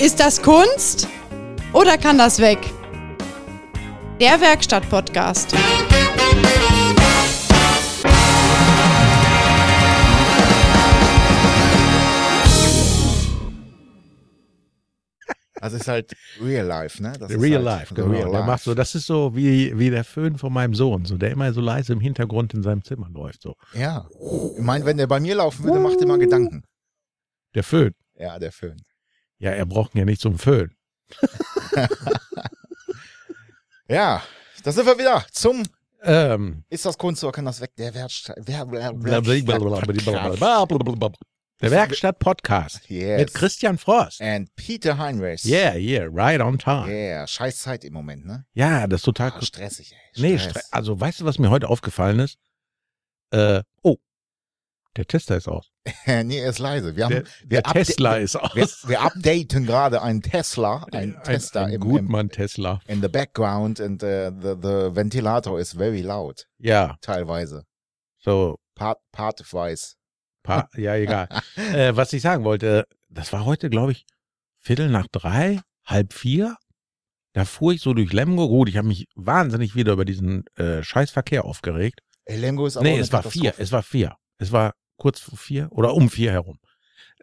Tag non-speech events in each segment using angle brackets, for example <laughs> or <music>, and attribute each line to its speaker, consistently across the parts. Speaker 1: Ist das Kunst oder kann das weg? Der Werkstatt-Podcast.
Speaker 2: Das ist halt Real Life, ne? Das ist
Speaker 3: Real
Speaker 2: halt
Speaker 3: Life, genau.
Speaker 2: Real
Speaker 3: der
Speaker 2: Life.
Speaker 3: macht so, das ist so wie, wie der Föhn von meinem Sohn, so der immer so leise im Hintergrund in seinem Zimmer läuft. So.
Speaker 2: Ja. Ich meine, wenn der bei mir laufen würde, macht er mal Gedanken.
Speaker 3: Der Föhn.
Speaker 2: Ja, der Föhn.
Speaker 3: Ja, er braucht ihn ja nicht zum Föhn.
Speaker 2: Ja, da sind wir wieder zum
Speaker 3: Ähm,
Speaker 2: Ist das Kunst oder kann das weg? Der Werkstatt. Wer, wer,
Speaker 3: der Werkstatt-Podcast
Speaker 2: Yes.
Speaker 3: mit Christian Frost.
Speaker 2: And Peter Heinrichs.
Speaker 3: Yeah, yeah, right on time.
Speaker 2: Yeah, scheiß Zeit im Moment, ne?
Speaker 3: Ja, das ist total
Speaker 2: Ah, stressig, ey. Stress.
Speaker 3: Nee, Stre- also weißt du, was mir heute aufgefallen ist? Äh, oh, der Tester ist aus.
Speaker 2: nee, er ist leise. Wir haben,
Speaker 3: Der,
Speaker 2: wir
Speaker 3: der Tesla
Speaker 2: upda-
Speaker 3: ist aus.
Speaker 2: Wir, wir updaten gerade einen Tesla, einen Tester
Speaker 3: ein, ein
Speaker 2: im, im,
Speaker 3: Gutmann Tesla.
Speaker 2: in the background and uh, the, the ventilator is very loud,
Speaker 3: Ja,
Speaker 2: teilweise.
Speaker 3: so,
Speaker 2: Part, partwise.
Speaker 3: paar,
Speaker 2: <laughs>
Speaker 3: ja, egal. äh, was ich sagen wollte, das war heute, glaube ich, Viertel nach drei, halb vier. Da fuhr ich so durch Lemgo. Gut, ich habe mich wahnsinnig wieder über diesen äh, Scheißverkehr aufgeregt.
Speaker 2: Ey, Lemgo ist aber auch
Speaker 3: nee,
Speaker 2: eine
Speaker 3: es war vier,
Speaker 2: Katastrophe.
Speaker 3: es war vier. Es war kurz vor vier oder um vier herum.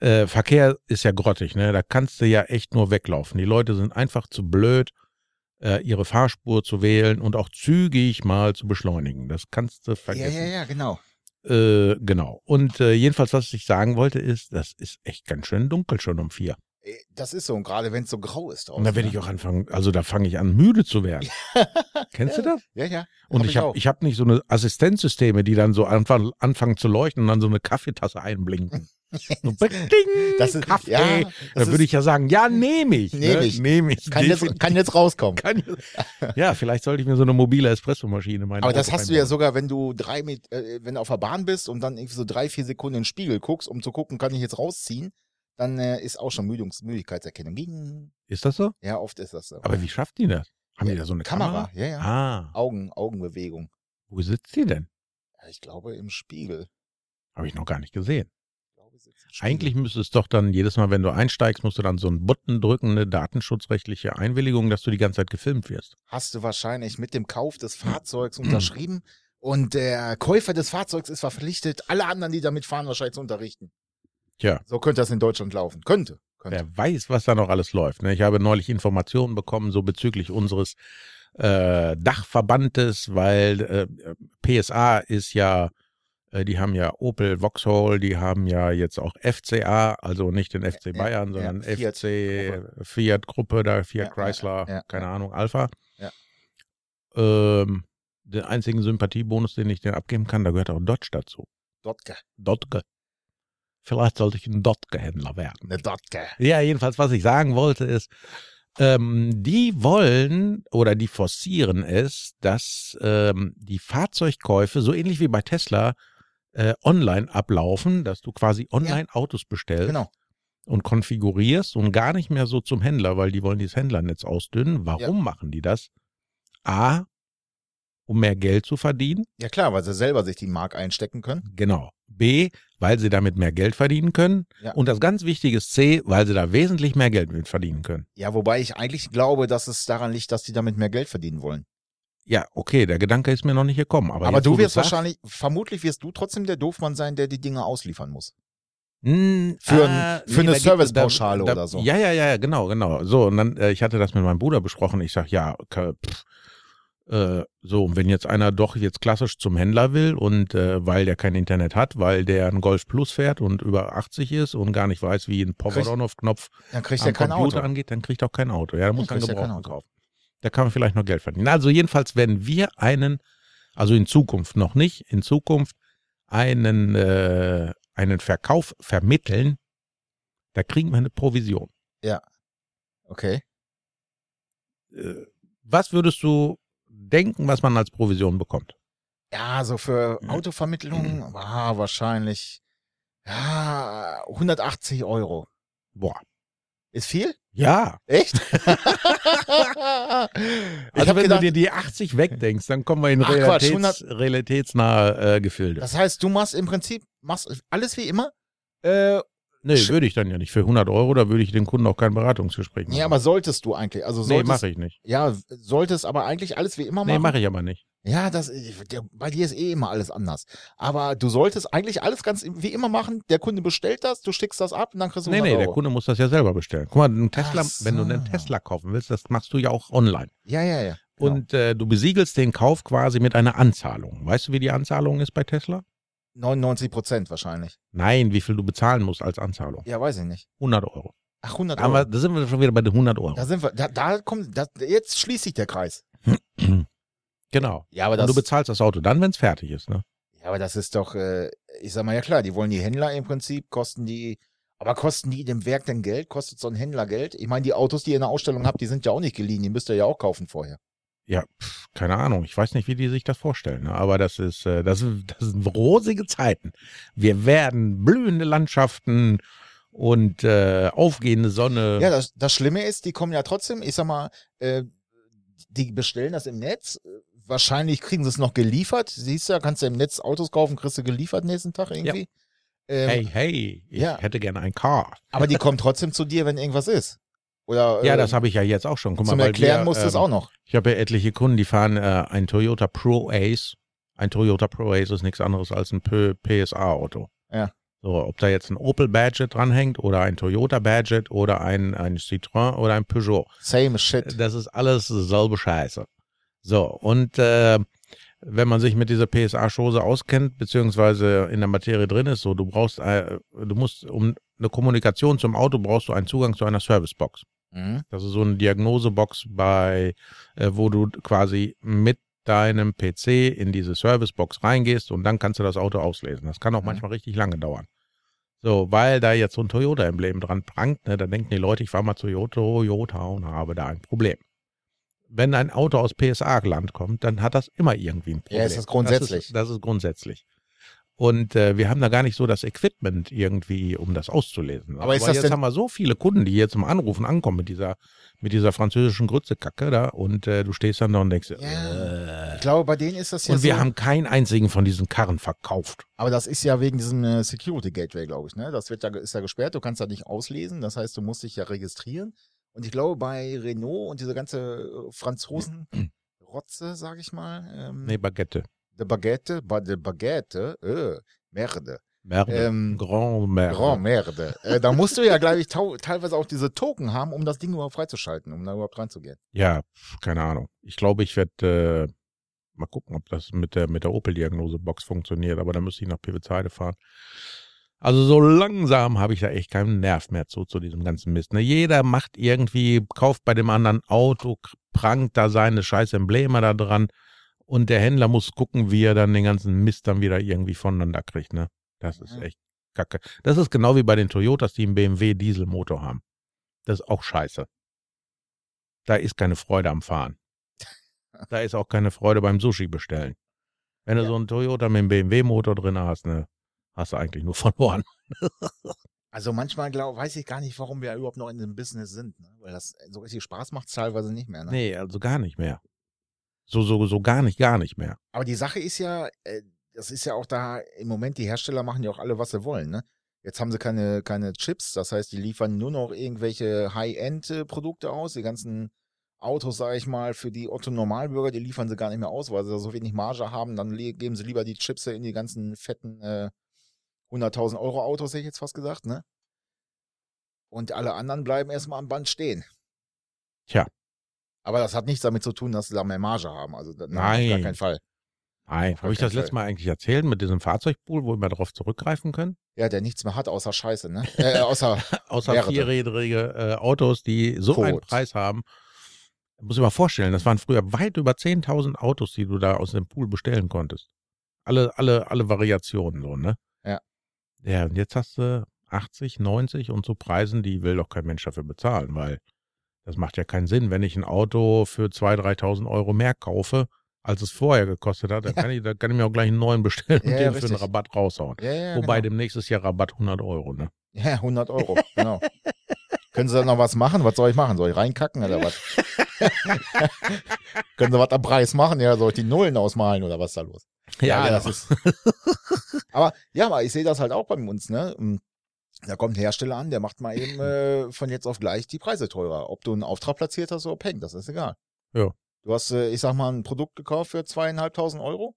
Speaker 3: Äh, Verkehr ist ja grottig, ne? Da kannst du ja echt nur weglaufen. Die Leute sind einfach zu blöd, äh, ihre Fahrspur zu wählen und auch zügig mal zu beschleunigen. Das kannst du
Speaker 2: Ja,
Speaker 3: vergessen.
Speaker 2: ja, ja, genau.
Speaker 3: Äh, genau. Und äh, jedenfalls, was ich sagen wollte, ist, das ist echt ganz schön dunkel schon um vier.
Speaker 2: Ey, Das ist so, und gerade wenn es so grau ist.
Speaker 3: Und da werde ich auch anfangen, also da fange ich an, müde
Speaker 2: <laughs>
Speaker 3: zu werden. Kennst du das?
Speaker 2: Ja, ja.
Speaker 3: Und
Speaker 2: Hab
Speaker 3: ich
Speaker 2: ich auch.
Speaker 3: habe ich hab nicht so eine Assistenzsysteme, die dann so einfach anfangen zu leuchten und dann so eine
Speaker 2: <laughs>
Speaker 3: Kaffeetasse einblinken. So, ding,
Speaker 2: Das ist-
Speaker 3: Kaffee.
Speaker 2: ja, das
Speaker 3: dann würde
Speaker 2: ist-
Speaker 3: ich ja sagen, ja, nehme ich.
Speaker 2: Nehm
Speaker 3: ne?
Speaker 2: ich.
Speaker 3: Nehme ich.
Speaker 2: Kann jetzt, <laughs>
Speaker 3: definitiv.
Speaker 2: kann jetzt rauskommen.
Speaker 3: Kann jetzt- <laughs> ja, vielleicht sollte ich mir so eine mobile Espressomaschine meinen.
Speaker 2: Aber das hast du ja sogar, wenn du drei mit, äh, wenn du auf der Bahn bist und dann irgendwie so drei, vier Sekunden in den Spiegel guckst, um zu gucken, kann ich jetzt rausziehen, dann äh, ist auch schon Müdungs Müdigkeitserkennung. Ging.
Speaker 3: Ist das so?
Speaker 2: Ja, oft ist das so.
Speaker 3: Aber wie schafft die das? Haben die
Speaker 2: Ja,
Speaker 3: da so eine
Speaker 2: Kamera?
Speaker 3: Kamera?
Speaker 2: Ja, ja.
Speaker 3: Ah.
Speaker 2: Augen, Augenbewegung.
Speaker 3: Wo sitzt die denn?
Speaker 2: Ja, ich glaube im Spiegel.
Speaker 3: Habe ich noch gar nicht gesehen.
Speaker 2: Ich glaube, es ist im Spiegel.
Speaker 3: Eigentlich müsste es doch dann jedes Mal, wenn du einsteigst, musst du dann so einen Button drücken, eine datenschutzrechtliche Einwilligung, dass du die ganze Zeit gefilmt wirst.
Speaker 2: hast du wahrscheinlich mit dem Kauf des
Speaker 3: Hm.
Speaker 2: Fahrzeugs unterschrieben und der Käufer des Fahrzeugs ist verpflichtet, alle anderen, die damit fahren, wahrscheinlich zu unterrichten.
Speaker 3: Tja.
Speaker 2: So könnte das in Deutschland laufen. Könnte. könnte.
Speaker 3: Wer weiß, was da noch alles läuft. Ne? Ich habe neulich Informationen bekommen, so bezüglich unseres äh, Dachverbandes, weil äh, PSA ist ja, äh, die haben ja Opel, Vauxhall, die haben ja jetzt auch FCA, also nicht den FC Bayern,
Speaker 2: ja,
Speaker 3: sondern
Speaker 2: Fiat
Speaker 3: FC Fiat Gruppe, da Fiat
Speaker 2: Ja,
Speaker 3: Chrysler,
Speaker 2: ja, ja,
Speaker 3: keine Ahnung, Alpha.
Speaker 2: Ja.
Speaker 3: Ähm, den einzigen Sympathiebonus, den ich den abgeben kann, da gehört auch Dodge dazu.
Speaker 2: Dotke.
Speaker 3: Dotke. Vielleicht sollte ich ein Dotke-Händler werden.
Speaker 2: Eine Dotke.
Speaker 3: Ja, jedenfalls, was ich sagen wollte, ist, ähm, die wollen oder die forcieren es, dass ähm, die Fahrzeugkäufe so ähnlich wie bei Tesla äh, online ablaufen, dass du quasi online Autos bestellst
Speaker 2: Genau.
Speaker 3: und konfigurierst und gar nicht mehr so zum Händler, weil die wollen dieses Händlernetz ausdünnen. Warum
Speaker 2: Ja.
Speaker 3: machen die das? A, um mehr Geld zu verdienen.
Speaker 2: Ja klar, weil sie selber sich die Mark einstecken können.
Speaker 3: Genau. B, weil sie damit mehr Geld verdienen können.
Speaker 2: Ja.
Speaker 3: Und das ganz Wichtige ist C, weil sie da wesentlich mehr Geld mit verdienen können.
Speaker 2: Ja, wobei ich eigentlich glaube, dass es daran liegt, dass die damit mehr Geld verdienen wollen. Ja,
Speaker 3: Okay, der Gedanke ist mir noch nicht gekommen. Aber,
Speaker 2: Aber,
Speaker 3: jetzt, wo
Speaker 2: du wirst
Speaker 3: sagst-
Speaker 2: wahrscheinlich, vermutlich wirst du trotzdem der Doofmann sein, der die Dinge ausliefern muss.
Speaker 3: Hm,
Speaker 2: für
Speaker 3: ah,
Speaker 2: ein- für eine
Speaker 3: da gibt-
Speaker 2: Servicepauschale
Speaker 3: da- da-
Speaker 2: oder so.
Speaker 3: Ja, ja, ja, ja, genau, genau. So, und dann, äh, ich hatte das mit meinem Bruder besprochen. Ich sag, ja, okay, pff, äh, so, und wenn jetzt einer doch jetzt klassisch zum Händler will und äh, weil der kein Internet hat, weil der einen Golf Plus fährt und über 80 ist und gar nicht weiß, wie ein Power-On-Off-Knopf
Speaker 2: Dann kriegt er
Speaker 3: am
Speaker 2: kein
Speaker 3: Computer
Speaker 2: Auto.
Speaker 3: angeht, dann kriegt er auch kein Auto. Ja, da muss
Speaker 2: Dann
Speaker 3: man
Speaker 2: kriegt er kein
Speaker 3: Gebrauchten
Speaker 2: Auto.
Speaker 3: kaufen. Da kann man vielleicht noch Geld verdienen. Also jedenfalls werden wir einen, also in Zukunft noch nicht, in Zukunft einen, äh, einen Verkauf vermitteln, da kriegen wir eine Provision.
Speaker 2: Okay.
Speaker 3: Äh, Was würdest du denken, was man als Provision bekommt?
Speaker 2: Ja, so für
Speaker 3: Mhm.
Speaker 2: Autovermittlung war wahrscheinlich ja, 180 Euro.
Speaker 3: Boah.
Speaker 2: Ist viel?
Speaker 3: Ja,
Speaker 2: Echt? <laughs> ich
Speaker 3: also
Speaker 2: also
Speaker 3: wenn du dir die 80 wegdenkst, dann kommen wir in
Speaker 2: Ach, Quatsch,
Speaker 3: Realitäts,
Speaker 2: 100
Speaker 3: realitätsnahe äh, Gefilde.
Speaker 2: das heißt, du machst im Prinzip machst alles wie immer äh,
Speaker 3: Nee, würde ich dann ja nicht. Für 100 Euro, da würde ich den Kunden auch kein Beratungsgespräch machen.
Speaker 2: Nee, aber solltest du eigentlich. Also
Speaker 3: nee,
Speaker 2: solltest,
Speaker 3: mache ich nicht.
Speaker 2: Ja, solltest aber eigentlich alles wie immer machen.
Speaker 3: Nee, mache ich aber nicht.
Speaker 2: Ja, das, der, bei dir ist eh immer alles anders. Aber du solltest eigentlich alles ganz wie immer machen. Der Kunde bestellt das, du schickst das ab und dann kriegst du
Speaker 3: Nee,
Speaker 2: 100
Speaker 3: nee, der
Speaker 2: Euro.
Speaker 3: Kunde muss das ja selber bestellen. Guck mal, einen Tesla,
Speaker 2: Ach so.
Speaker 3: wenn du einen Tesla kaufen willst, das machst du ja auch online.
Speaker 2: Ja, ja, ja. Genau.
Speaker 3: Und äh, du besiegelst den Kauf quasi mit einer Anzahlung. Weißt du, wie die Anzahlung ist bei Tesla?
Speaker 2: 99 Prozent wahrscheinlich.
Speaker 3: Nein, wie viel du bezahlen musst als Anzahlung.
Speaker 2: Ja, weiß ich nicht.
Speaker 3: 100 Euro.
Speaker 2: Ach, 100 Euro.
Speaker 3: Aber da sind wir schon wieder bei den 100 Euro.
Speaker 2: da sind wir, da, da kommt, da, jetzt schließt sich der Kreis.
Speaker 3: genau.
Speaker 2: Ja, aber
Speaker 3: Und du bezahlst das Auto dann, wenn es fertig ist. Ne?
Speaker 2: Ja, aber das ist doch, äh, ich sag mal, ja klar, die wollen die Händler im Prinzip, kosten die, aber kosten die dem Werk denn Geld? Kostet so ein Händler Geld? Ich meine, die Autos, die ihr in der Ausstellung habt, die sind ja auch nicht geliehen, die müsst ihr ja auch kaufen vorher.
Speaker 3: Ja, pf, keine Ahnung. Ich weiß nicht, wie die sich das vorstellen. Ne? Aber das ist, äh, das, sind- das sind rosige Zeiten. Wir werden blühende Landschaften und äh, aufgehende Sonne.
Speaker 2: Ja, das, das Schlimme ist, die kommen ja trotzdem, ich sag mal, äh, die bestellen das im Netz, äh, wahrscheinlich kriegen sie es noch geliefert, siehst du, kannst du im Netz Autos kaufen, kriegst du geliefert nächsten Tag irgendwie. Ähm,
Speaker 3: hey, hey, ich
Speaker 2: ja.
Speaker 3: hätte gerne ein Car.
Speaker 2: Aber die kommen trotzdem zu dir, wenn irgendwas ist. Oder
Speaker 3: Ja,
Speaker 2: äh,
Speaker 3: das habe ich ja jetzt auch schon. Guck mal,
Speaker 2: zum
Speaker 3: weil
Speaker 2: Erklären
Speaker 3: wir,
Speaker 2: musst du es
Speaker 3: ähm,
Speaker 2: auch noch.
Speaker 3: Ich habe ja etliche Kunden, die fahren äh, ein Toyota Pro Ace. Ein Toyota Pro Ace ist nichts anderes als ein P- PSA-Auto.
Speaker 2: Ja.
Speaker 3: So, ob da jetzt ein Opel Badget dranhängt oder ein Toyota Badget oder ein, ein Citroën oder ein Peugeot.
Speaker 2: Same shit.
Speaker 3: Das ist alles selbe Scheiße. So, und äh, wenn man sich mit dieser PSA-Chose auskennt, beziehungsweise in der Materie drin ist, so du brauchst, äh, du musst, um eine Kommunikation zum Auto brauchst du einen Zugang zu einer Servicebox.
Speaker 2: Mhm.
Speaker 3: Das ist Also so eine Diagnosebox bei, äh, wo du quasi mit deinem PC in diese Servicebox reingehst und dann kannst du das Auto auslesen. Das kann auch
Speaker 2: Mhm.
Speaker 3: manchmal richtig lange dauern. So, weil da jetzt so ein Toyota-Emblem dran prangt, ne, dann denken die Leute, ich war mal zu Toyota und habe da ein Problem. Wenn ein Auto aus PSA-Land kommt, dann hat das immer irgendwie ein Problem.
Speaker 2: Ja, es ist grundsätzlich.
Speaker 3: Das ist, das ist grundsätzlich. Und äh, wir haben da gar nicht so das Equipment irgendwie, um das auszulesen.
Speaker 2: Aber ist das
Speaker 3: jetzt
Speaker 2: denn-
Speaker 3: haben wir so viele Kunden, die jetzt zum Anrufen ankommen mit dieser, mit dieser französischen Grützekacke da und äh, du stehst dann da und denkst,
Speaker 2: Ja.
Speaker 3: äh,
Speaker 2: Ich glaube, bei denen ist das ja
Speaker 3: und wir
Speaker 2: so.
Speaker 3: haben keinen einzigen von diesen Karren verkauft.
Speaker 2: aber das ist ja wegen diesem äh, Security Gateway, glaube ich. Ne? Das wird ja, ist ja gesperrt, du kannst da nicht auslesen. Das heißt, du musst dich ja registrieren. Und ich glaube, bei Renault und diese ganze äh, Franzosen Rotze, sage ich mal, ähm,
Speaker 3: Nee, Baguette.
Speaker 2: de Baguette, ba de Baguette, äh, Merde,
Speaker 3: Merde.
Speaker 2: Ähm,
Speaker 3: Grand Merde.
Speaker 2: Grand Merde. Äh, da musst du ja, glaube ich, tau- teilweise auch diese Token haben, um das Ding überhaupt freizuschalten, um da überhaupt reinzugehen.
Speaker 3: Ja, pf, keine Ahnung. Ich glaube, ich werde äh, mal gucken, ob das mit der, mit der Opel-Diagnosebox funktioniert, aber da müsste ich nach Pivezeide fahren. Also so langsam habe ich da echt keinen Nerv mehr zu, zu diesem ganzen Mist. Ne? Jeder macht irgendwie, kauft bei dem anderen Auto, k- prangt da seine scheiß Embleme da dran und der Händler muss gucken, wie er dann den ganzen Mist dann wieder irgendwie voneinander kriegt. Ne? Das ist
Speaker 2: Mhm.
Speaker 3: echt kacke. Das ist genau wie bei den Toyotas, die einen BMW Dieselmotor haben. Das ist auch scheiße da ist keine Freude am Fahren. Da ist auch keine Freude beim Sushi bestellen. Wenn du
Speaker 2: Ja.
Speaker 3: so einen Toyota mit einem BMW-Motor drin hast, ne, hast du eigentlich nur <laughs> verloren.
Speaker 2: Also manchmal glaub, weiß ich gar nicht, warum wir überhaupt noch in dem Business sind, ne? weil das so richtig Spaß macht teilweise nicht mehr. Ne?
Speaker 3: Nee, also gar nicht mehr. So, so, so gar nicht, gar nicht mehr.
Speaker 2: Aber die Sache ist ja, äh, das ist ja auch da, im Moment, die Hersteller machen ja auch alle, was sie wollen, ne? Jetzt haben sie keine, keine Chips, das heißt, die liefern nur noch irgendwelche High-End-Produkte aus. Die ganzen Autos, sage ich mal, für die Otto-Normalbürger, die liefern sie gar nicht mehr aus, weil sie da so wenig Marge haben. Dann le- geben sie lieber die Chips in die ganzen fetten äh, 100.000 Euro Autos, hätte ich jetzt fast gesagt, ne? Und alle anderen bleiben erstmal am Band stehen.
Speaker 3: Tja.
Speaker 2: Aber das hat nichts damit zu tun, dass sie da mehr Marge haben. Also, da- Auf gar
Speaker 3: Nein.
Speaker 2: keinen Fall.
Speaker 3: Nein,
Speaker 2: Auf
Speaker 3: habe ich
Speaker 2: gar
Speaker 3: das
Speaker 2: keinen
Speaker 3: letzte Mal eigentlich erzählt mit diesem Fahrzeugpool, wo wir darauf zurückgreifen können?
Speaker 2: Ja, der nichts mehr hat außer Scheiße, ne? Äh, außer
Speaker 3: Außer
Speaker 2: Mehrere.
Speaker 3: vierrädrige äh, Autos, die so einen
Speaker 2: Tot.
Speaker 3: Preis haben. Muss ich mal vorstellen, das waren früher weit über 10.000 Autos, die du da aus dem Pool bestellen konntest. Alle, alle, alle Variationen so, ne?
Speaker 2: Ja.
Speaker 3: Ja, und jetzt hast du 80, 90 und so Preisen, die will doch kein Mensch dafür bezahlen, weil das macht ja keinen Sinn. Wenn ich ein Auto für 2.000, 3.000 Euro mehr kaufe, als es vorher gekostet hat, dann kann ich, dann kann ich mir auch gleich einen neuen <laughs> bestellen und
Speaker 2: Ja, ja,
Speaker 3: den für einen
Speaker 2: richtig.
Speaker 3: Rabatt raushauen.
Speaker 2: ja, ja,
Speaker 3: Wobei
Speaker 2: genau.
Speaker 3: demnächst ist ja Rabatt 100 Euro, ne?
Speaker 2: ja, 100 Euro, genau. Können Sie da noch was machen? Was soll ich machen? Soll ich reinkacken oder was? <laughs> Können Sie was am Preis machen? Ja, soll ich die Nullen ausmalen oder was ist da los?
Speaker 3: Ja,
Speaker 2: genau.
Speaker 3: genau.
Speaker 2: <laughs> das ist. aber ja, aber ich sehe das halt auch bei uns, ne? Da kommt ein Hersteller an, der macht mal
Speaker 3: Mhm.
Speaker 2: eben äh, von jetzt auf gleich die Preise teurer. Ob du einen Auftrag platziert hast oder peng, das ist egal.
Speaker 3: Ja.
Speaker 2: Du hast, äh, ich sag mal, ein Produkt gekauft für zweieinhalbtausend Euro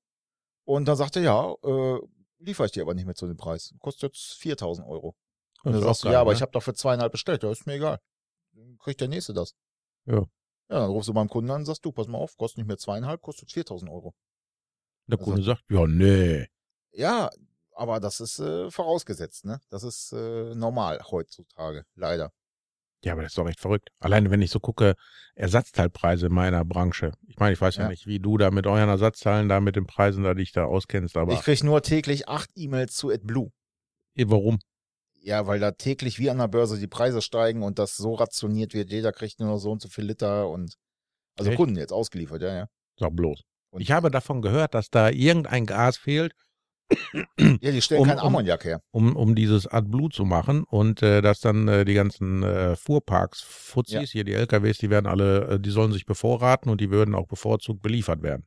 Speaker 2: und dann sagt er, ja, äh, liefere ich dir aber nicht mehr zu dem Preis. Kostet jetzt 4000 Euro. Und dann
Speaker 3: ist
Speaker 2: sagst
Speaker 3: auch
Speaker 2: du,
Speaker 3: geil,
Speaker 2: ja, aber
Speaker 3: ne?
Speaker 2: ich habe doch für zweieinhalb bestellt, ja, ist mir egal. Dann kriegt der Nächste das.
Speaker 3: Ja.
Speaker 2: Ja, dann rufst du beim Kunden an und sagst, du, pass mal auf, kostet nicht mehr zweieinhalb, kostet 4000 Euro.
Speaker 3: Der
Speaker 2: also
Speaker 3: Kunde sagt, ja, nee.
Speaker 2: Ja, aber das ist äh, vorausgesetzt, ne? Das ist äh, normal heutzutage, leider.
Speaker 3: Ja, aber das ist doch echt verrückt. Alleine, wenn ich so gucke, Ersatzteilpreise in meiner Branche. Ich meine, ich weiß ja,
Speaker 2: Ja.
Speaker 3: nicht, wie du da mit euren Ersatzteilen, da mit den Preisen, da dich da auskennst, aber
Speaker 2: ich krieg nur täglich acht E-Mails zu AdBlue.
Speaker 3: eh, warum?
Speaker 2: Ja, weil da täglich wie an der Börse die Preise steigen und das so rationiert wird, jeder kriegt nur noch so und so viel Liter und also
Speaker 3: Echt?
Speaker 2: Kunden jetzt ausgeliefert, ja, ja.
Speaker 3: Sag bloß.
Speaker 2: Und-
Speaker 3: ich habe davon gehört, dass da irgendein Gas fehlt,
Speaker 2: Ja, die stellen
Speaker 3: Um-
Speaker 2: kein
Speaker 3: um-
Speaker 2: Ammoniak her.
Speaker 3: um, um dieses AdBlue zu machen und äh, dass dann äh, die ganzen äh, Fuhrparks, Fuzis,
Speaker 2: Ja.
Speaker 3: hier die LKWs, die werden alle, äh, die sollen sich bevorraten und die würden auch bevorzugt beliefert werden.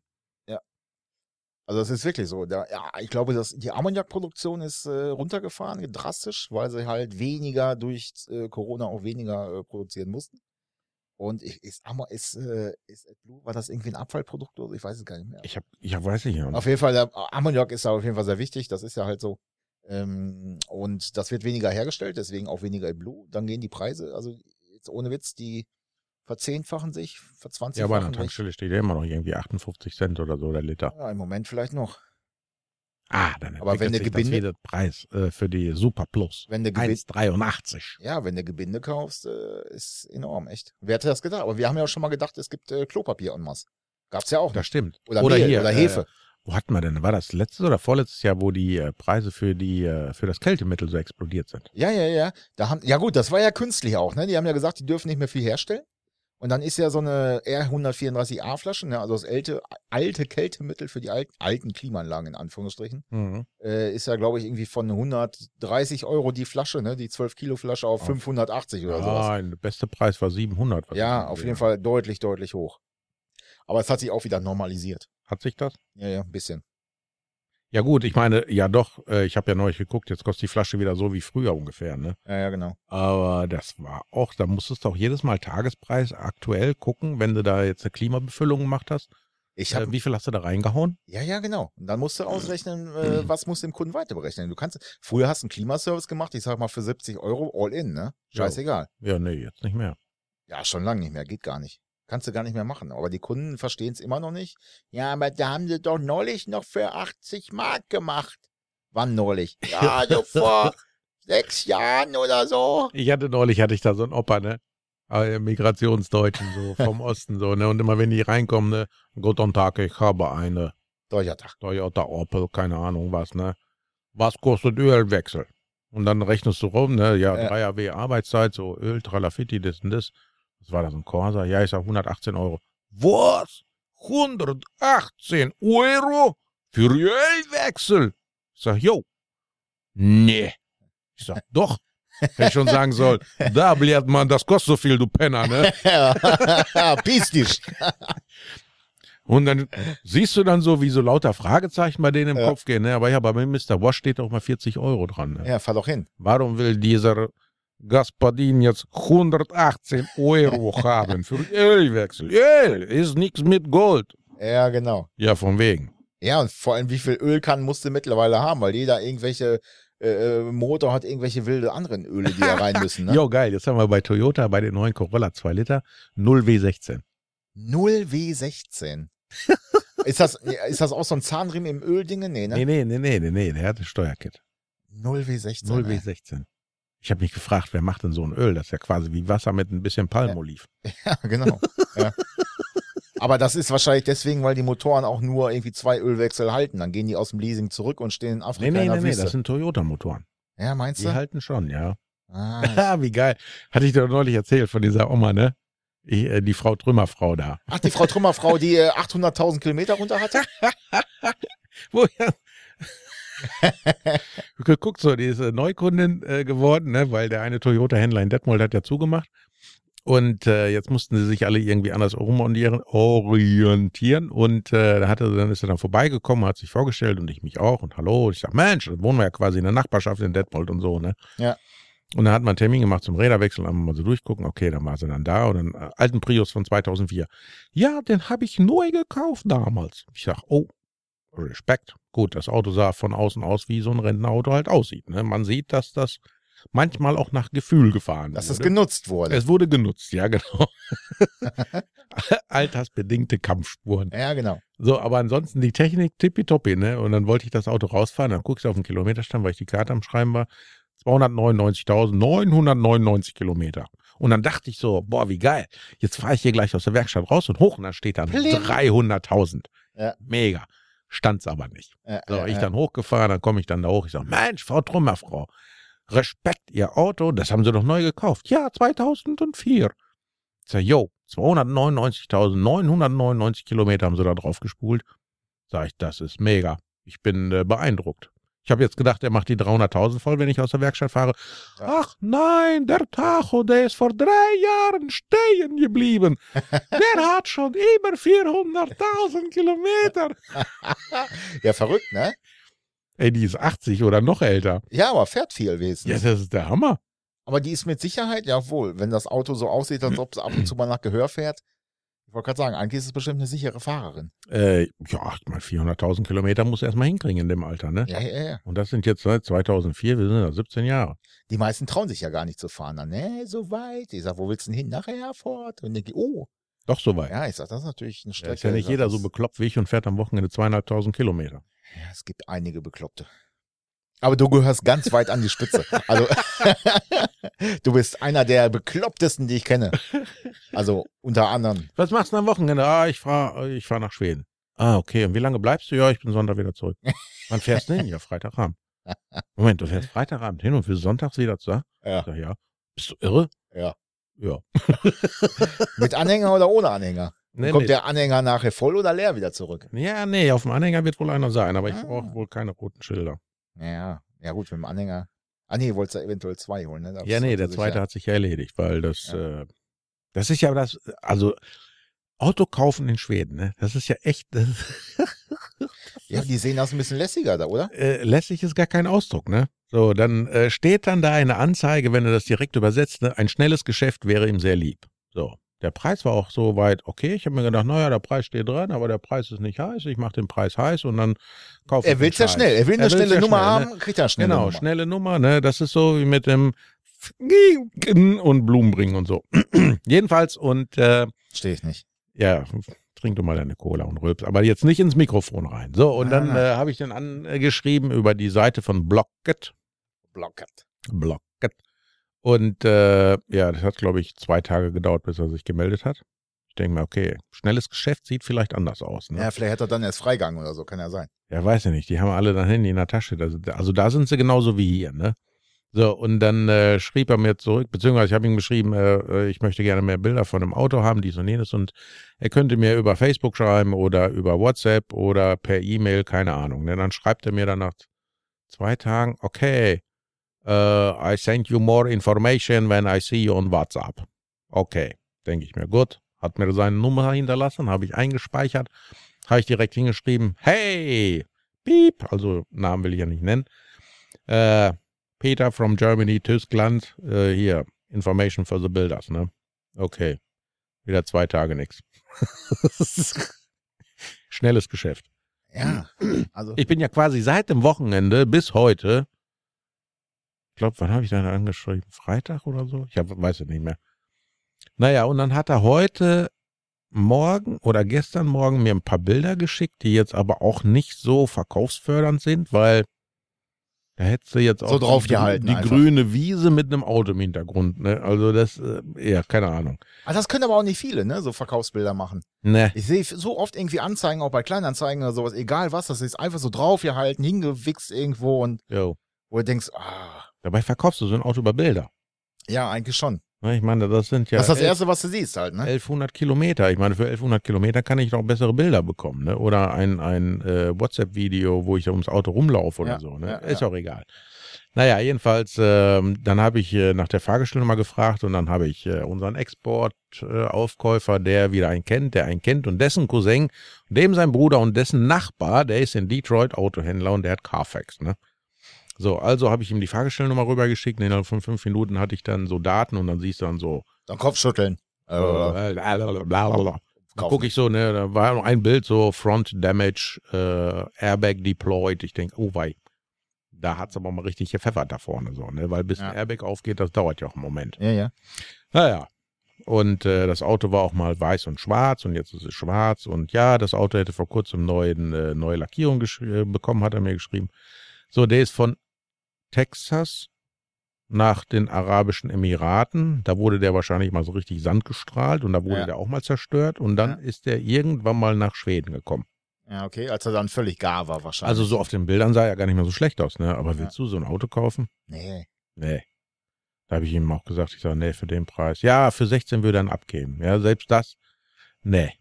Speaker 2: Also das ist wirklich so. Da, ja, ich glaube, dass die Ammoniakproduktion ist äh, runtergefahren, drastisch, weil sie halt weniger durch äh, Corona auch weniger äh, produzieren mussten. Und ich, ist, Ammo- ist, äh, ist AdBlue, war das irgendwie ein Abfallprodukt oder so? ich weiß es gar nicht mehr.
Speaker 3: Ich hab, ich hab, weiß nicht.
Speaker 2: Auf jeden Fall, der Ammoniak ist da auf jeden Fall sehr wichtig, das ist ja halt so. Ähm, und das wird weniger hergestellt, deswegen auch weniger AdBlue. Dann gehen die Preise, also jetzt ohne Witz, die verzehnfachen sich,
Speaker 3: Ja, aber an
Speaker 2: verzwanzigfachen
Speaker 3: der
Speaker 2: sich.
Speaker 3: Tankstelle steht ja immer noch irgendwie 58 Cent oder so der Liter.
Speaker 2: Ja, im Moment vielleicht noch.
Speaker 3: Ah, dann
Speaker 2: Aber wenn
Speaker 3: entwickelt
Speaker 2: du
Speaker 3: sich das
Speaker 2: Gebinde-
Speaker 3: wieder Preis äh, für die Super Plus.
Speaker 2: Wenn du gewin-
Speaker 3: 1,83.
Speaker 2: Ja, wenn du Gebinde kaufst, äh, ist enorm, echt. Wer hätte das gedacht? Aber wir haben ja auch schon mal gedacht, es gibt äh, Klopapier en masse. Gab's ja auch.
Speaker 3: Das
Speaker 2: nicht.
Speaker 3: stimmt.
Speaker 2: Oder, Mehl,
Speaker 3: hier,
Speaker 2: oder
Speaker 3: äh,
Speaker 2: Hefe.
Speaker 3: Wo hatten wir denn? War das letztes oder vorletztes Jahr, wo die äh, Preise für die äh, für das Kältemittel so explodiert sind?
Speaker 2: Ja, ja, ja. Da haben, ja gut, das war ja künstlich auch, ne? Die haben ja gesagt, die dürfen nicht mehr viel herstellen. Und dann ist ja so eine R134a-Flasche, ne? also das alte, alte Kältemittel für die alten, alten Klimaanlagen in Anführungsstrichen, äh, ist ja, glaube ich, irgendwie von 130 Euro die Flasche, ne? die 12-Kilo-Flasche auf
Speaker 3: Auf-
Speaker 2: 580 oder sowas.
Speaker 3: Nein, der beste Preis war 700. was Oh. Ah, ich
Speaker 2: Ja,
Speaker 3: gesehen
Speaker 2: auf jeden
Speaker 3: habe.
Speaker 2: Fall deutlich, deutlich hoch. Aber es hat sich auch wieder normalisiert.
Speaker 3: Hat sich das?
Speaker 2: Ja, ja, ein bisschen.
Speaker 3: Ja gut, ich meine, ja doch, äh, ich habe ja neulich geguckt, jetzt kostet die Flasche wieder so wie früher ungefähr, ne?
Speaker 2: Ja, ja, genau.
Speaker 3: Aber das war auch, da musstest du auch jedes Mal Tagespreis aktuell gucken, wenn du da jetzt eine Klimabefüllung gemacht hast.
Speaker 2: Ich
Speaker 3: Äh,
Speaker 2: habe
Speaker 3: wie viel hast du da reingehauen?
Speaker 2: ja, ja, genau. Und dann musst du ausrechnen,
Speaker 3: <clears throat>
Speaker 2: äh, was muss dem Kunden weiter berechnen. Du kannst, früher hast du einen Klimaservice gemacht, ich sag mal für 70 Euro all in, ne?
Speaker 3: Ja.
Speaker 2: Scheißegal.
Speaker 3: Ja, nee, jetzt nicht mehr.
Speaker 2: Ja, schon lange nicht mehr, geht gar nicht. Kannst du gar nicht mehr machen. Aber die Kunden verstehen es immer noch nicht. Ja, aber da haben sie doch neulich noch für 80 Mark gemacht. Wann
Speaker 3: <laughs>
Speaker 2: neulich? Ja, so vor sechs Jahren oder so.
Speaker 3: Ich hatte neulich, hatte ich da so einen Opa, ne? Äh, Migrationsdeutschen, so vom Osten, so, ne? Und immer wenn die reinkommen, ne? Guten Tag, ich habe eine
Speaker 2: Deutscher
Speaker 3: <laughs>
Speaker 2: Tag. <laughs>
Speaker 3: Toyota Opel, keine Ahnung was, ne? Was kostet Ölwechsel? Und dann rechnest du rum, ne? Ja,
Speaker 2: Ja.
Speaker 3: 3 AW Arbeitszeit, so Öl, Tralafitti, das und das. Was war das, ein Corsa? Ja, ich sag 118 Euro. Was? 118 Euro für Ölwechsel? Ich sag, jo. Nee. Ich sag, doch. Hätte ich schon sagen sollen, da bliert man, das kostet so viel, du Penner, ne?
Speaker 2: Piss dich.
Speaker 3: Und dann siehst du dann so, wie so lauter Fragezeichen bei denen im
Speaker 2: Äh. Ja.
Speaker 3: Kopf gehen. Ne? Aber ja, bei meinem Mr. Wash steht auch mal 40 Euro dran. Ne?
Speaker 2: Ja, fahr doch hin.
Speaker 3: Warum will dieser Gaspadin jetzt 118
Speaker 2: <laughs>
Speaker 3: Euro haben für Ölwechsel? Öl ist nichts mit Gold.
Speaker 2: Ja, genau.
Speaker 3: Ja, von wegen.
Speaker 2: Ja, und vor allem, wie viel Ölkannen musst du mittlerweile haben, weil jeder irgendwelche äh, äh, Motor hat irgendwelche wilde anderen Öle, die da
Speaker 3: <laughs>
Speaker 2: rein müssen. Ne?
Speaker 3: Jo, geil. Jetzt haben wir bei Toyota, bei den neuen Corolla 2 Liter, 0W16.
Speaker 2: 0W16. ist, das, ist das auch so ein Zahnriemen im Öldinge? Nee, ne?
Speaker 3: Nee, nee, nee, nee, nee, nee, der hat ein Steuerkit.
Speaker 2: 0W16.
Speaker 3: 0W16. Ich habe mich gefragt, wer macht denn so ein Öl? Das ist ja quasi wie Wasser mit ein bisschen Palmoliv.
Speaker 2: <laughs> Ja, genau. ja. Aber das ist wahrscheinlich deswegen, weil die Motoren auch nur irgendwie zwei Ölwechsel halten. Dann gehen die aus dem Leasing zurück und stehen in Afrika
Speaker 3: Nee, nee,
Speaker 2: in
Speaker 3: nee,
Speaker 2: der
Speaker 3: nee, das
Speaker 2: Wüste.
Speaker 3: sind Toyota-Motoren.
Speaker 2: ja, meinst
Speaker 3: Die
Speaker 2: du?
Speaker 3: halten schon, ja.
Speaker 2: Ah,
Speaker 3: Ah, <laughs> wie geil. Hatte ich dir doch neulich erzählt von dieser Oma, ne? Ich, äh, die Frau Trümmerfrau da.
Speaker 2: Ach, die Frau Trümmerfrau, die äh, 800.000 Kilometer runter
Speaker 3: <laughs>
Speaker 2: hatte?
Speaker 3: Wo ja. Geguckt so, die ist äh, Neukundin äh, geworden, ne? Weil der eine Toyota-Händler in Detmold hat ja zugemacht. Und äh, jetzt mussten sie sich alle irgendwie anders umorientieren- orientieren. Und äh, da hatte, dann ist er dann vorbeigekommen, hat sich vorgestellt und ich mich auch. Und hallo, und ich sag, Mensch, dann wohnen wir ja quasi in der Nachbarschaft in Detmold und so, ne?
Speaker 2: Ja.
Speaker 3: Und dann hat man einen Termin gemacht zum Räderwechsel, einmal mal so durchgucken, okay, dann war sie dann da und einen alten Prius von 2004. Ja, den habe ich neu gekauft damals. Ich sag, oh, Respekt. Gut, das Auto sah von außen aus, wie so ein Rentenauto halt aussieht. Ne? Man sieht, dass das manchmal auch nach Gefühl gefahren Ne?
Speaker 2: Dass
Speaker 3: wurde.
Speaker 2: es genutzt wurde.
Speaker 3: Es wurde genutzt,
Speaker 2: <laughs>
Speaker 3: ja, genau. Altersbedingte Kampfspuren.
Speaker 2: ja, genau.
Speaker 3: So, aber ansonsten die Technik tippitoppi, ne? Und dann wollte ich das Auto rausfahren, dann guckst du auf den Kilometerstand, weil ich die Karte am Schreiben war. 299.999 Kilometer. Und dann dachte ich so, boah, wie geil. Jetzt fahre ich hier gleich aus der Werkstatt raus und hoch und dann steht dann
Speaker 2: Pling.
Speaker 3: 300.000.
Speaker 2: Ja.
Speaker 3: Mega. Stand's aber nicht.
Speaker 2: Äh,
Speaker 3: So,
Speaker 2: äh,
Speaker 3: ich
Speaker 2: äh,
Speaker 3: dann hochgefahren, dann komme ich dann da hoch. Ich sage, Mensch, Frau Trümmerfrau, Respekt, Ihr Auto, das haben Sie doch neu gekauft. Ja, 2004. Ich sage, yo, 299.999 Kilometer haben Sie da drauf gespult. Sag ich, das ist mega. Ich bin äh, beeindruckt. Ich habe jetzt gedacht, er macht die 300.000 voll, wenn ich aus der Werkstatt fahre.
Speaker 2: Ja.
Speaker 3: Ach nein, der Tacho, der ist vor drei Jahren stehen geblieben. Der hat schon über 400.000 Kilometer.
Speaker 2: Ja, verrückt, ne?
Speaker 3: Ey, die ist 80 oder noch älter.
Speaker 2: Ja, aber fährt viel wesentlich.
Speaker 3: Ja, das ist der Hammer.
Speaker 2: Aber die ist mit Sicherheit, jawohl, wenn das Auto so aussieht, als ob es ab und zu mal nach Gehör fährt. Ich wollte gerade sagen, eigentlich ist es bestimmt eine sichere Fahrerin.
Speaker 3: Äh, ja, ich meine, 400.000 Kilometer muss erstmal hinkriegen in dem Alter, ne?
Speaker 2: Ja, ja, ja.
Speaker 3: Und das sind jetzt seit 2004, wir sind ja 17 Jahre.
Speaker 2: Die meisten trauen sich ja gar nicht zu fahren. Dann, ne, so weit. Ich sag, wo willst du denn hin? Nach Erfurt. Und denke, oh.
Speaker 3: Doch soweit.
Speaker 2: Ja, ich sag, das ist natürlich eine
Speaker 3: Ja,
Speaker 2: Strecke.
Speaker 3: ist ja nicht jeder so bekloppt wie ich und fährt am Wochenende zweieinhalbtausend Kilometer.
Speaker 2: Ja, es gibt einige Bekloppte. Aber du gehörst ganz weit an die Spitze. Also, <laughs> du bist einer der beklopptesten, die ich kenne. Also, unter anderem.
Speaker 3: Was machst du am Wochenende? Ah, ich fahr, ich fahr nach Schweden. Ah, okay. Und wie lange bleibst du? Ja, ich bin Sonntag
Speaker 2: <laughs>
Speaker 3: wieder zurück. Wann fährst du hin? Ja, Freitagabend. Moment, du fährst Freitagabend hin und für sonntags wieder zurück?
Speaker 2: Ja.
Speaker 3: Sag, ja. Bist du irre?
Speaker 2: Ja.
Speaker 3: Ja.
Speaker 2: Mit Anhänger oder ohne Anhänger?
Speaker 3: Nee,
Speaker 2: Kommt
Speaker 3: nee.
Speaker 2: der Anhänger nachher voll oder leer wieder zurück?
Speaker 3: Ja, nee, auf dem Anhänger wird wohl einer sein, aber ich
Speaker 2: Ah.
Speaker 3: brauche wohl keine roten Schilder.
Speaker 2: Ja, ja gut, mit dem Anhänger. Ah nee, wolltest du eventuell zwei holen, ne? Da
Speaker 3: Ja,
Speaker 2: bist
Speaker 3: nee,
Speaker 2: du
Speaker 3: der
Speaker 2: sicher.
Speaker 3: zweite hat sich ja erledigt, weil das,
Speaker 2: Ja.
Speaker 3: äh, das ist ja das, also Auto kaufen in Schweden, ne? Das ist ja echt, das,
Speaker 2: Ja, die sehen das ein bisschen lässiger da, oder?
Speaker 3: äh, lässig ist gar kein Ausdruck, ne? So, dann äh, steht dann da eine Anzeige, wenn du das direkt übersetzt, ne? ein schnelles Geschäft wäre ihm sehr lieb. So, der Preis war auch so weit, okay, ich habe mir gedacht, naja, der Preis steht dran, aber der Preis ist nicht heiß, ich mache den Preis heiß und dann kaufe ich
Speaker 2: Er will's
Speaker 3: den
Speaker 2: ja
Speaker 3: Scheiß.
Speaker 2: schnell. Er will eine
Speaker 3: will's
Speaker 2: schnelle
Speaker 3: ja
Speaker 2: Nummer
Speaker 3: schnell, ne?
Speaker 2: haben, kriegt er eine schnelle
Speaker 3: genau,
Speaker 2: Nummer.
Speaker 3: schnelle Nummer, ne? Das ist so wie mit dem und Blumen bringen und so. <clears throat> Jedenfalls und äh,
Speaker 2: Verstehe ich nicht.
Speaker 3: ja, trink du mal deine Cola und rülps, aber jetzt nicht ins Mikrofon rein. So, und dann
Speaker 2: Ah.
Speaker 3: äh, habe ich den angeschrieben über die Seite von Blocket.
Speaker 2: Blockert.
Speaker 3: Blocket. Und äh, ja, das hat, glaube ich, zwei Tage gedauert, bis er sich gemeldet hat. Ich denke mir, okay, schnelles Geschäft sieht vielleicht anders aus. Ne?
Speaker 2: Ja, vielleicht hat er dann erst Freigang oder so, kann ja sein.
Speaker 3: Ja, weiß ich nicht. Die haben alle dann Handy in der Tasche. Also, also da sind sie genauso wie hier, ne? So, und dann äh, schrieb er mir zurück, beziehungsweise ich habe ihm geschrieben, äh, äh, ich möchte gerne mehr Bilder von dem Auto haben, dies und jenes. Und er könnte mir über Facebook schreiben oder über WhatsApp oder per E-Mail, keine Ahnung. Ne? Dann schreibt er mir dann nach zwei Tagen, okay, äh, I send you more information when I see you on WhatsApp. Okay, denke ich mir, gut. Hat mir seine Nummer hinterlassen, habe ich eingespeichert habe ich direkt hingeschrieben, hey, piep, also Namen will ich ja nicht nennen. Äh, Peter from Germany, Tyskland, äh, hier, Information for the Builders, ne? Okay. Wieder zwei Tage nichts. <laughs> Schnelles Geschäft.
Speaker 2: Ja, <clears throat> also
Speaker 3: Hm. Ich bin ja quasi seit dem Wochenende bis heute, ich glaube, wann habe ich dann angeschrieben? Freitag oder so? Ich hab, weiß es nicht mehr. Naja, und dann hat er heute Morgen oder gestern Morgen mir ein paar Bilder geschickt, die jetzt aber auch nicht so verkaufsfördernd sind, weil da hättest du jetzt auch
Speaker 2: So draufgehalten
Speaker 3: die, die
Speaker 2: einfach.
Speaker 3: grüne Wiese mit einem Auto im Hintergrund. Ne? Also das, äh, ja, keine Ahnung.
Speaker 2: Also das können aber auch nicht viele, ne, so Verkaufsbilder machen.
Speaker 3: Ne,
Speaker 2: Ich sehe so oft irgendwie Anzeigen, auch bei Kleinanzeigen oder sowas, egal was, das ist einfach so draufgehalten, hingewichst irgendwo und
Speaker 3: jo.
Speaker 2: wo du denkst, ah,
Speaker 3: Dabei verkaufst du so ein Auto über Bilder.
Speaker 2: ja, eigentlich schon.
Speaker 3: Ne, Ich meine, das sind ja
Speaker 2: das ist das
Speaker 3: elf-
Speaker 2: Erste, was du siehst halt, ne?
Speaker 3: 1100 Kilometer. Ich meine, für 1100 Kilometer kann ich noch bessere Bilder bekommen, ne? Oder ein, ein äh, WhatsApp-Video, wo ich ums Auto rumlaufe oder
Speaker 2: Ja,
Speaker 3: so, ne?
Speaker 2: ja,
Speaker 3: Ist
Speaker 2: ja.
Speaker 3: auch egal. Naja, jedenfalls, ähm, dann habe ich äh, nach der Fahrgestellnummer gefragt und dann habe ich äh, unseren Exportaufkäufer, äh, Aufkäufer, der wieder einen kennt, der einen kennt und dessen Cousin, dem sein Bruder und dessen Nachbar, der ist in Detroit Autohändler und der hat Carfax, ne? So, also habe ich ihm die Fahrgestellnummer rübergeschickt. und Innerhalb von fünf Minuten hatte ich dann so Daten und dann siehst du dann so.
Speaker 2: Dann Kopfschütteln. Äh,
Speaker 3: Äh, blablabla. Dann
Speaker 2: kaufen.
Speaker 3: gucke ich so, ne, da war noch ein Bild, so Front Damage, äh, Airbag deployed. Ich denke, oh wei, da hat's aber mal richtig gepfeffert da vorne so, ne? Weil bis
Speaker 2: Ja.
Speaker 3: ein Airbag aufgeht, das dauert ja auch einen Moment.
Speaker 2: Ja, ja.
Speaker 3: Naja. Und äh, das Auto war auch mal weiß und schwarz und jetzt ist es schwarz. Und ja, das Auto hätte vor kurzem neuen, äh, neue Lackierung gesch- äh, bekommen, hat er mir geschrieben. So, der ist von Texas nach den Arabischen Emiraten. Da wurde der wahrscheinlich mal so richtig sandgestrahlt und da wurde
Speaker 2: Ja.
Speaker 3: der auch mal zerstört. Und dann
Speaker 2: Ja.
Speaker 3: ist der irgendwann mal nach Schweden gekommen.
Speaker 2: Ja, okay. Als er dann völlig gar war wahrscheinlich.
Speaker 3: Also so auf den Bildern sah er gar nicht mehr so schlecht aus, ne? Aber
Speaker 2: Ja.
Speaker 3: willst du so ein Auto kaufen?
Speaker 2: Nee.
Speaker 3: Nee. Da habe ich ihm auch gesagt, ich sage, nee, für den Preis. Ja, für 16 würde er ihn abgeben. Ja, selbst das. Nee.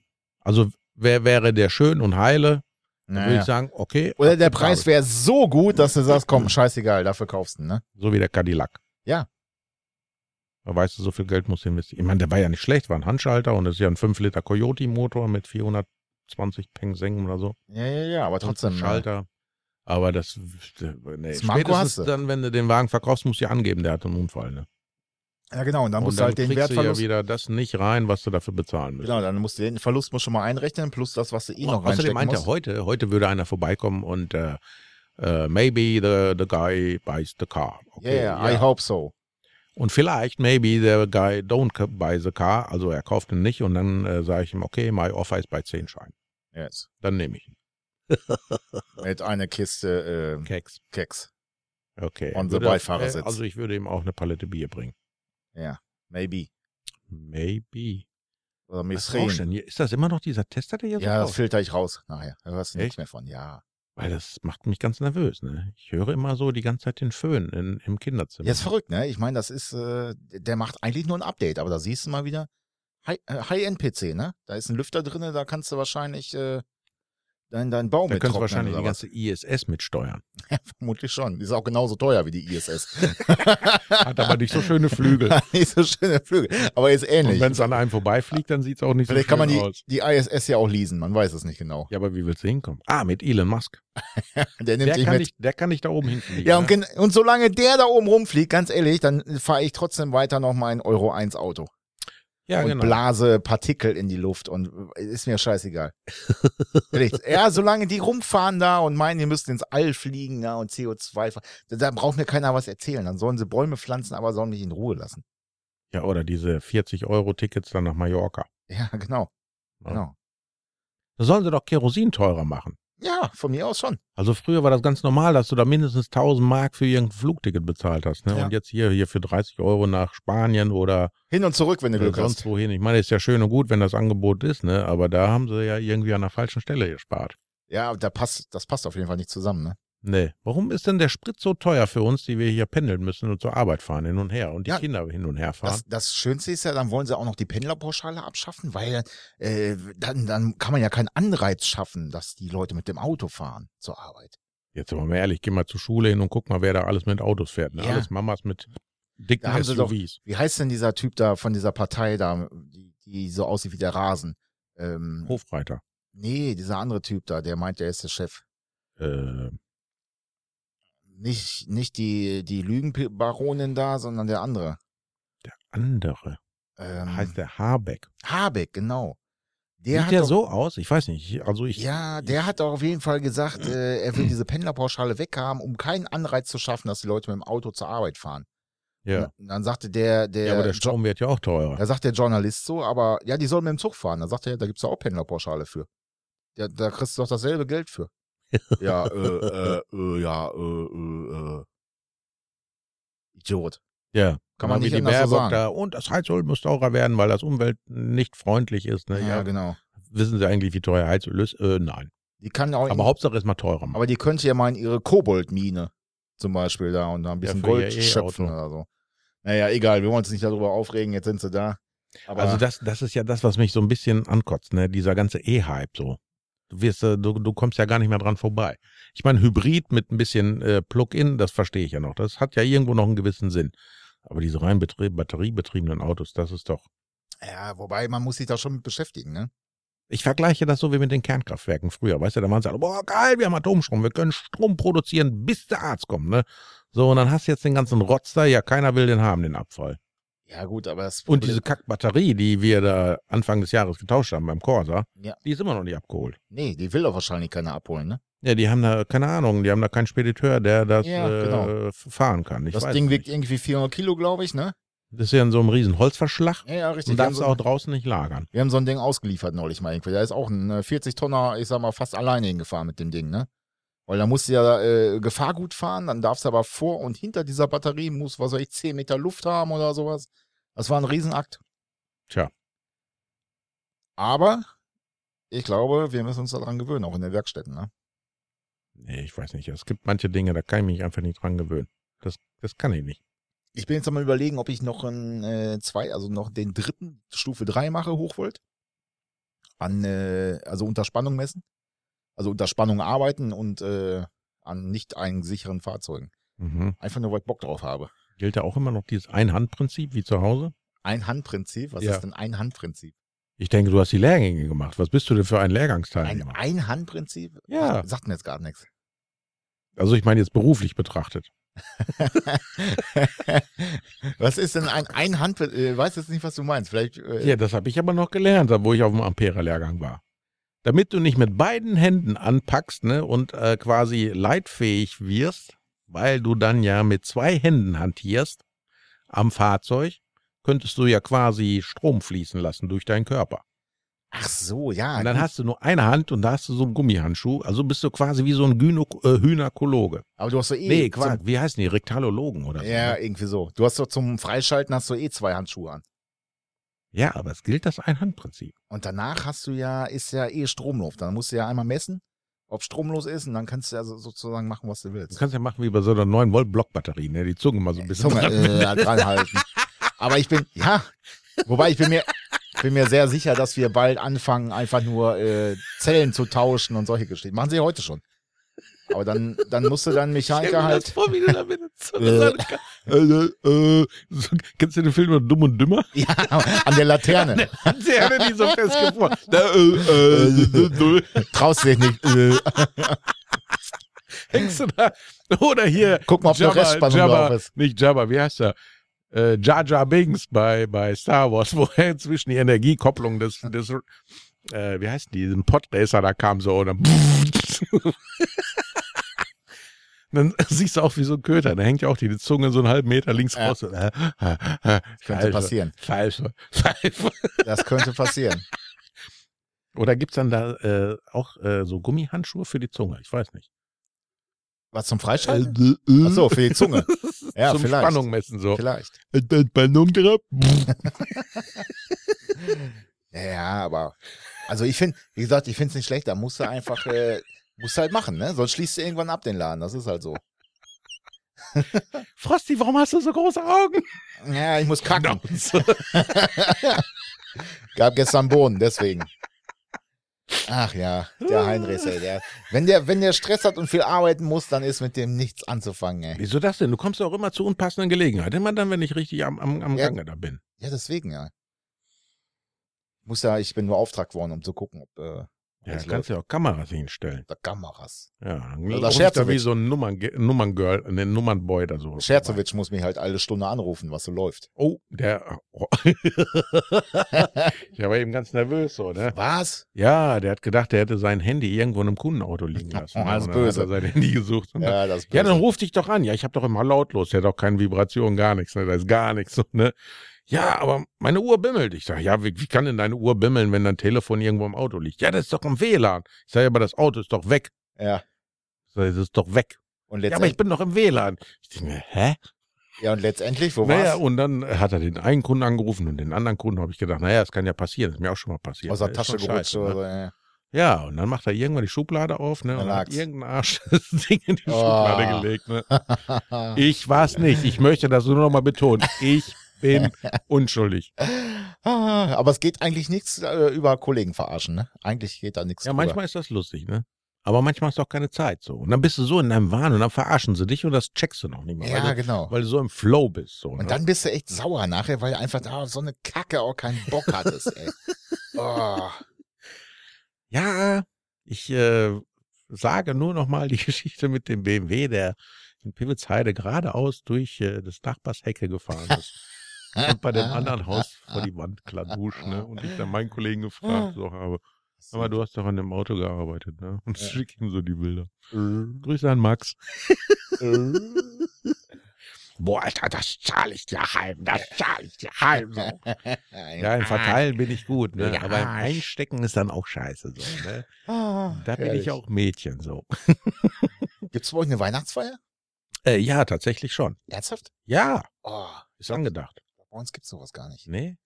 Speaker 3: Also wer wäre der schön und heile, dann würde
Speaker 2: Naja.
Speaker 3: ich sagen, okay.
Speaker 2: Oder der
Speaker 3: akzeptabel.
Speaker 2: Preis wäre so gut, dass du sagst, komm, scheißegal, dafür kaufst du, ihn, ne?
Speaker 3: So wie der Cadillac.
Speaker 2: Ja.
Speaker 3: Da weißt du, so viel Geld musst du investieren. Ich meine, der war ja nicht schlecht, war ein Handschalter und das ist ja ein 5-Liter Coyote-Motor mit 420 Peng Sengen oder so.
Speaker 2: Ja, ja, ja, aber trotzdem. ne?
Speaker 3: Schalter. Aber das, nee,
Speaker 2: Das Manko hast du.
Speaker 3: spätestens dann, wenn du den Wagen verkaufst, musst du ja angeben, der hat einen Unfall, ne?
Speaker 2: Ja, genau. Und dann
Speaker 3: und
Speaker 2: musst du
Speaker 3: dann
Speaker 2: halt den
Speaker 3: kriegst du ja
Speaker 2: Wertverlust.
Speaker 3: wieder das nicht rein, was du dafür bezahlen müsstest.
Speaker 2: genau, dann musst du den Verlust musst du schon mal einrechnen, plus das, was du eh noch
Speaker 3: Oh, Außerdem
Speaker 2: reinstecken
Speaker 3: meint er
Speaker 2: musst.
Speaker 3: heute, heute würde einer vorbeikommen und äh, äh, maybe the, the guy buys the car.
Speaker 2: Ja,
Speaker 3: Okay,
Speaker 2: yeah, I hope so.
Speaker 3: Und vielleicht maybe the guy don't ca- buy the car, also er kauft ihn nicht und dann äh, sage ich ihm, okay, my offer ist bei 10 Schein.
Speaker 2: Yes.
Speaker 3: Dann nehme ich ihn.
Speaker 2: Mit einer Kiste äh,
Speaker 3: Keks.
Speaker 2: Keks.
Speaker 3: Okay.
Speaker 2: On the
Speaker 3: Würde-
Speaker 2: Beifahrersitz.
Speaker 3: äh, Also ich würde ihm auch eine Palette Bier bringen.
Speaker 2: Maybe.
Speaker 3: Maybe.
Speaker 2: Oder
Speaker 3: Was raucht
Speaker 2: Misrin.
Speaker 3: denn hier? Ist das immer noch dieser Tester, der hier so
Speaker 2: Ja, das
Speaker 3: raus-
Speaker 2: filter ich raus nachher. Da hörst du nichts
Speaker 3: Echt?
Speaker 2: mehr von. Ja.
Speaker 3: Weil das macht mich ganz nervös, ne? Ich höre immer so die ganze Zeit den Föhn in, im Kinderzimmer.
Speaker 2: Jetzt verrückt, ne? Ich meine, das ist, äh, der macht eigentlich nur ein Update, aber da siehst du mal wieder Hi- äh, High-End-PC, ne? Da ist ein Lüfter drinne, da kannst du wahrscheinlich äh, deinen dein Baum
Speaker 3: da
Speaker 2: mit
Speaker 3: kannst du
Speaker 2: trocknen
Speaker 3: wahrscheinlich die
Speaker 2: oder was.
Speaker 3: ganze ISS mitsteuern.
Speaker 2: Vermutlich schon. Ist auch genauso teuer wie die ISS.
Speaker 3: <laughs> Hat aber nicht so schöne Flügel.
Speaker 2: <laughs> nicht so schöne Flügel, aber ist ähnlich.
Speaker 3: Und wenn es an einem vorbeifliegt, dann sieht's auch nicht
Speaker 2: Vielleicht
Speaker 3: so
Speaker 2: kann
Speaker 3: schön
Speaker 2: man die,
Speaker 3: aus.
Speaker 2: die ISS ja auch leasen, man weiß es nicht genau.
Speaker 3: Ja, aber wie willst du hinkommen? Ah, mit Elon Musk.
Speaker 2: Der nimmt
Speaker 3: Der
Speaker 2: dich
Speaker 3: kann,
Speaker 2: mit.
Speaker 3: dich, der kann dich da oben hinfliegen.
Speaker 2: ja, und,
Speaker 3: ne?
Speaker 2: gen- und solange der da oben rumfliegt, ganz ehrlich, dann fahre ich trotzdem weiter noch mein Euro 1 Auto.
Speaker 3: ja
Speaker 2: und
Speaker 3: genau.
Speaker 2: blase Partikel in die Luft und äh, ist mir
Speaker 3: <laughs>
Speaker 2: scheißegal. Ehrlich, ja, solange die rumfahren da und meinen, die müssten ins All fliegen da und CO2, ver- da, da braucht mir keiner was erzählen. Dann sollen sie Bäume pflanzen, aber sollen mich in Ruhe lassen.
Speaker 3: Ja, oder diese 40-Euro-Tickets dann nach Mallorca.
Speaker 2: Ja, genau.
Speaker 3: Ja.
Speaker 2: Genau.
Speaker 3: Da sollen sie doch Kerosin teurer machen.
Speaker 2: Ja, von mir aus schon.
Speaker 3: Also früher war das ganz normal, dass du da mindestens 1000 Mark für irgendein Flugticket bezahlt hast. Ne?
Speaker 2: Ja.
Speaker 3: Und jetzt hier, hier für 30 Euro nach Spanien oder
Speaker 2: Hin und zurück, wenn du
Speaker 3: Äh,
Speaker 2: Glück
Speaker 3: sonst
Speaker 2: hast.
Speaker 3: wohin. Ich meine, ist ja schön und gut, wenn das Angebot ist, ne? Aber da haben sie ja irgendwie an der falschen Stelle gespart.
Speaker 2: Ja, da passt, das passt auf jeden Fall nicht zusammen, ne?
Speaker 3: Nee. Warum ist denn der Sprit so teuer für uns, die wir hier pendeln müssen und zur Arbeit fahren, hin und her und die
Speaker 2: Ja.
Speaker 3: Kinder hin und her fahren?
Speaker 2: Das, das Schönste ist ja, dann wollen sie auch noch die Pendlerpauschale abschaffen, weil äh, dann, dann kann man ja keinen Anreiz schaffen, dass die Leute mit dem Auto fahren zur Arbeit.
Speaker 3: Jetzt aber mal ehrlich, geh mal zur Schule hin und guck mal, wer da alles mit Autos fährt. Ne?
Speaker 2: Ja.
Speaker 3: Alles Mamas mit dicken
Speaker 2: Da haben sie doch-
Speaker 3: SUVs.
Speaker 2: Wie heißt denn dieser Typ da von dieser Partei da, die, die so aussieht wie der Rasen? Ähm,
Speaker 3: Hofreiter.
Speaker 2: Nee, dieser andere Typ da, der meint, der ist der Chef.
Speaker 3: Äh,
Speaker 2: Nicht, nicht die, die Lügenbaronin da, sondern der andere.
Speaker 3: andere.
Speaker 2: Ähm,
Speaker 3: Heißt der Habeck.
Speaker 2: Habeck, genau. Der
Speaker 3: Sieht
Speaker 2: hat
Speaker 3: der
Speaker 2: doch,
Speaker 3: so aus? Ich weiß nicht. Ich- Also ich.
Speaker 2: Ja, der hat auch auf jeden Fall gesagt, äh,
Speaker 3: <clears throat>
Speaker 2: er will diese Pendlerpauschale weghaben, um keinen Anreiz zu schaffen, dass die Leute mit dem Auto zur Arbeit fahren.
Speaker 3: Ja.
Speaker 2: Und dann sagte der, der,
Speaker 3: ja, aber der
Speaker 2: Jo-
Speaker 3: Strom wird ja auch teurer.
Speaker 2: Da sagt der Journalist so, aber ja, die sollen mit dem Zug fahren. Da sagt er, da gibt's ja auch Pendlerpauschale für. Da, da kriegst du doch dasselbe Geld
Speaker 3: <laughs>
Speaker 2: für. ja, äh, äh, äh, ja, äh, äh, äh. Idiot.
Speaker 3: Ja,
Speaker 2: Kann man
Speaker 3: aber
Speaker 2: nicht
Speaker 3: wie die
Speaker 2: anders so
Speaker 3: Baerbock
Speaker 2: sagen.
Speaker 3: da. Und das Heizöl muss teurer werden, weil das Umwelt nicht freundlich ist. Ne?
Speaker 2: Ja,
Speaker 3: Ja,
Speaker 2: genau.
Speaker 3: wissen Sie eigentlich, wie teuer Heizöl ist? Äh, nein.
Speaker 2: Die kann auch
Speaker 3: Aber Hauptsache ist mal teurer. machen.
Speaker 2: aber die könnte ja mal in ihre Koboldmine zum Beispiel da und da ein bisschen
Speaker 3: für
Speaker 2: Gold
Speaker 3: ihr E-Auto.
Speaker 2: schöpfen oder so. Naja, egal, wir wollen uns nicht darüber aufregen, jetzt sind sie da. Aber
Speaker 3: also das, das ist ja das, was mich so ein bisschen ankotzt, ne? Dieser ganze E-Hype so. Du, wirst, äh, du, du kommst ja gar nicht mehr dran vorbei. Ich meine, Hybrid mit ein bisschen äh, Plug-in, das verstehe ich ja noch. Das hat ja irgendwo noch einen gewissen Sinn. Aber diese rein betrie- batteriebetriebenen Autos, das ist doch.
Speaker 2: ja, wobei man muss sich da schon mit beschäftigen, ne?
Speaker 3: Ich vergleiche das so wie mit den Kernkraftwerken früher, weißt du, da waren sie alle, boah, geil, wir haben Atomstrom, wir können Strom produzieren, bis der Arzt kommt, ne? So, und dann hast du jetzt den ganzen Rotz da, ja, keiner will den haben, den Abfall.
Speaker 2: Ja, gut, aber das
Speaker 3: Und diese Kackbatterie, die wir da Anfang des Jahres getauscht haben beim Corsa,
Speaker 2: Ja.
Speaker 3: die ist immer noch nicht abgeholt.
Speaker 2: Nee, die will doch wahrscheinlich keiner abholen, ne?
Speaker 3: Ja, die haben da, keine Ahnung, die haben da keinen Spediteur, der das
Speaker 2: Ja,
Speaker 3: äh,
Speaker 2: genau.
Speaker 3: f- fahren kann. Ich
Speaker 2: das
Speaker 3: weiß
Speaker 2: Ding eh
Speaker 3: es
Speaker 2: wiegt
Speaker 3: nicht.
Speaker 2: irgendwie 400 Kilo, glaube ich, ne?
Speaker 3: Das ist ja in so einem riesen Holzverschlag
Speaker 2: Ja, ja, richtig. also
Speaker 3: und
Speaker 2: Wir haben,
Speaker 3: darfst
Speaker 2: so,
Speaker 3: du auch draußen nicht lagern.
Speaker 2: wir haben so ein Ding ausgeliefert neulich mal irgendwie. Da ist auch ein äh, 40-Tonner, ich sag mal, fast alleine hingefahren mit dem Ding, ne? Weil da musst du ja äh, Gefahrgut fahren, dann darfst du aber vor und hinter dieser Batterie, muss, was weiß ich, 10 Meter Luft haben oder sowas. Das war ein Riesenakt.
Speaker 3: Tja.
Speaker 2: Aber ich glaube, wir müssen uns daran gewöhnen, auch in den Werkstätten, ne?
Speaker 3: Nee, ich weiß nicht. Es gibt manche Dinge, da kann ich mich einfach nicht dran gewöhnen. Das, das kann ich nicht.
Speaker 2: Ich bin jetzt am überlegen, ob ich noch ein äh, zwei, also noch den dritten Stufe 3 mache, Hochvolt. An, äh, also unter Spannung messen. Also unter Spannung arbeiten und äh, an nicht einen sicheren Fahrzeugen.
Speaker 3: Mhm.
Speaker 2: Einfach nur, weil ich Bock drauf habe.
Speaker 3: Gilt da auch immer noch dieses Ein-Hand-Prinzip wie zu Hause?
Speaker 2: Ein Handprinzip, was
Speaker 3: Ja.
Speaker 2: ist denn ein Handprinzip?
Speaker 3: Ich denke, du hast die Lehrgänge gemacht. Was bist du denn für ein
Speaker 2: Ein
Speaker 3: Lehrgangsteilnehmer?
Speaker 2: Ein-Hand-Prinzip?
Speaker 3: genau. Ja.
Speaker 2: Sagt mir jetzt gar nichts.
Speaker 3: Also ich meine jetzt beruflich betrachtet.
Speaker 2: <laughs> was ist denn ein Ein-Hand-Prinzip? Äh, weiß jetzt nicht, was du meinst. Vielleicht, äh,
Speaker 3: Ja, das habe ich aber noch gelernt, wo ich auf dem Ampere-Lehrgang war. Damit du nicht mit beiden Händen anpackst ne, und äh, quasi leitfähig wirst, weil du dann ja mit zwei Händen hantierst am Fahrzeug, könntest du ja quasi Strom fließen lassen durch deinen Körper.
Speaker 2: Ach so, ja.
Speaker 3: Und dann
Speaker 2: Ah, gut.
Speaker 3: hast du nur eine Hand und da hast du so einen Gummihandschuh. Also bist du quasi wie so ein Gyno äh, Hynäkologe.
Speaker 2: aber du hast so eh
Speaker 3: Nee,
Speaker 2: so ein
Speaker 3: Quark, wie heißen die? Rektalologen oder so.
Speaker 2: Ja,
Speaker 3: ne?
Speaker 2: irgendwie so. Du hast doch zum Freischalten hast du eh zwei Handschuhe an.
Speaker 3: ja, aber es gilt das Einhandprinzip.
Speaker 2: Und danach hast du ja, ist ja eh stromlos. Dann musst du ja einmal messen, ob stromlos ist und dann kannst du ja so, sozusagen machen, was du
Speaker 3: Du
Speaker 2: willst.
Speaker 3: kannst ja machen wie bei so einer 9-Volt-Blockbatterie, ne? Die Zunge mal so ein bisschen
Speaker 2: Zunge
Speaker 3: <laughs>
Speaker 2: äh, dran halten. Aber ich bin, ja, wobei ich bin mir, bin mir sehr sicher, dass wir bald anfangen, einfach nur äh, Zellen zu tauschen und solche Geschichten. Machen sie ja heute schon. Aber dann, dann musst du dann Mechaniker halt.
Speaker 3: vor, wie du da mit der
Speaker 2: Äh.
Speaker 3: dran kannst. Äh, äh, so, kennst du den Film über Dumm und Dümmer?
Speaker 2: <laughs>
Speaker 3: <laughs>
Speaker 2: Ja, an der Laterne.
Speaker 3: Hat sie ja nicht so festgefroren. Da, äh, äh,
Speaker 2: <laughs>
Speaker 3: <laughs> äh,
Speaker 2: Traust dich nicht. Äh,
Speaker 3: hängst du da? Oder hier.
Speaker 2: Guck mal, ob eine Restspannung
Speaker 3: Jabba,
Speaker 2: drauf ist.
Speaker 3: Nicht Jabba, wie heißt er? Äh, Jar Jar Bings bei, bei Star Wars, <laughs> wo er zwischen die Energiekopplung des, des äh, wie heißt die, diesem Podracer da kam so und dann, <laughs> dann siehst du auch wie so ein Köter, da hängt ja auch die Zunge so einen halben Meter links
Speaker 2: Ja.
Speaker 3: raus. Und, äh, äh, äh,
Speaker 2: Könnte passieren.
Speaker 3: Pfeife, <laughs> Pfeife.
Speaker 2: Das könnte passieren.
Speaker 3: Oder gibt's dann da äh, auch äh, so Gummihandschuhe für die Zunge? Ich weiß nicht.
Speaker 2: Was zum
Speaker 3: Äh,
Speaker 2: Freischalten?
Speaker 3: äh,
Speaker 2: Ach so, für die
Speaker 3: <laughs>
Speaker 2: Zunge. Ja,
Speaker 3: Zum
Speaker 2: vielleicht.
Speaker 3: Spannung messen so.
Speaker 2: Vielleicht.
Speaker 3: Äh, da ist Spannung drauf.
Speaker 2: Ja, aber. Also ich finde, wie gesagt, ich finde es nicht schlecht. Da musst du einfach, äh, musst du halt machen, ne? Sonst schließt du irgendwann ab den Laden. Das ist halt so.
Speaker 3: Frosty, warum hast du so große Augen?
Speaker 2: Ja, ich muss kacken.
Speaker 3: <laughs> Genau.
Speaker 2: Gab gestern Bohnen, deswegen. Ach ja, der Heinrichs, ey. Der, wenn, der, wenn der Stress hat und viel arbeiten muss, dann ist mit dem nichts anzufangen, ey.
Speaker 3: Wieso das denn? Du kommst ja auch immer zu unpassenden Gelegenheiten. Immer dann, wenn ich richtig am, am, am
Speaker 2: Ja.
Speaker 3: Gange da bin.
Speaker 2: Ja, deswegen, ja. Muss ja, ich bin nur Auftrag worden, um zu gucken, ob äh,
Speaker 3: Ja,
Speaker 2: Das
Speaker 3: da kannst du ja auch Kameras hinstellen.
Speaker 2: da Kameras.
Speaker 3: Ja,
Speaker 2: Oder
Speaker 3: dann läufst du da
Speaker 2: Scherzowitsch.
Speaker 3: wie so ein Nummern, Nummerngirl, ne, Nummernboy da so.
Speaker 2: Scherzowitsch muss mich halt alle Stunde anrufen, was so läuft.
Speaker 3: Oh, der.
Speaker 2: <laughs>
Speaker 3: Oh. ich war eben ganz nervös, so, ne?
Speaker 2: Was?
Speaker 3: Ja, der hat gedacht, der hätte sein Handy irgendwo in einem Kundenauto liegen lassen.
Speaker 2: <laughs>
Speaker 3: ne?
Speaker 2: Oh, das ist
Speaker 3: Und dann
Speaker 2: böse.
Speaker 3: Hat er sein Handy gesucht. Und ja.
Speaker 2: Ja, das ist
Speaker 3: ja, dann
Speaker 2: böse.
Speaker 3: ruf dich doch an. Ja, ich habe doch immer lautlos. Der hat auch keine Vibration, gar nichts. Ne? Da ist gar nichts. So, ne? Ja, aber meine Uhr bimmelt. Ich sage, ja, wie, wie kann denn deine Uhr bimmeln, wenn dein Telefon irgendwo im Auto liegt? Ja, das ist doch am WLAN. Ich sage, aber das Auto ist doch weg.
Speaker 2: Ja.
Speaker 3: Ich sag, Das ist doch weg.
Speaker 2: Und
Speaker 3: Ja, aber
Speaker 2: letztendlich,
Speaker 3: ich bin doch im WLAN. Ich denke mir, hä?
Speaker 2: ja, und letztendlich, wo
Speaker 3: naja, oh,
Speaker 2: war's?
Speaker 3: und dann hat er den einen Kunden angerufen und den anderen Kunden habe ich gedacht, naja, es kann ja passieren, ist mir auch schon mal passiert.
Speaker 2: Aus der
Speaker 3: Ist
Speaker 2: Tasche
Speaker 3: schon
Speaker 2: gerutscht
Speaker 3: scheiße, ne?
Speaker 2: oder so. Ja.
Speaker 3: Ja, und dann macht er irgendwann die Schublade auf, ne?
Speaker 2: Da
Speaker 3: Und dann hat
Speaker 2: lag's.
Speaker 3: irgendein Arsch <laughs> das Ding in die
Speaker 2: Oh.
Speaker 3: Schublade gelegt, ne? Ich war's nicht. Ich möchte das nur nochmal betonen. Ich
Speaker 2: <laughs>
Speaker 3: bin unschuldig.
Speaker 2: <laughs> Ah, aber es geht eigentlich nichts äh, über Kollegen verarschen, ne? Eigentlich geht da nichts
Speaker 3: Ja,
Speaker 2: drüber.
Speaker 3: manchmal ist das lustig, ne? Aber manchmal hast du auch keine Zeit so. Und dann bist du so in deinem Wahn und dann verarschen sie dich und das checkst du noch nicht mal.
Speaker 2: Ja,
Speaker 3: weil, du,
Speaker 2: genau.
Speaker 3: weil du so im Flow bist. So, ne?
Speaker 2: Und dann bist du echt sauer
Speaker 3: <laughs>
Speaker 2: nachher, weil du einfach da auf so eine Kacke auch keinen Bock hattest, ey. Oh.
Speaker 3: Ja, ich äh, sage nur nochmal die <laughs> Geschichte mit dem BMW, der in Pivitzheide geradeaus durch äh, das Nachbars Hecke gefahren
Speaker 2: <laughs>
Speaker 3: ist. und bei dem anderen Haus vor die Wand kladusch, ne? Und ich dann meinen Kollegen gefragt so habe, aber du hast doch an dem Auto gearbeitet, ne? Und
Speaker 2: Ja.
Speaker 3: schick ihm so die Bilder. Grüße an Max. Mhm. Boah, Alter, das zahle ich dir heim, das zahle ich dir heim. So. <laughs> Ja, im Verteilen bin ich gut, ne?
Speaker 2: Ja.
Speaker 3: aber im Einstecken ist dann auch scheiße. So, ne? Da bin
Speaker 2: Ah,
Speaker 3: ich
Speaker 2: Herrlich.
Speaker 3: auch Mädchen so.
Speaker 2: Gibt's bei euch eine Weihnachtsfeier?
Speaker 3: Äh, ja, tatsächlich schon.
Speaker 2: Ernsthaft?
Speaker 3: Ja,
Speaker 2: Oh,
Speaker 3: ist angedacht.
Speaker 2: bei uns gibt's sowas gar nicht.
Speaker 3: Nee?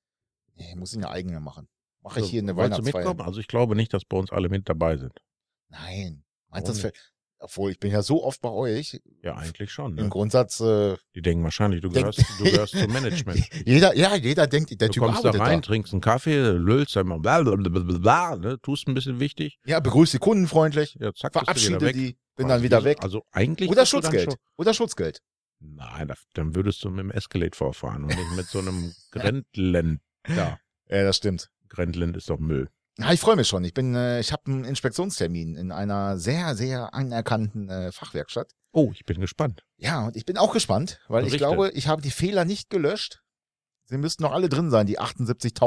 Speaker 2: Nee, muss ich eine eigene machen. Mache ich
Speaker 3: So,
Speaker 2: hier eine
Speaker 3: wolltest du
Speaker 2: Weihnachtsfeier?
Speaker 3: mitkommen? Also ich glaube nicht, dass bei uns alle mit dabei sind.
Speaker 2: Nein.
Speaker 3: Warum
Speaker 2: Meinst du das? fällt- Obwohl, ich bin ja so oft bei euch.
Speaker 3: Ja, eigentlich schon.
Speaker 2: Im
Speaker 3: Ne?
Speaker 2: Grundsatz, äh,
Speaker 3: Die denken wahrscheinlich, du
Speaker 2: Denk-
Speaker 3: gehörst, du gehörst <laughs> zum Management.
Speaker 2: <laughs> jeder, ja, jeder denkt, der
Speaker 3: Du
Speaker 2: Typ
Speaker 3: kommst da
Speaker 2: arbeitet
Speaker 3: rein, trinkst einen Kaffee, löllst einmal, bla, bla, bla, bla, bla, ne? tust ein bisschen wichtig,
Speaker 2: Ja, begrüßt die Kunden freundlich,
Speaker 3: ja, zack, bist du
Speaker 2: verabschiede
Speaker 3: wieder weg.
Speaker 2: die, bin
Speaker 3: Also
Speaker 2: dann wieder
Speaker 3: wieso-
Speaker 2: weg.
Speaker 3: Also eigentlich.
Speaker 2: Oder
Speaker 3: bist du dann
Speaker 2: Schutzgeld. Oder Schutzgeld.
Speaker 3: schon- Nein, da- dann würdest du mit dem Escalade vorfahren und nicht mit so
Speaker 2: <laughs>
Speaker 3: einem Grendland. Da,
Speaker 2: Ja, das stimmt.
Speaker 3: Grendland ist doch Müll.
Speaker 2: Ja, ich freue mich schon. Ich bin, äh, ich habe einen Inspektionstermin in einer sehr, sehr anerkannten äh, Fachwerkstatt.
Speaker 3: Oh, ich bin gespannt.
Speaker 2: Ja, und ich bin auch gespannt, weil ich
Speaker 3: Berichte.
Speaker 2: glaube, ich habe die Fehler nicht gelöscht. Sie müssten noch alle drin sein, die
Speaker 3: Ja,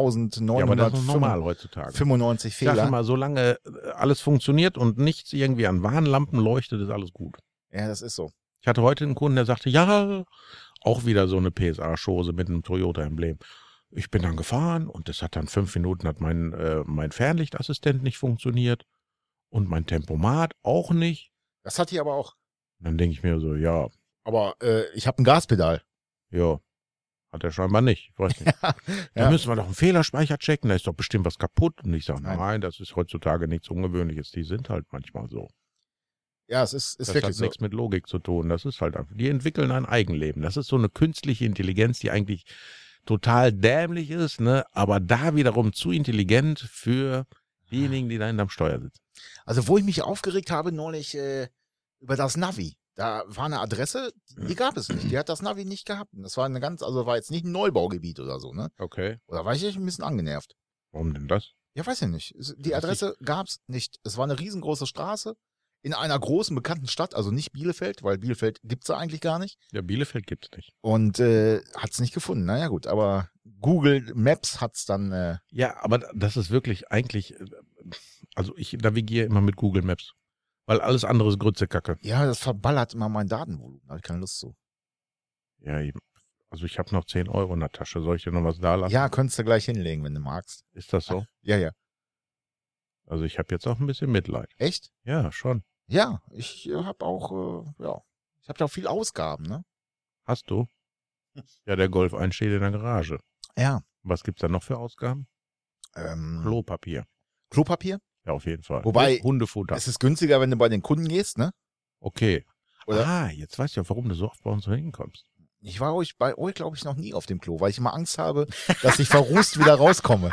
Speaker 3: aber das ist doch normal
Speaker 2: 78.995
Speaker 3: heutzutage.
Speaker 2: 95
Speaker 3: Ich sag
Speaker 2: Fehler.
Speaker 3: immer, solange äh, alles funktioniert und nichts irgendwie an Warnlampen leuchtet, ist alles gut.
Speaker 2: Ja, das ist so.
Speaker 3: Ich hatte heute einen Kunden, der sagte, ja, auch wieder so eine PSA-Schose mit einem Toyota-Emblem. Ich bin dann gefahren und das hat dann fünf Minuten, hat mein, äh, mein Fernlichtassistent nicht funktioniert und mein Tempomat auch nicht.
Speaker 2: Das hatte ich aber auch.
Speaker 3: Dann denke ich mir so, ja,
Speaker 2: Aber äh, ich habe ein Gaspedal. ja.
Speaker 3: hat er scheinbar nicht. Ich Weiß nicht. Da
Speaker 2: <laughs> Ja.
Speaker 3: müssen wir doch einen Fehlerspeicher checken, da ist doch bestimmt was kaputt. Und ich sage,
Speaker 2: Nein.
Speaker 3: nein. das ist heutzutage nichts Ungewöhnliches. Die sind halt manchmal so.
Speaker 2: Ja, es ist, ist
Speaker 3: das hat
Speaker 2: wirklich so.
Speaker 3: nichts mit Logik zu tun. Das ist halt einfach. Die entwickeln ein Eigenleben. Das ist so eine künstliche Intelligenz, die eigentlich total dämlich ist, ne? aber da wiederum zu intelligent für diejenigen, die da hinterm Steuer sitzen.
Speaker 2: Also wo ich mich aufgeregt habe neulich äh, über das Navi. Da war eine Adresse,
Speaker 3: Hm.
Speaker 2: die gab es nicht. Die hat das Navi nicht gehabt. Und Das war eine ganz, also war jetzt nicht ein Neubaugebiet oder so, ne?
Speaker 3: Okay.
Speaker 2: Oder war ich echt ein bisschen angenervt?
Speaker 3: Warum denn das?
Speaker 2: Ja, weiß ich nicht. Es- Die
Speaker 3: Weiß
Speaker 2: Adresse gab's nicht. Es war eine riesengroße Straße in einer großen, bekannten Stadt, also nicht Bielefeld, weil Bielefeld gibt's da eigentlich gar nicht.
Speaker 3: Ja, Bielefeld gibt's nicht.
Speaker 2: Und äh, hat's nicht gefunden. Naja gut, aber Google Maps hat's dann. Äh,
Speaker 3: Ja, aber das ist wirklich eigentlich, äh, also ich navigiere immer mit Google Maps, weil alles andere ist Grützekacke.
Speaker 2: ja, das verballert immer mein Datenvolumen. Da hab ich keine Lust zu.
Speaker 3: Ja, eben. also ich habe noch 10 Euro in der Tasche. Soll ich dir noch was da lassen?
Speaker 2: Ja, könntest du gleich hinlegen, wenn du magst.
Speaker 3: Ist das so?
Speaker 2: Ja, ja.
Speaker 3: Also ich habe jetzt auch ein bisschen Mitleid.
Speaker 2: Echt?
Speaker 3: Ja, schon.
Speaker 2: Ja, ich habe auch, äh, ja, ich habe ja auch viel Ausgaben, ne?
Speaker 3: Hast du? Ja, der Golf 1 steht in der Garage.
Speaker 2: Ja.
Speaker 3: Was gibt's da noch für Ausgaben?
Speaker 2: Ähm,
Speaker 3: Klopapier.
Speaker 2: Klopapier?
Speaker 3: Ja, auf jeden Fall.
Speaker 2: Wobei-
Speaker 3: Hundefutter.
Speaker 2: Es ist günstiger, wenn du bei den Kunden gehst, ne?
Speaker 3: Okay.
Speaker 2: Oder?
Speaker 3: Ah, jetzt weiß ich ja, warum du so oft bei
Speaker 2: <laughs>
Speaker 3: uns hinkommst.
Speaker 2: Ich war euch bei euch, glaube ich, noch nie auf dem Klo, weil ich immer Angst habe, dass ich verrußt wieder
Speaker 3: <laughs>
Speaker 2: rauskomme.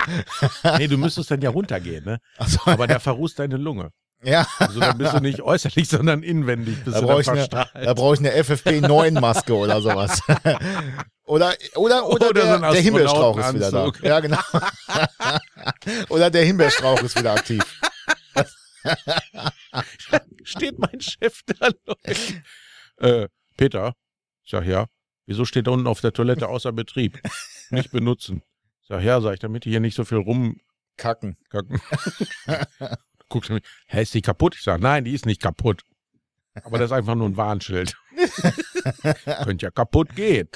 Speaker 3: Nee, du müsstest dann ja runtergehen, ne?
Speaker 2: Also,
Speaker 3: Aber da verrußt deine Lunge.
Speaker 2: ja,
Speaker 3: Also dann bist
Speaker 2: <laughs>
Speaker 3: du nicht äußerlich, sondern inwendig. Bist
Speaker 2: Da
Speaker 3: du
Speaker 2: brauch
Speaker 3: dann
Speaker 2: ich eine-
Speaker 3: verstrahlt.
Speaker 2: da brauche ich eine FFP9-Maske oder
Speaker 3: <laughs>
Speaker 2: sowas. Oder, oder, oder,
Speaker 3: Oder so
Speaker 2: der,
Speaker 3: ein
Speaker 2: der Himbeerstrauch ist wieder da.
Speaker 3: Astronautenanzug.
Speaker 2: Ja, genau. <laughs> oder der Himbeerstrauch ist wieder aktiv.
Speaker 3: steht mein Chef da
Speaker 2: <laughs>
Speaker 3: läuft. Äh, Peter, ich sag ja, wieso steht da unten auf der Toilette außer Betrieb? Nicht benutzen. Ich sag ja, sag ich, damit die hier nicht so viel rumkacken.
Speaker 2: Kacken.
Speaker 3: <laughs> Guckt er mich, hä, ist die kaputt? Ich sag, nein, die ist nicht kaputt. Aber das ist einfach nur
Speaker 2: <laughs>
Speaker 3: ein Warnschild. Könnte ja kaputt gehen.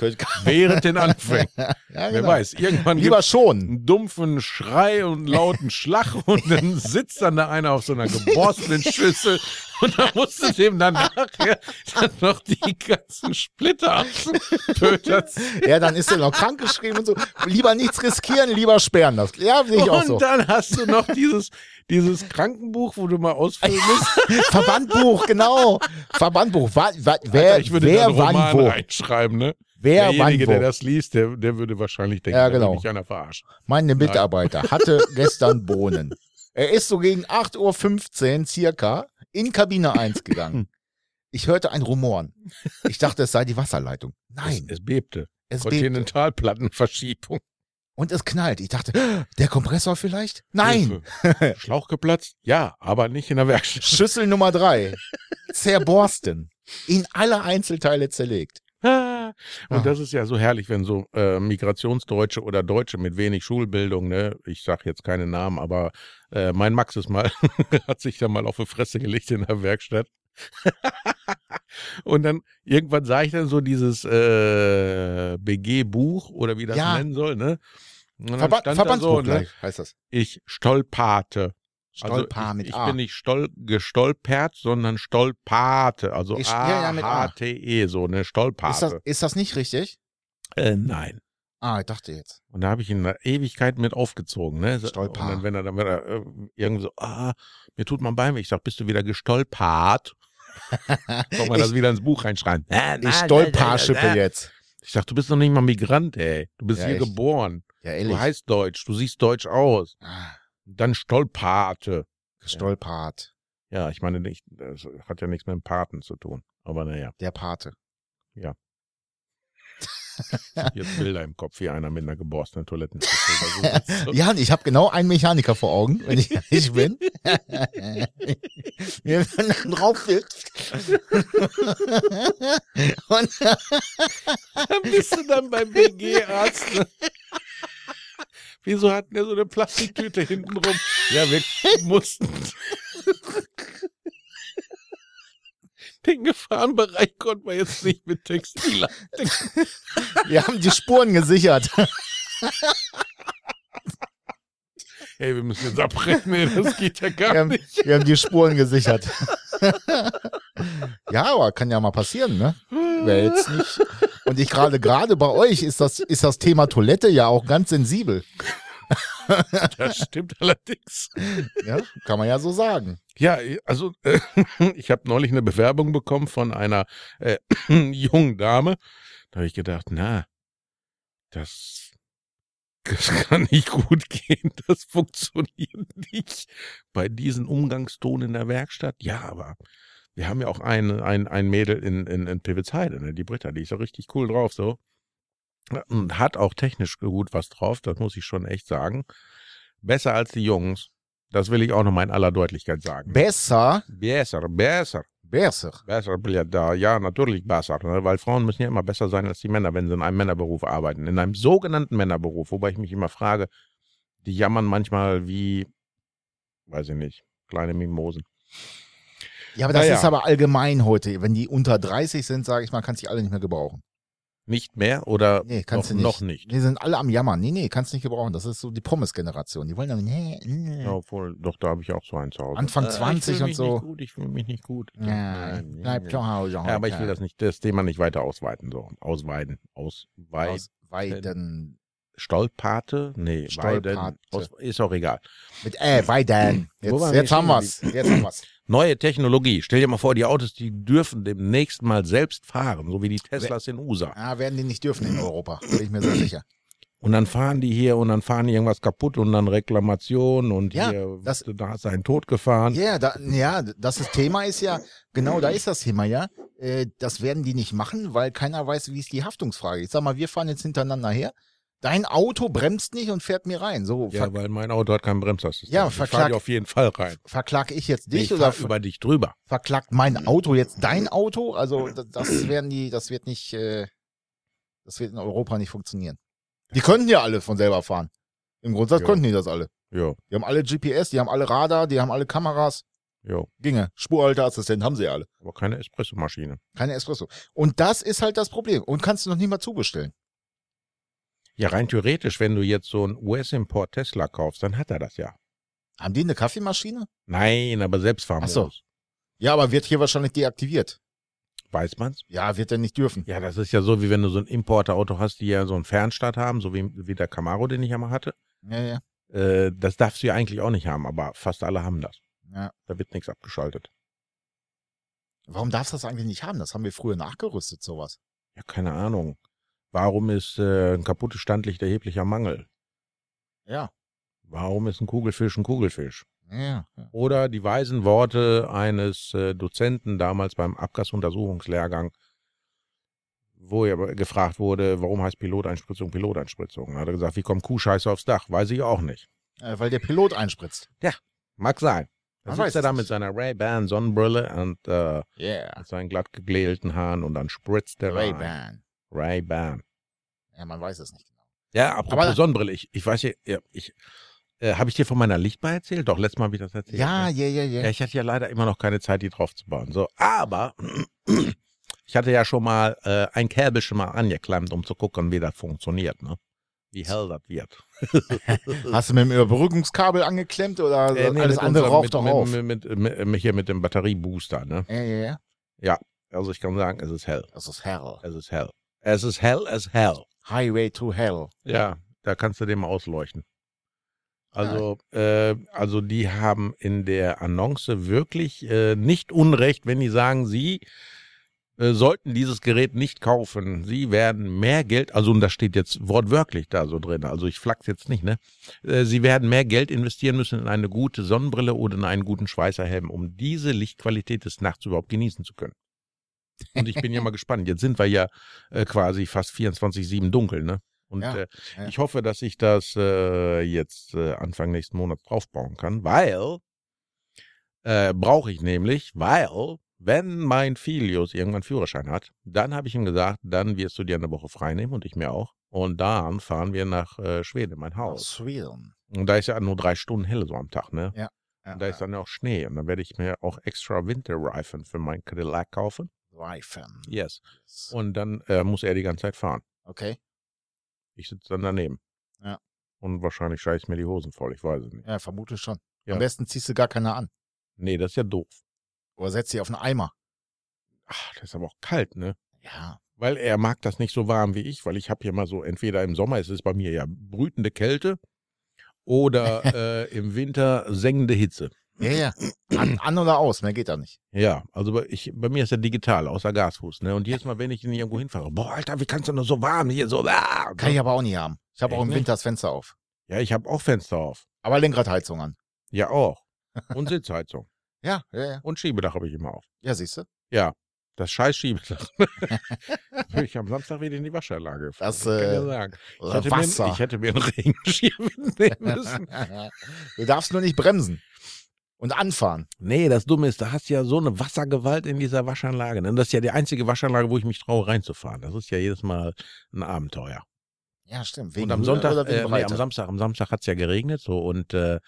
Speaker 3: Während den Anfängen.
Speaker 2: Ja,
Speaker 3: Wer
Speaker 2: genau.
Speaker 3: weiß, irgendwann
Speaker 2: Lieber schon.
Speaker 3: einen dumpfen Schrei und einen
Speaker 2: <laughs>
Speaker 3: lauten Schlag und dann sitzt dann da einer auf so einer geborstenen Schüssel und dann musst du dem dann nachher dann noch die ganzen Splitter abpötert.
Speaker 2: Ja, dann ist er noch krankgeschrieben und so. Lieber nichts riskieren, lieber sperren das. Ja, sehe ich auch
Speaker 3: Oh, Und
Speaker 2: so.
Speaker 3: dann hast du noch dieses, dieses Krankenbuch, wo du mal ausfüllen musst.
Speaker 2: Verbandbuch, genau. Verbandbuch. Wa, wa, wer
Speaker 3: Alter, ich würde da
Speaker 2: wer
Speaker 3: einen Roman
Speaker 2: wann wo?
Speaker 3: reinschreiben, ne?
Speaker 2: Wer wann
Speaker 3: Derjenige, der
Speaker 2: wo?
Speaker 3: das liest, der, der würde wahrscheinlich denken,
Speaker 2: Ja,
Speaker 3: da will
Speaker 2: genau.
Speaker 3: mich einer verarschen.
Speaker 2: Meine Mitarbeiter
Speaker 3: <laughs>
Speaker 2: hatte gestern Bohnen. Er ist so gegen 8.15 Uhr circa in Kabine 1
Speaker 3: <laughs>
Speaker 2: gegangen. Ich hörte ein Rumoren. Ich dachte, es sei die Wasserleitung. Nein,
Speaker 3: Es, es bebte.
Speaker 2: es, bebte.
Speaker 3: Kontinentalplattenverschiebung.
Speaker 2: Und es knallt. Ich dachte, <gasps> der Kompressor vielleicht? Nein!
Speaker 3: Hilfe. Schlauch geplatzt? Ja, aber nicht in
Speaker 2: <laughs>
Speaker 3: der Werkstatt.
Speaker 2: Schüssel Nummer
Speaker 3: <laughs>
Speaker 2: drei. Zerborsten. In alle Einzelteile zerlegt.
Speaker 3: Ah,
Speaker 2: Ah.
Speaker 3: Und das ist ja so herrlich, wenn so äh, Migrationsdeutsche oder Deutsche mit wenig Schulbildung, ne, ich sag jetzt keine Namen, aber äh, mein Max ist mal, <laughs> hat sich da mal auf die Fresse gelegt in der Werkstatt. <laughs> und dann irgendwann sah ich dann so dieses äh, BG-Buch oder wie das
Speaker 2: Ja.
Speaker 3: nennen soll, ne? Und dann
Speaker 2: Verba
Speaker 3: stand da
Speaker 2: Verbandsbuch
Speaker 3: so, ne?
Speaker 2: gleich heißt das.
Speaker 3: Ich stolperte.
Speaker 2: Stolpa
Speaker 3: also ich,
Speaker 2: mit
Speaker 3: ich
Speaker 2: A.
Speaker 3: bin nicht stol gestolpert, sondern stolpate. Also
Speaker 2: Ich- ja, ja, mit A.
Speaker 3: A-H-T-E, E, so eine Stolpate.
Speaker 2: ist, das, ist das nicht richtig?
Speaker 3: Äh, nein.
Speaker 2: Ah, ich dachte jetzt.
Speaker 3: Und da habe ich ihn eine Ewigkeit mit aufgezogen, ne? So-
Speaker 2: Stolpa.
Speaker 3: Und dann, wenn er dann wieder äh, irgendwie so, ah, mir tut mein Bein weh. Ich sag, bist du wieder gestolpert? Soll
Speaker 2: <laughs>
Speaker 3: man
Speaker 2: Ich-
Speaker 3: das wieder ins Buch reinschreiben? Äh,
Speaker 2: Ich
Speaker 3: nein, <laughs>
Speaker 2: stolparschippe
Speaker 3: nein, nein, nein.
Speaker 2: jetzt.
Speaker 3: Ich sag, du bist noch nicht mal Migrant, ey. Du bist
Speaker 2: Ja,
Speaker 3: hier
Speaker 2: echt.
Speaker 3: geboren.
Speaker 2: Ja,
Speaker 3: Du
Speaker 2: ehrlich.
Speaker 3: heißt Deutsch. Du siehst Deutsch aus.
Speaker 2: Ah,
Speaker 3: Dann stolperte.
Speaker 2: Gestolpert.
Speaker 3: Ja, ich meine, nicht, das hat ja nichts mit dem Paten zu tun. Aber naja,
Speaker 2: Der Pate.
Speaker 3: jetzt Bilder im Kopf, wie einer mit einer geborstenen <laughs> Toiletten. Oh.
Speaker 2: Ja, ich habe genau einen Mechaniker vor Augen, wenn
Speaker 3: <laughs>
Speaker 2: ich ehrlich bin. Mir dann drauf sitzt. Und
Speaker 3: Dann bist du dann beim BG-Arzt. ne? Wieso hat der so eine Plastiktüte hinten rum? Ja, wir mussten. Den Gefahrenbereich konnten wir jetzt nicht mit Textil.
Speaker 2: wir haben die Spuren gesichert.
Speaker 3: Hey, wir müssen jetzt abbrechen, ey, das geht <laughs> ja gar
Speaker 2: Wir haben,
Speaker 3: nicht.
Speaker 2: Ähm, wir haben die Spuren gesichert. Ja, aber kann ja mal passieren, ne? Wäre jetzt nicht. Und ich gerade, gerade bei euch ist das, ist das Thema Toilette ja auch ganz sensibel.
Speaker 3: Das stimmt allerdings.
Speaker 2: Ja, kann man ja so sagen.
Speaker 3: Ja, also äh, <laughs> ich habe neulich eine Bewerbung bekommen von einer äh, <clears throat> jungen Dame. Da habe ich gedacht, na, das, das <laughs> kann nicht gut gehen, das funktioniert nicht bei diesen Umgangston in der Werkstatt. Ja, aber wir haben ja auch ein, ein, ein Mädel in, in, in Pivitzheide, ne? die Britta, die ist ja richtig cool drauf so. Und hat auch technisch gut was drauf, das muss ich schon echt sagen. Besser als die Jungs. Das will ich auch nochmal in aller Deutlichkeit sagen.
Speaker 2: Besser,
Speaker 3: Besser, besser,
Speaker 2: besser.
Speaker 3: besser, Billiardar. Ja, natürlich besser. Ne? Weil Frauen müssen ja immer besser sein als die Männer, wenn sie in einem Männerberuf arbeiten. In einem sogenannten Männerberuf, wobei ich mich immer frage, die jammern manchmal wie, weiß ich nicht, kleine Mimosen.
Speaker 2: Ja, aber das
Speaker 3: Naja.
Speaker 2: ist aber allgemein heute. Wenn die unter 30 sind, sage ich mal, kannst dich alle nicht mehr gebrauchen.
Speaker 3: Nicht mehr oder
Speaker 2: Nee, kannst
Speaker 3: noch,
Speaker 2: du
Speaker 3: noch
Speaker 2: nicht.
Speaker 3: nicht.
Speaker 2: Die sind alle am Jammern. Nee, nee, kannst nicht gebrauchen. Das ist so die Pommes-Generation. Die wollen dann, nee, nee.
Speaker 3: Ja, obwohl, doch, da habe ich auch so einen zu Hause.
Speaker 2: Anfang
Speaker 3: Äh, ich
Speaker 2: 20
Speaker 3: fühl
Speaker 2: und
Speaker 3: mich
Speaker 2: so.
Speaker 3: Nicht gut, ich fühle mich nicht gut.
Speaker 2: Ja,
Speaker 3: Nein,
Speaker 2: bleib
Speaker 3: nein.
Speaker 2: zu Hause.
Speaker 3: Ja, aber ich will das nicht, das Thema nicht weiter ausweiten, so. Ausweiden. Ausweiden.
Speaker 2: Weiden.
Speaker 3: Stolpate? Nee,
Speaker 2: Stolpate.
Speaker 3: Weiden. Aus, ist auch egal.
Speaker 2: Mit, äh, Weiden.
Speaker 3: Wo
Speaker 2: Jetzt,
Speaker 3: waren
Speaker 2: jetzt
Speaker 3: wir
Speaker 2: haben wir's. Jetzt haben wir's.
Speaker 3: Neue Technologie. Stell dir mal vor, die Autos, die dürfen demnächst mal selbst fahren, so wie die Teslas in USA.
Speaker 2: Ah, werden die nicht dürfen in Europa. Bin ich mir sehr sicher.
Speaker 3: Und dann fahren die hier und dann fahren die irgendwas kaputt und dann Reklamation und
Speaker 2: Ja,
Speaker 3: hier,
Speaker 2: das-
Speaker 3: du, da hast du einen tot gefahren.
Speaker 2: Ja, da, ja, das ist Thema ist ja, genau da ist das Thema, ja. Äh, das werden die nicht machen, weil keiner weiß, wie ist die Haftungsfrage. Ich sag mal, wir fahren jetzt hintereinander her. Dein Auto bremst nicht und fährt mir rein. So
Speaker 3: Ja,
Speaker 2: ver
Speaker 3: weil mein Auto hat keinen Bremsassistent.
Speaker 2: Ja,
Speaker 3: ich
Speaker 2: verklagt-
Speaker 3: fahr die auf jeden Fall rein.
Speaker 2: verklag ich jetzt dich
Speaker 3: ich
Speaker 2: oder
Speaker 3: fahr über dich drüber.
Speaker 2: verklagt mein Auto jetzt dein Auto? Also das, das werden die, das wird nicht, äh, das wird in Europa nicht funktionieren. Die könnten ja alle von selber fahren. Im Grundsatz
Speaker 3: Ja.
Speaker 2: könnten die das alle.
Speaker 3: Jo,
Speaker 2: Die haben alle GPS, die haben alle Radar, die haben alle Kameras.
Speaker 3: jo.
Speaker 2: Ginge. Spurhalteassistent haben sie alle.
Speaker 3: Aber keine Espressomaschine.
Speaker 2: Keine Espresso. Und das ist halt das Problem. Und kannst du noch nicht mal zubestellen.
Speaker 3: Ja, rein theoretisch, wenn du jetzt so einen US-Import Tesla kaufst, dann hat er das ja.
Speaker 2: Haben die eine Kaffeemaschine?
Speaker 3: Nein, aber selbst fahren
Speaker 2: Ach so.
Speaker 3: muss.
Speaker 2: Ja, aber wird hier wahrscheinlich deaktiviert.
Speaker 3: Weiß man's?
Speaker 2: Ja, wird er nicht dürfen.
Speaker 3: Ja, das ist ja so, wie wenn du so ein Importerauto hast, die ja so einen Fernstart haben, so wie, wie der Camaro, den ich ja mal hatte.
Speaker 2: Ja, ja.
Speaker 3: Äh, das darfst du ja eigentlich auch nicht haben, aber fast alle haben das.
Speaker 2: Ja.
Speaker 3: Da wird nichts abgeschaltet.
Speaker 2: Warum darfst du das eigentlich nicht haben? Das haben wir früher nachgerüstet, sowas.
Speaker 3: Ja, keine Ahnung. Warum ist äh, ein kaputtes Standlicht erheblicher Mangel?
Speaker 2: Ja.
Speaker 3: Warum ist ein Kugelfisch ein Kugelfisch?
Speaker 2: Ja, ja.
Speaker 3: Oder die weisen Worte eines äh, Dozenten damals beim Abgasuntersuchungslehrgang. wo er gefragt wurde, warum heißt Piloteinspritzung Piloteinspritzung? Da hat er gesagt, wie kommt Kuhscheiße aufs Dach? Weiß ich auch nicht.
Speaker 2: Äh, weil der Pilot einspritzt.
Speaker 3: Mag sein. Da
Speaker 2: Man weiß
Speaker 3: sitzt er
Speaker 2: es
Speaker 3: da
Speaker 2: nicht.
Speaker 3: mit seiner Ray-Ban Sonnenbrille und äh,
Speaker 2: Yeah.
Speaker 3: mit seinen glatt geglählten Haaren und dann spritzt er rein.
Speaker 2: Ray-Ban.
Speaker 3: Ray-Ban.
Speaker 2: Ja, man weiß es nicht genau.
Speaker 3: Ja, apropos
Speaker 2: Aber-
Speaker 3: Sonnenbrille, ich, ich weiß ja, ja, ich, äh, habe ich dir von meiner Lichtbar erzählt? Doch, letztes Mal habe ich das erzählt. ne?
Speaker 2: Ja, ja, ja,
Speaker 3: Ja,
Speaker 2: ja.
Speaker 3: ich hatte ja leider immer noch keine Zeit, die drauf zu bauen. So, aber <clears throat> ich hatte ja schon mal äh, ein Kabel schon mal angeklemmt, um zu gucken, wie das funktioniert, ne? Wie hell das wird.
Speaker 2: Hast du mit dem Überbrückungskabel angeklemmt oder
Speaker 3: Äh,
Speaker 2: Also
Speaker 3: nee,
Speaker 2: alles
Speaker 3: mit
Speaker 2: andere
Speaker 3: unserem-
Speaker 2: raucht
Speaker 3: mit,
Speaker 2: doch
Speaker 3: mit,
Speaker 2: auf?
Speaker 3: Mit, mit, mit, mit, hier mit dem Batteriebooster, ne?
Speaker 2: ja, ja, ja.
Speaker 3: Also ich kann sagen, es ist hell.
Speaker 2: Das ist Hell.
Speaker 3: Es ist hell. Es ist hell, es ist hell.
Speaker 2: Highway to Hell.
Speaker 3: Ja, da kannst du den mal ausleuchten. Also, äh, also die haben in der Annonce wirklich äh, nicht Unrecht, wenn die sagen, sie äh, sollten dieses Gerät nicht kaufen. Sie werden mehr Geld, also und das steht jetzt wortwörtlich da so drin, also ich flachs jetzt nicht, ne? Äh, sie werden mehr Geld investieren müssen in eine gute Sonnenbrille oder in einen guten Schweißerhelm, um diese Lichtqualität des Nachts überhaupt genießen zu können. Und ich
Speaker 2: <laughs>
Speaker 3: bin ja mal gespannt. Jetzt sind wir ja äh, quasi fast 24-7 dunkel, ne? Und
Speaker 2: Ja.
Speaker 3: äh,
Speaker 2: Ja.
Speaker 3: ich hoffe, dass ich das äh, jetzt äh, Anfang nächsten Monats draufbauen kann, weil äh, brauche ich nämlich, weil wenn mein Filius irgendwann Führerschein hat, dann habe ich ihm gesagt, dann wirst du dir eine Woche frei nehmen und ich mir auch. Und dann fahren wir nach äh, Schweden in mein Haus.
Speaker 2: Sweden.
Speaker 3: Und da ist ja nur drei Stunden hell so am Tag, ne?
Speaker 2: Ja,
Speaker 3: Und da ist dann ja auch Schnee. Und dann werde ich mir auch extra Winterreifen für meinen Cadillac kaufen.
Speaker 2: Reifen.
Speaker 3: Yes. Und dann äh, muss er die ganze Zeit fahren.
Speaker 2: Okay.
Speaker 3: Ich sitze dann daneben.
Speaker 2: Ja.
Speaker 3: Und wahrscheinlich scheiß ich mir die Hosen voll, ich weiß es nicht.
Speaker 2: Ja, vermute schon.
Speaker 3: Ja.
Speaker 2: Am besten ziehst du gar keine an.
Speaker 3: Nee, das ist ja doof.
Speaker 2: Oder setzt sie auf einen Eimer.
Speaker 3: Ach, das ist aber auch kalt, ne?
Speaker 2: Ja.
Speaker 3: Weil er mag das nicht so warm wie ich, weil ich habe hier mal so, entweder im Sommer ist es bei mir ja brütende Kälte
Speaker 2: <laughs>
Speaker 3: oder äh, im Winter sengende Hitze.
Speaker 2: Ja, ja. <clears throat> An, an oder aus, mehr geht da nicht.
Speaker 3: Ja, also bei, ich, bei mir ist ja digital, außer Gasfuß, ne? Und jedes Mal, wenn ich ihn irgendwo hinfahre, boah, Alter, wie kannst du nur so warm hier so, ah!
Speaker 2: Kann ich aber auch nie haben. Ich habe auch
Speaker 3: Echt
Speaker 2: im
Speaker 3: nicht?
Speaker 2: Winter das Fenster auf.
Speaker 3: Ja, ich habe auch Fenster auf.
Speaker 2: Aber Lenkradheizung an.
Speaker 3: Ja, auch. Und Sitzheizung.
Speaker 2: Ja, ja, ja.
Speaker 3: Und Schiebedach habe ich immer auf.
Speaker 2: Ja, siehst du?
Speaker 3: Das scheiß Schiebedach. Bin <laughs> ich am Samstag wieder in die Waschanlage gefahren.
Speaker 2: Das,
Speaker 3: kann ich
Speaker 2: äh,
Speaker 3: ja sagen. Ich
Speaker 2: Oder
Speaker 3: hätte, Mir, ich
Speaker 2: Wasser.
Speaker 3: hätte mir einen Regenschirm <laughs> nehmen müssen.
Speaker 2: <laughs> du darfst nur nicht bremsen. Und anfahren.
Speaker 3: Nee, das Dumme ist, da hast du ja so eine Wassergewalt in dieser Waschanlage. ne? Das ist ja die einzige Waschanlage, wo ich mich traue, reinzufahren. Das ist ja jedes Mal ein Abenteuer.
Speaker 2: Ja, stimmt.
Speaker 3: und am
Speaker 2: Höhe
Speaker 3: Sonntag,
Speaker 2: oder wegen
Speaker 3: äh, nee,
Speaker 2: Breite?
Speaker 3: am Samstag, am Samstag hat's ja geregnet so und äh,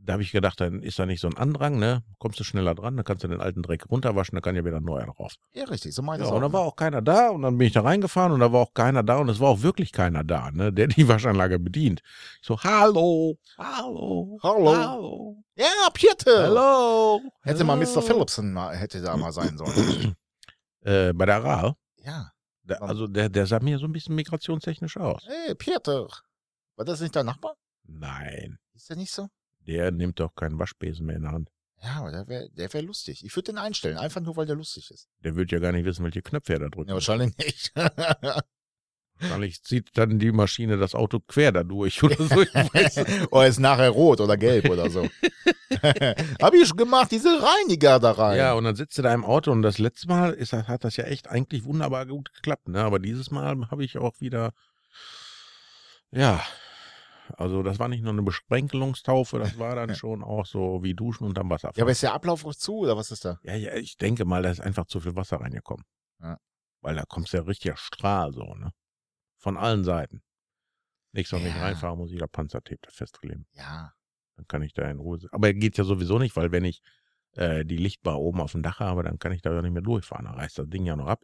Speaker 3: da habe ich gedacht, dann ist da nicht so ein Andrang, ne? Kommst du schneller dran, dann kannst du den alten Dreck runterwaschen, dann kann ja wieder ein neuer drauf.
Speaker 2: Ja, richtig. So meine
Speaker 3: Ja,
Speaker 2: ich
Speaker 3: und dann war auch keiner da und dann bin ich da reingefahren und da war auch keiner da und es war auch wirklich keiner da, ne, der die Waschanlage bedient. Ich so, hallo, hallo,
Speaker 2: Hallo.
Speaker 3: hallo,
Speaker 2: Ja, Pierte.
Speaker 3: hallo.
Speaker 2: Hätte mal Mr.
Speaker 3: hallo.
Speaker 2: Phillipson mal, hätte da mal sein sollen.
Speaker 3: Äh, bei der RA,
Speaker 2: ja.
Speaker 3: der, also der, der sah mir so ein bisschen migrationstechnisch aus.
Speaker 2: Hey, Pierte. War das nicht dein Nachbar?
Speaker 3: Nein,
Speaker 2: Ist der nicht so?
Speaker 3: der nimmt doch keinen Waschbesen mehr in der Hand.
Speaker 2: Ja, aber der wäre der wär lustig. Ich würde den einstellen, einfach nur, weil der lustig ist.
Speaker 3: Der wird ja gar nicht wissen, welche Knöpfe er da drückt.
Speaker 2: Ja, wahrscheinlich nicht. <laughs>
Speaker 3: Wahrscheinlich zieht dann die Maschine das Auto quer da durch oder
Speaker 2: <laughs>
Speaker 3: so. Ich weiß es
Speaker 2: oder oh, ist nachher rot oder gelb oder so. <laughs> Hab ich schon gemacht, diese Reiniger da rein.
Speaker 3: Ja, und dann sitzt du da im Auto und das letzte Mal ist, das- hat das ja echt eigentlich wunderbar gut geklappt, ne? Aber dieses Mal habe ich auch wieder, ja, also das war nicht nur eine Besprenkelungstaufe, das
Speaker 2: <laughs>
Speaker 3: war dann schon auch so wie Duschen unterm Wasser.
Speaker 2: ja, aber ist der Ablauf auch zu oder was ist da?
Speaker 3: ja, ja, ich denke mal, da ist einfach zu viel Wasser reingekommen.
Speaker 2: Ja.
Speaker 3: Weil da kommst du ja richtiger Strahl so, ne? Von allen Seiten. Nächstes Mal, wenn ich
Speaker 2: Ja.
Speaker 3: reinfahre, muss ich da Panzertape da festkleben.
Speaker 2: Ja.
Speaker 3: Dann kann ich da in Ruhe. Aber geht ja sowieso nicht, weil wenn ich äh, die Lichtbar oben auf dem Dach habe, dann kann ich da ja nicht mehr durchfahren. Dann reißt das Ding ja noch ab.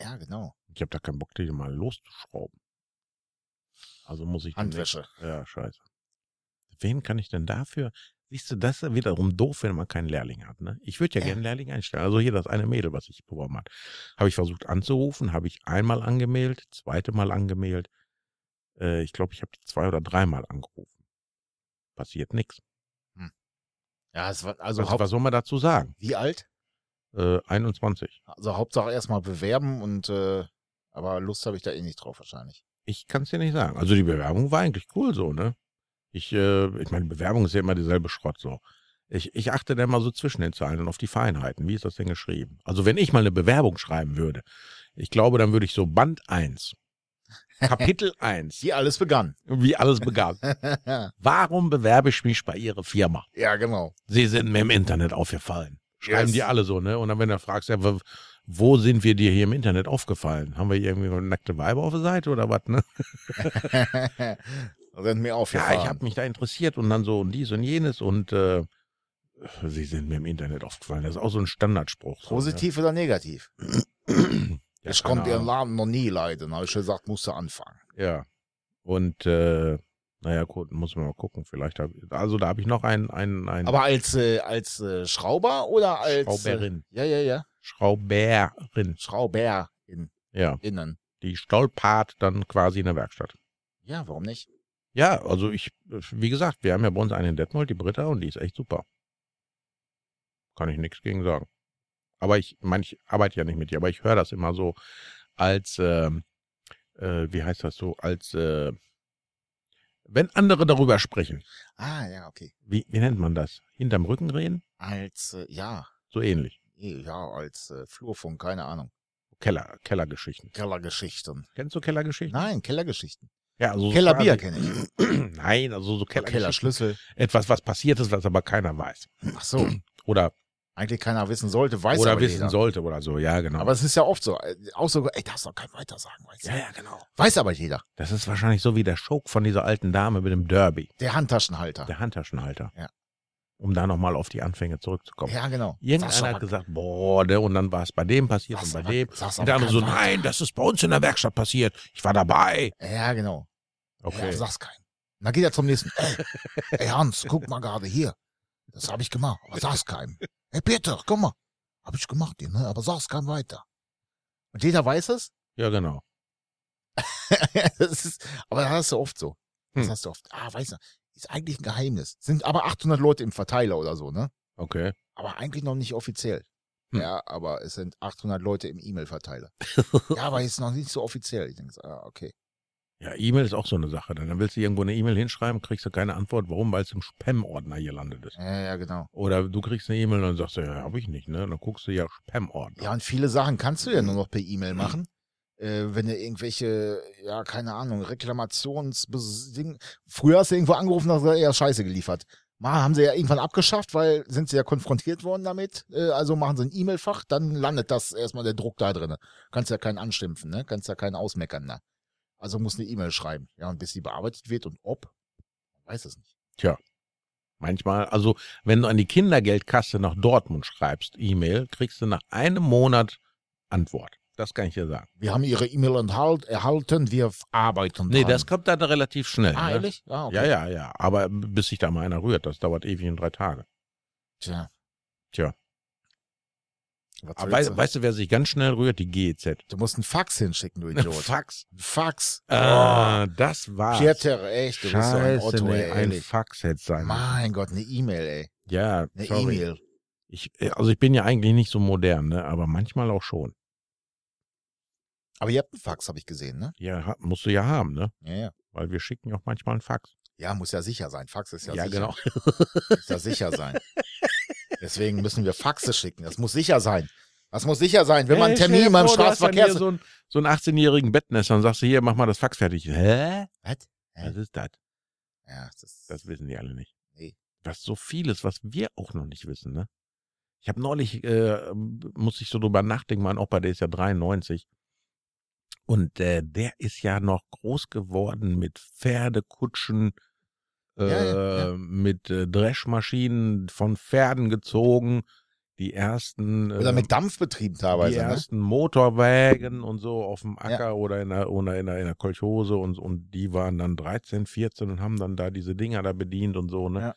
Speaker 2: Ja, genau.
Speaker 3: Ich habe da keinen Bock, die mal loszuschrauben. Also muss ich.
Speaker 2: Handwäsche.
Speaker 3: Ja, scheiße. Wen kann ich denn dafür? Siehst du, das ist wiederum doof, wenn man keinen Lehrling hat. Ne? Ich würde ja,
Speaker 2: Ja.
Speaker 3: gerne einen Lehrling einstellen. Also hier das eine Mädel, was ich beworben hat. Habe ich versucht anzurufen, habe ich einmal angemeldet, zweite Mal angemeldet. Äh, ich glaube, ich habe die zwei oder dreimal angerufen. Passiert nichts.
Speaker 2: Ja, es war, also,
Speaker 3: Also,
Speaker 2: hau
Speaker 3: was soll man dazu sagen?
Speaker 2: wie alt?
Speaker 3: Äh, 21.
Speaker 2: Also Hauptsache erstmal bewerben und äh, aber Lust habe ich da eh nicht drauf wahrscheinlich.
Speaker 3: Ich kann es dir nicht sagen. Also die Bewerbung war eigentlich cool so, ne? Ich, äh, ich meine, Bewerbung ist ja immer dieselbe Schrott so. Ich, ich achte dann mal so zwischen den Zeilen und auf die Feinheiten. Wie ist das denn geschrieben? Also wenn ich mal eine Bewerbung schreiben würde, ich glaube, dann würde ich so Band 1, Kapitel 1,
Speaker 2: Die alles begann. <laughs>
Speaker 3: wie alles begann.
Speaker 2: ja,
Speaker 3: Warum bewerbe ich mich bei Ihrer Firma?
Speaker 2: genau. <laughs>
Speaker 3: Sie sind mir im Internet aufgefallen. Schreiben
Speaker 2: Yes.
Speaker 3: die alle so, ne? Und dann, wenn du fragst, ja, wo- wo sind wir dir hier im Internet aufgefallen? Haben wir irgendwie nackte Weiber auf der Seite oder was, ne?
Speaker 2: Rennt mir auf.
Speaker 3: Ja, ich habe mich da interessiert und dann so und dies und jenes und äh, sie sind mir im Internet aufgefallen. Das ist auch so ein Standardspruch. so,
Speaker 2: Positiv oder negativ?
Speaker 3: Ne? <clears throat> Ja,
Speaker 2: ich
Speaker 3: keine
Speaker 2: konnte ihren
Speaker 3: Ahnung.
Speaker 2: Laden noch nie leiden. Habe ich schon gesagt, musste anfangen.
Speaker 3: Ja. Und äh, naja, gut, muss man mal gucken. Vielleicht hab, also da habe ich noch einen, einen, einen
Speaker 2: Aber als, äh, als äh, Schrauber oder als. Äh,
Speaker 3: Schrauberin.
Speaker 2: ja, ja, ja.
Speaker 3: Schrauberin.
Speaker 2: Schrauber in,
Speaker 3: Ja.
Speaker 2: innen.
Speaker 3: Die stolpert dann quasi in der Werkstatt.
Speaker 2: Ja, warum nicht?
Speaker 3: Ja, also ich, wie gesagt, wir haben ja bei uns eine in Detmold, die Britta, und die ist echt super. Kann ich nichts gegen sagen. Aber ich, mein, ich arbeite ja nicht mit ihr, aber ich höre das immer so als, ähm, äh, wie heißt das so, als, äh, wenn andere darüber sprechen.
Speaker 2: Ah, ja, okay.
Speaker 3: Wie, wie nennt man das? Hinterm Rücken reden?
Speaker 2: Als, äh, ja.
Speaker 3: So ähnlich.
Speaker 2: Ja, als äh, Flurfunk, keine Ahnung.
Speaker 3: Keller, Kellergeschichten.
Speaker 2: Kellergeschichten.
Speaker 3: Kennst du Kellergeschichten?
Speaker 2: Nein, Kellergeschichten.
Speaker 3: Ja, also so
Speaker 2: Kellerbier
Speaker 3: quasi-
Speaker 2: kenne ich.
Speaker 3: <clears throat> Nein, also so Kellergeschichten.
Speaker 2: Kellerschlüssel.
Speaker 3: Etwas, was passiert ist, was aber keiner weiß.
Speaker 2: Ach so.
Speaker 3: Oder,
Speaker 2: Eigentlich keiner wissen sollte, weiß
Speaker 3: oder
Speaker 2: aber
Speaker 3: wissen
Speaker 2: jeder.
Speaker 3: sollte oder so, ja, genau.
Speaker 2: Aber es ist ja oft so. äh, Auch so, ey, darfst doch kein weiter sagen, weiß,
Speaker 3: ja, ja, genau.
Speaker 2: weiß aber jeder.
Speaker 3: Das ist wahrscheinlich so wie der Schok von dieser alten Dame mit dem Derby,
Speaker 2: Der Handtaschenhalter.
Speaker 3: der Handtaschenhalter.
Speaker 2: Ja.
Speaker 3: Um da nochmal auf die Anfänge zurückzukommen.
Speaker 2: ja, genau.
Speaker 3: Irgendeiner hat gesagt, boah, der, und dann war es bei dem passiert und
Speaker 2: Sag's
Speaker 3: bei
Speaker 2: aber-
Speaker 3: dem.
Speaker 2: sag's
Speaker 3: Und
Speaker 2: aber
Speaker 3: der andere so,
Speaker 2: keinem.
Speaker 3: nein, das ist bei uns in der Werkstatt passiert. Ich war dabei.
Speaker 2: Ja, genau. Ja,
Speaker 3: Okay.
Speaker 2: sag's keinem. Dann geht er zum nächsten. Ey, ey Hans, guck mal gerade hier. Das habe ich gemacht, aber sag's keinem. Ey Peter, guck mal. Hab ich gemacht, ne? aber sag's keinem weiter. Und jeder weiß es?
Speaker 3: Ja, genau.
Speaker 2: <laughs> das ist, aber das hast du oft so. Das
Speaker 3: Hm.
Speaker 2: hast du oft. Ah, weißt du, ist eigentlich ein Geheimnis. Sind aber 800 Leute im Verteiler oder so, ne?
Speaker 3: Okay.
Speaker 2: Aber eigentlich noch nicht offiziell.
Speaker 3: Hm.
Speaker 2: Ja, aber es sind 800 Leute im
Speaker 3: <laughs>
Speaker 2: E-Mail-Verteiler. ja, aber jetzt noch nicht so offiziell. Ich denke, so, ah, okay.
Speaker 3: Ja, E-Mail ist auch so eine Sache. Dann willst du irgendwo eine E-Mail hinschreiben, kriegst du keine Antwort. Warum? Weil es im Spam-Ordner gelandet ist.
Speaker 2: Ja, ja, genau.
Speaker 3: Oder du kriegst eine E-Mail und dann sagst du, ja, hab ich nicht, ne? Dann guckst du ja Spam-Ordner.
Speaker 2: Ja, und viele Sachen kannst du ja
Speaker 3: Mhm.
Speaker 2: nur noch per E-Mail machen. Äh, wenn du irgendwelche, ja, keine Ahnung, Reklamationsding. Früher hast du irgendwo angerufen, hast gesagt, ja, Scheiße geliefert. Mal haben sie ja irgendwann abgeschafft, weil sind sie ja konfrontiert worden damit. Äh, also machen sie ein E-Mail-Fach, dann landet das erstmal der Druck da drin. Kannst ja keinen anstimpfen, ne? Kannst ja keinen ausmeckern, ne? Also musst eine E-Mail schreiben. Ja, und bis die bearbeitet wird und ob, weiß es nicht.
Speaker 3: Manchmal, also wenn du an die Kindergeldkasse nach Dortmund schreibst, E-Mail, kriegst du nach einem Monat Antwort. Das kann ich dir sagen.
Speaker 2: Wir haben ihre E-Mail enthalt- erhalten, wir f- arbeiten
Speaker 3: Nee,
Speaker 2: dran.
Speaker 3: das kommt dann relativ schnell.
Speaker 2: Ah,
Speaker 3: ne?
Speaker 2: ehrlich? Ah, okay.
Speaker 3: Ja, ja, ja. Aber bis sich da mal einer rührt, das dauert ewig in drei Tage.
Speaker 2: Tja.
Speaker 3: Tja.
Speaker 2: Was
Speaker 3: Aber
Speaker 2: willst
Speaker 3: weißt,
Speaker 2: du?
Speaker 3: weißt du, wer sich ganz schnell rührt? Die GEZ.
Speaker 2: du musst einen Fax hinschicken, du Idiot.
Speaker 3: Fax.
Speaker 2: Ein Fax.
Speaker 3: Ah, das war's.
Speaker 2: Pieter, echt, du bist so ein
Speaker 3: Scheiße,
Speaker 2: Otto,
Speaker 3: nee,
Speaker 2: ey,
Speaker 3: ein
Speaker 2: ehrlich.
Speaker 3: Fax hätte sein.
Speaker 2: Mein Gott, eine E-Mail, ey.
Speaker 3: Ja,
Speaker 2: Eine
Speaker 3: sorry.
Speaker 2: E-Mail.
Speaker 3: Ich, also ich bin ja eigentlich nicht so modern, ne? aber manchmal auch schon.
Speaker 2: Aber ihr habt einen Fax, habe ich gesehen, ne?
Speaker 3: Ja, ha- musst du ja haben, ne?
Speaker 2: Ja, ja.
Speaker 3: Weil wir schicken ja auch manchmal einen Fax.
Speaker 2: Ja, muss ja sicher sein. Fax ist ja,
Speaker 3: ja
Speaker 2: sicher.
Speaker 3: genau.
Speaker 2: Muss ja sicher sein. Deswegen müssen wir Faxe schicken. Das muss sicher sein. Das muss sicher sein. Wenn man einen
Speaker 3: Hey, Äh, stell
Speaker 2: Termin
Speaker 3: dir
Speaker 2: beim
Speaker 3: vor, du hast dann hier
Speaker 2: Straßenverkehr...
Speaker 3: So einen, so einen 18-jährigen Bettnässer und sagst du, hier, mach mal das Fax fertig. Hä?
Speaker 2: Was? Hä?
Speaker 3: Was ist das?
Speaker 2: Ja, das ist...
Speaker 3: Das wissen die alle nicht.
Speaker 2: Nee.
Speaker 3: Das ist so vieles, was wir auch noch nicht wissen, ne? Ich habe neulich, äh, muss ich so drüber nachdenken, mein Opa, der ist ja 93. Und äh, der ist ja noch groß geworden mit Pferdekutschen, äh,
Speaker 2: Ja, ja,
Speaker 3: mit äh, Dreschmaschinen von Pferden gezogen, die ersten.
Speaker 2: Oder
Speaker 3: ähm,
Speaker 2: mit Dampfbetrieb teilweise,
Speaker 3: die
Speaker 2: ne?
Speaker 3: ersten Motorwägen und so auf dem Acker oder in der, oder in der, in der Kolchose und, und die waren dann 13, 14 und haben dann da diese Dinger da bedient und so, ne?
Speaker 2: Ja.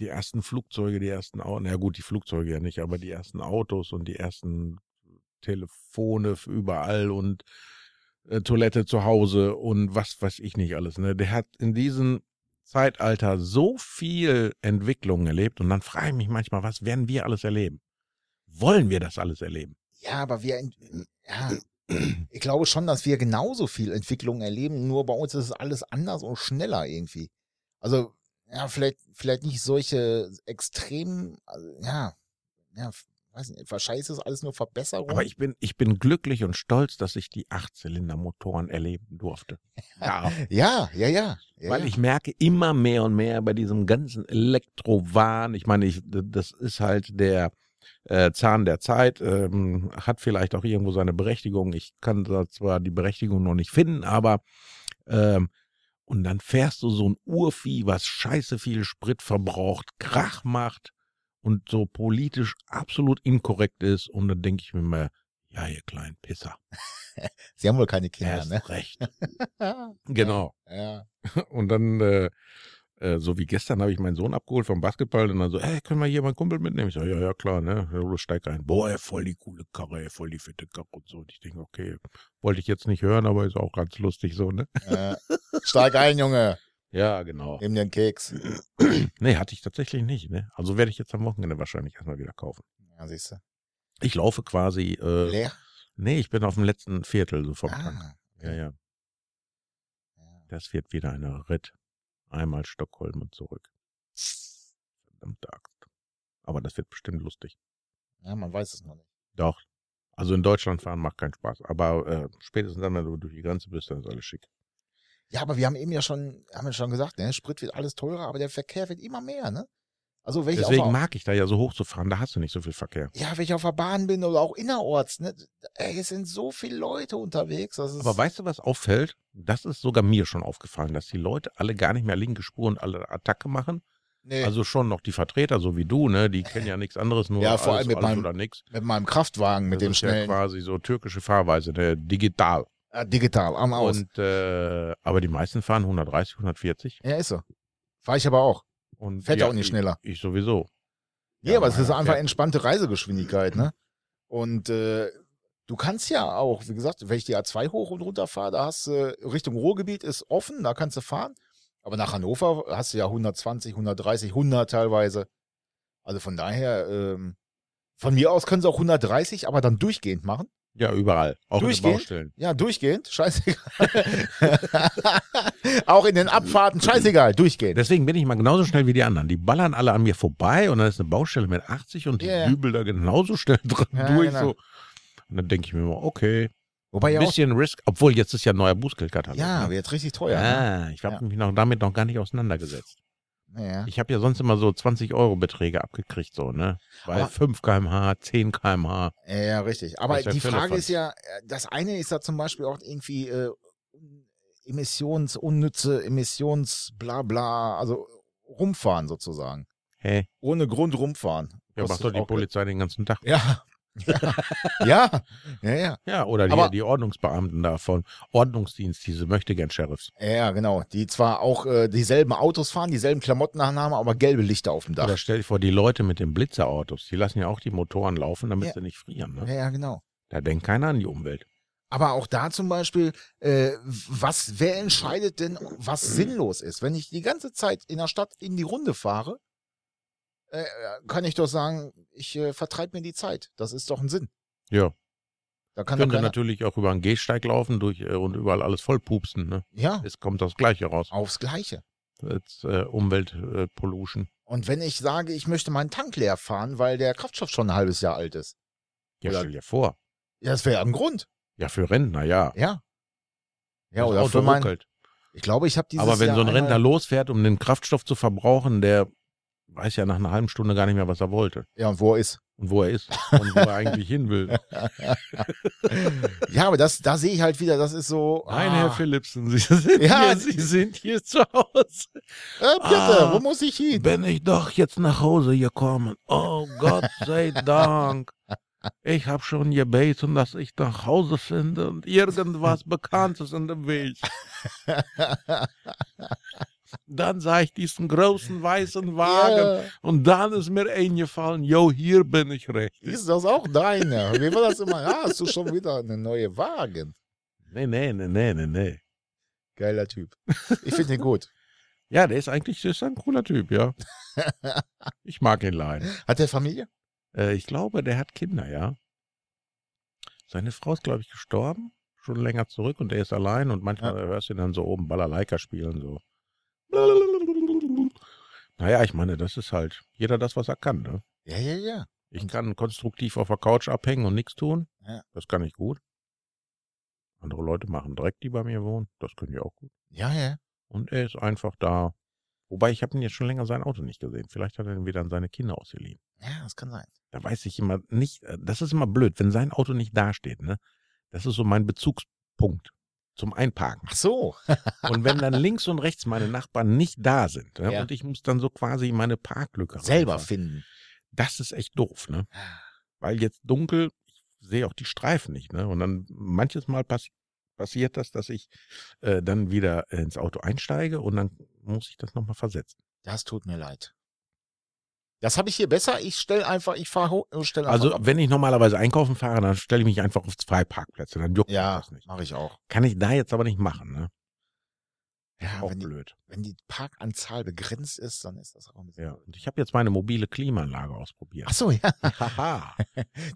Speaker 3: Die ersten Flugzeuge, die ersten Autos, na gut, die Flugzeuge ja nicht, aber die ersten Autos und die ersten Telefone f- überall und äh, Toilette zu Hause und was weiß ich nicht alles, ne? Der hat in diesem Zeitalter so viel Entwicklung erlebt und dann frage ich mich manchmal, was werden wir alles erleben? Wollen wir das alles erleben?
Speaker 2: Ja, aber wir, ent- hm, ja, ich glaube schon, dass wir genauso viel Entwicklung erleben, nur bei uns ist es alles anders und schneller irgendwie. Also, ja, vielleicht, vielleicht nicht solche extremen, also, ja, ja, weiß nicht, wahrscheinlich ist alles nur Verbesserung.
Speaker 3: Aber ich bin, ich bin glücklich und stolz, dass ich die Achtzylindermotoren erleben durfte. Ja,
Speaker 2: ja, ja, ja. ja
Speaker 3: weil
Speaker 2: ja.
Speaker 3: ich merke immer mehr und mehr bei diesem ganzen Elektrowahn. Ich meine, ich, das ist halt der äh, Zahn der Zeit, ähm, hat vielleicht auch irgendwo seine Berechtigung. Ich kann da zwar die Berechtigung noch nicht finden, aber ähm, und dann fährst du so ein Urvieh, was scheiße viel Sprit verbraucht, Krach macht und so politisch absolut inkorrekt ist. Und dann denke ich mir mal, ja, ihr kleinen Pisser,
Speaker 2: Sie haben wohl keine Kinder,
Speaker 3: erst
Speaker 2: ne?
Speaker 3: recht.
Speaker 2: <laughs>
Speaker 3: Genau.
Speaker 2: Ja.
Speaker 3: Und dann, äh, äh, so wie gestern, habe ich meinen Sohn abgeholt vom Basketball und dann so, ey, können wir hier meinen Kumpel mitnehmen? Ich so, ja, ja, klar, ne? Ja, du steig ein. Boah, ey, voll die coole Karre, ey, voll die fette Karre und so. Und ich denke, okay, wollte ich jetzt nicht hören, aber ist auch ganz lustig so, ne?
Speaker 2: Äh, steig ein, Junge.
Speaker 3: Ja, <laughs> genau.
Speaker 2: Nimm dir einen Keks.
Speaker 3: Nee, hatte ich tatsächlich nicht, ne? Also werde ich jetzt am Wochenende wahrscheinlich erstmal wieder kaufen.
Speaker 2: Ja, siehst du.
Speaker 3: Ich laufe quasi, äh,
Speaker 2: Leer?
Speaker 3: nee, ich bin auf dem letzten Viertel so vom Tank.
Speaker 2: Ah,
Speaker 3: Ja, ja. Das wird wieder eine Ritt. Einmal Stockholm und zurück. Verdammte Axt. Aber das wird bestimmt lustig.
Speaker 2: ja, man weiß es noch nicht.
Speaker 3: Doch. Also in Deutschland fahren macht keinen Spaß. Aber äh, spätestens dann, wenn du durch die Grenze bist, dann ist alles schick.
Speaker 2: Ja, aber wir haben eben ja schon, haben ja schon gesagt, ne? Sprit wird alles teurer, aber der Verkehr wird immer mehr, ne? Also wenn ich auf
Speaker 3: Deswegen
Speaker 2: der-
Speaker 3: mag ich da ja so hoch zu fahren, da hast du nicht so viel Verkehr.
Speaker 2: ja, wenn ich auf der Bahn bin oder auch innerorts, ne? Ey, es sind so viele Leute unterwegs. Das ist,
Speaker 3: Aber weißt du, was auffällt? Das ist sogar mir schon aufgefallen, dass die Leute alle gar nicht mehr linke Spur und alle Attacke machen.
Speaker 2: nee,
Speaker 3: Also schon noch die Vertreter, so wie du, ne? Die kennen ja nichts anderes, nur
Speaker 2: Ja, vor
Speaker 3: alles,
Speaker 2: allem mit
Speaker 3: alles
Speaker 2: meinem-
Speaker 3: oder nichts.
Speaker 2: mit meinem Kraftwagen, mit
Speaker 3: das
Speaker 2: dem
Speaker 3: ist
Speaker 2: schnellen,
Speaker 3: ja quasi so türkische Fahrweise, ne? digital.
Speaker 2: äh, digital, am Aus.
Speaker 3: Und äh, aber die meisten fahren 130, 140
Speaker 2: ja, ist so. Fahr ich aber auch.
Speaker 3: und
Speaker 2: Fährt ja auch nicht
Speaker 3: ich-
Speaker 2: schneller.
Speaker 3: Ich sowieso.
Speaker 2: Nee,
Speaker 3: Ja,
Speaker 2: aber es ist
Speaker 3: meiner
Speaker 2: einfach
Speaker 3: fährt-
Speaker 2: entspannte Reisegeschwindigkeit, ne? Und äh, du kannst ja auch, wie gesagt, wenn ich die A2 hoch und runter fahre, da hast du Richtung Ruhrgebiet ist offen, da kannst du fahren. Aber nach Hannover hast du ja 120, 130, 100 teilweise. Also von daher, ähm, von mir aus können sie auch 130, aber dann durchgehend machen.
Speaker 3: Ja, überall, auch in den
Speaker 2: Durchgehend?
Speaker 3: Baustellen.
Speaker 2: Ja, durchgehend, scheißegal. <laughs> auch in den Abfahrten, scheißegal, durchgehend.
Speaker 3: Deswegen bin ich mal genauso schnell wie die anderen. Die ballern alle an mir vorbei und dann ist eine Baustelle mit 80 und die
Speaker 2: Ja, ja.
Speaker 3: dübel da genauso schnell dran
Speaker 2: Ja,
Speaker 3: durch.
Speaker 2: genau.
Speaker 3: So. Und dann denke ich mir immer, okay,
Speaker 2: Wobei ja
Speaker 3: ein
Speaker 2: auch,
Speaker 3: bisschen Risk, obwohl jetzt ist ja ein neuer Bußgeldkatalog.
Speaker 2: ja,
Speaker 3: ne?
Speaker 2: wird richtig teuer. Ne?
Speaker 3: ja. Ah, ich habe
Speaker 2: Ja.
Speaker 3: mich noch damit noch gar nicht auseinandergesetzt.
Speaker 2: Ja.
Speaker 3: Ich habe ja sonst immer so 20 Euro Beträge abgekriegt, so, ne? Bei
Speaker 2: Aber-
Speaker 3: 5 kmh, 10 kmh.
Speaker 2: Ja, ja, richtig. Aber
Speaker 3: ist ja
Speaker 2: die
Speaker 3: Fälle
Speaker 2: Frage
Speaker 3: von.
Speaker 2: ist ja, äh, das eine ist ja zum Beispiel auch irgendwie äh, Emissionsunnütze, Emissionsblabla, also rumfahren sozusagen.
Speaker 3: Hä?
Speaker 2: Ohne Grund rumfahren.
Speaker 3: Ja, macht
Speaker 2: Kostet
Speaker 3: doch die
Speaker 2: auch Geld.
Speaker 3: Polizei den ganzen Tag.
Speaker 2: <laughs> Ja. ja. Ja, ja,
Speaker 3: Ja, oder die,
Speaker 2: Aber-
Speaker 3: die Ordnungsbeamten davon. Ordnungsdienst, diese möchte gern Sheriffs.
Speaker 2: ja, ja, genau. Die zwar auch äh, dieselben Autos fahren, dieselben Klamotten haben, aber gelbe Lichter auf dem
Speaker 3: Oder
Speaker 2: Dach.
Speaker 3: stell dir vor, die Leute mit den Blitzerautos, die lassen ja auch die Motoren laufen, damit
Speaker 2: Ja.
Speaker 3: sie nicht frieren.
Speaker 2: Ja,
Speaker 3: Ne?
Speaker 2: ja, genau.
Speaker 3: Da denkt keiner an die Umwelt.
Speaker 2: Aber auch da zum Beispiel, äh, was, wer entscheidet denn, was
Speaker 3: Mhm.
Speaker 2: sinnlos ist? Wenn ich die ganze Zeit in der Stadt in die Runde fahre, äh, kann ich doch sagen, ich äh, vertreibe mir die Zeit. Das ist doch ein Sinn.
Speaker 3: Ja.
Speaker 2: Da kann doch
Speaker 3: Könnte
Speaker 2: keiner,
Speaker 3: natürlich auch über einen Gehsteig laufen durch, äh, und überall alles vollpupsen. Ne?
Speaker 2: ja,
Speaker 3: Es kommt das Gleiche raus.
Speaker 2: aufs Gleiche.
Speaker 3: Als äh, Umweltpollution. Äh, Pollution.
Speaker 2: Und wenn ich sage, ich möchte meinen Tank leer fahren, weil der Kraftstoff schon ein halbes Jahr alt ist,
Speaker 3: ja,
Speaker 2: Oder-
Speaker 3: stell dir vor.
Speaker 2: ja, das wäre ja ein Grund.
Speaker 3: Ja, für Rentner, ja.
Speaker 2: Ja. Ja,
Speaker 3: Das
Speaker 2: oder
Speaker 3: Auto
Speaker 2: für mein,
Speaker 3: ruckelt.
Speaker 2: ich glaube, ich habe dieses
Speaker 3: Aber wenn
Speaker 2: Jahr
Speaker 3: so ein Rentner
Speaker 2: einmal-
Speaker 3: losfährt, um den Kraftstoff zu verbrauchen, der weiß ja nach einer halben Stunde gar nicht mehr, was er wollte
Speaker 2: Ja, und wo er ist?
Speaker 3: und wo er ist und
Speaker 2: <laughs>
Speaker 3: wo er eigentlich hin will.
Speaker 2: ja, aber das, da sehe ich halt wieder, das ist so.
Speaker 3: Nein,
Speaker 2: ah,
Speaker 3: Herr Philipsen, Sie sind,
Speaker 2: Ja,
Speaker 3: hier, Sie sind hier zu Hause.
Speaker 2: Äh, bitte,
Speaker 3: Ah.
Speaker 2: wo muss ich hin?
Speaker 3: Bin ich doch jetzt nach Hause gekommen. Oh Gott <laughs> sei Dank. Ich habe schon gebeten, dass ich nach Hause finde und irgendwas Bekanntes in dem Weg. Dann sah ich diesen großen weißen Wagen
Speaker 2: Ja,
Speaker 3: und dann ist mir eingefallen, jo, hier bin ich richtig.
Speaker 2: ist das auch deine? Wie war das immer? Ja, hast du schon wieder eine neue Wagen?
Speaker 3: Nee, nee, nee, nee, nee, nee.
Speaker 2: Geiler Typ. Ich finde den gut.
Speaker 3: Ja, der ist eigentlich der ist ein cooler Typ, <laughs> ja. Ich mag ihn leiden.
Speaker 2: Hat der Familie?
Speaker 3: Äh, ich glaube, der hat Kinder, ja. Seine Frau ist, glaube ich, gestorben, schon länger zurück und er ist allein und manchmal hörst du ihn dann so oben Balalaika spielen, so. Naja, ich meine, das ist halt jeder das, was er kann. Ne?
Speaker 2: Ja, ja, ja.
Speaker 3: Ich kann konstruktiv auf der Couch abhängen und nichts tun.
Speaker 2: Ja.
Speaker 3: Das kann ich gut. Andere Leute machen Dreck, die bei mir wohnen. Das können die auch gut.
Speaker 2: Ja, ja.
Speaker 3: Und er ist einfach da. Wobei, ich habe ihn jetzt schon länger sein Auto nicht gesehen. Vielleicht hat er ihn wieder an seine Kinder ausgeliehen.
Speaker 2: Ja, das kann sein.
Speaker 3: Da weiß ich immer nicht, äh, das ist immer blöd, wenn sein Auto nicht dasteht. Ne? Das ist so mein Bezugspunkt zum Einparken.
Speaker 2: Ach so.
Speaker 3: Und wenn dann links und rechts meine Nachbarn nicht da sind ne?
Speaker 2: Ja.
Speaker 3: und ich muss dann so quasi meine Parklücke
Speaker 2: Selber Ah.
Speaker 3: reinfahren.
Speaker 2: finden.
Speaker 3: Das ist echt doof, ne? Weil jetzt dunkel, ich sehe auch die Streifen nicht, ne? Und dann manches Mal pass passiert das, dass ich äh, dann wieder ins Auto einsteige und dann muss ich das nochmal versetzen.
Speaker 2: Das tut mir leid. Das habe ich hier besser. Ich stelle einfach, ich fahre stell einfach
Speaker 3: Also
Speaker 2: ab.
Speaker 3: wenn ich normalerweise einkaufen fahre, dann stelle ich mich einfach auf zwei Parkplätze, dann juckt
Speaker 2: ja,
Speaker 3: mich das nicht.
Speaker 2: mache ich auch.
Speaker 3: Kann ich da jetzt aber nicht machen, ne?
Speaker 2: Ja,
Speaker 3: auch
Speaker 2: wenn die,
Speaker 3: blöd.
Speaker 2: wenn die Parkanzahl begrenzt ist, dann ist das auch ein bisschen.
Speaker 3: Ja. Und ich habe jetzt meine mobile Klimaanlage ausprobiert.
Speaker 2: <laughs> Ach so, ja.
Speaker 3: Haha.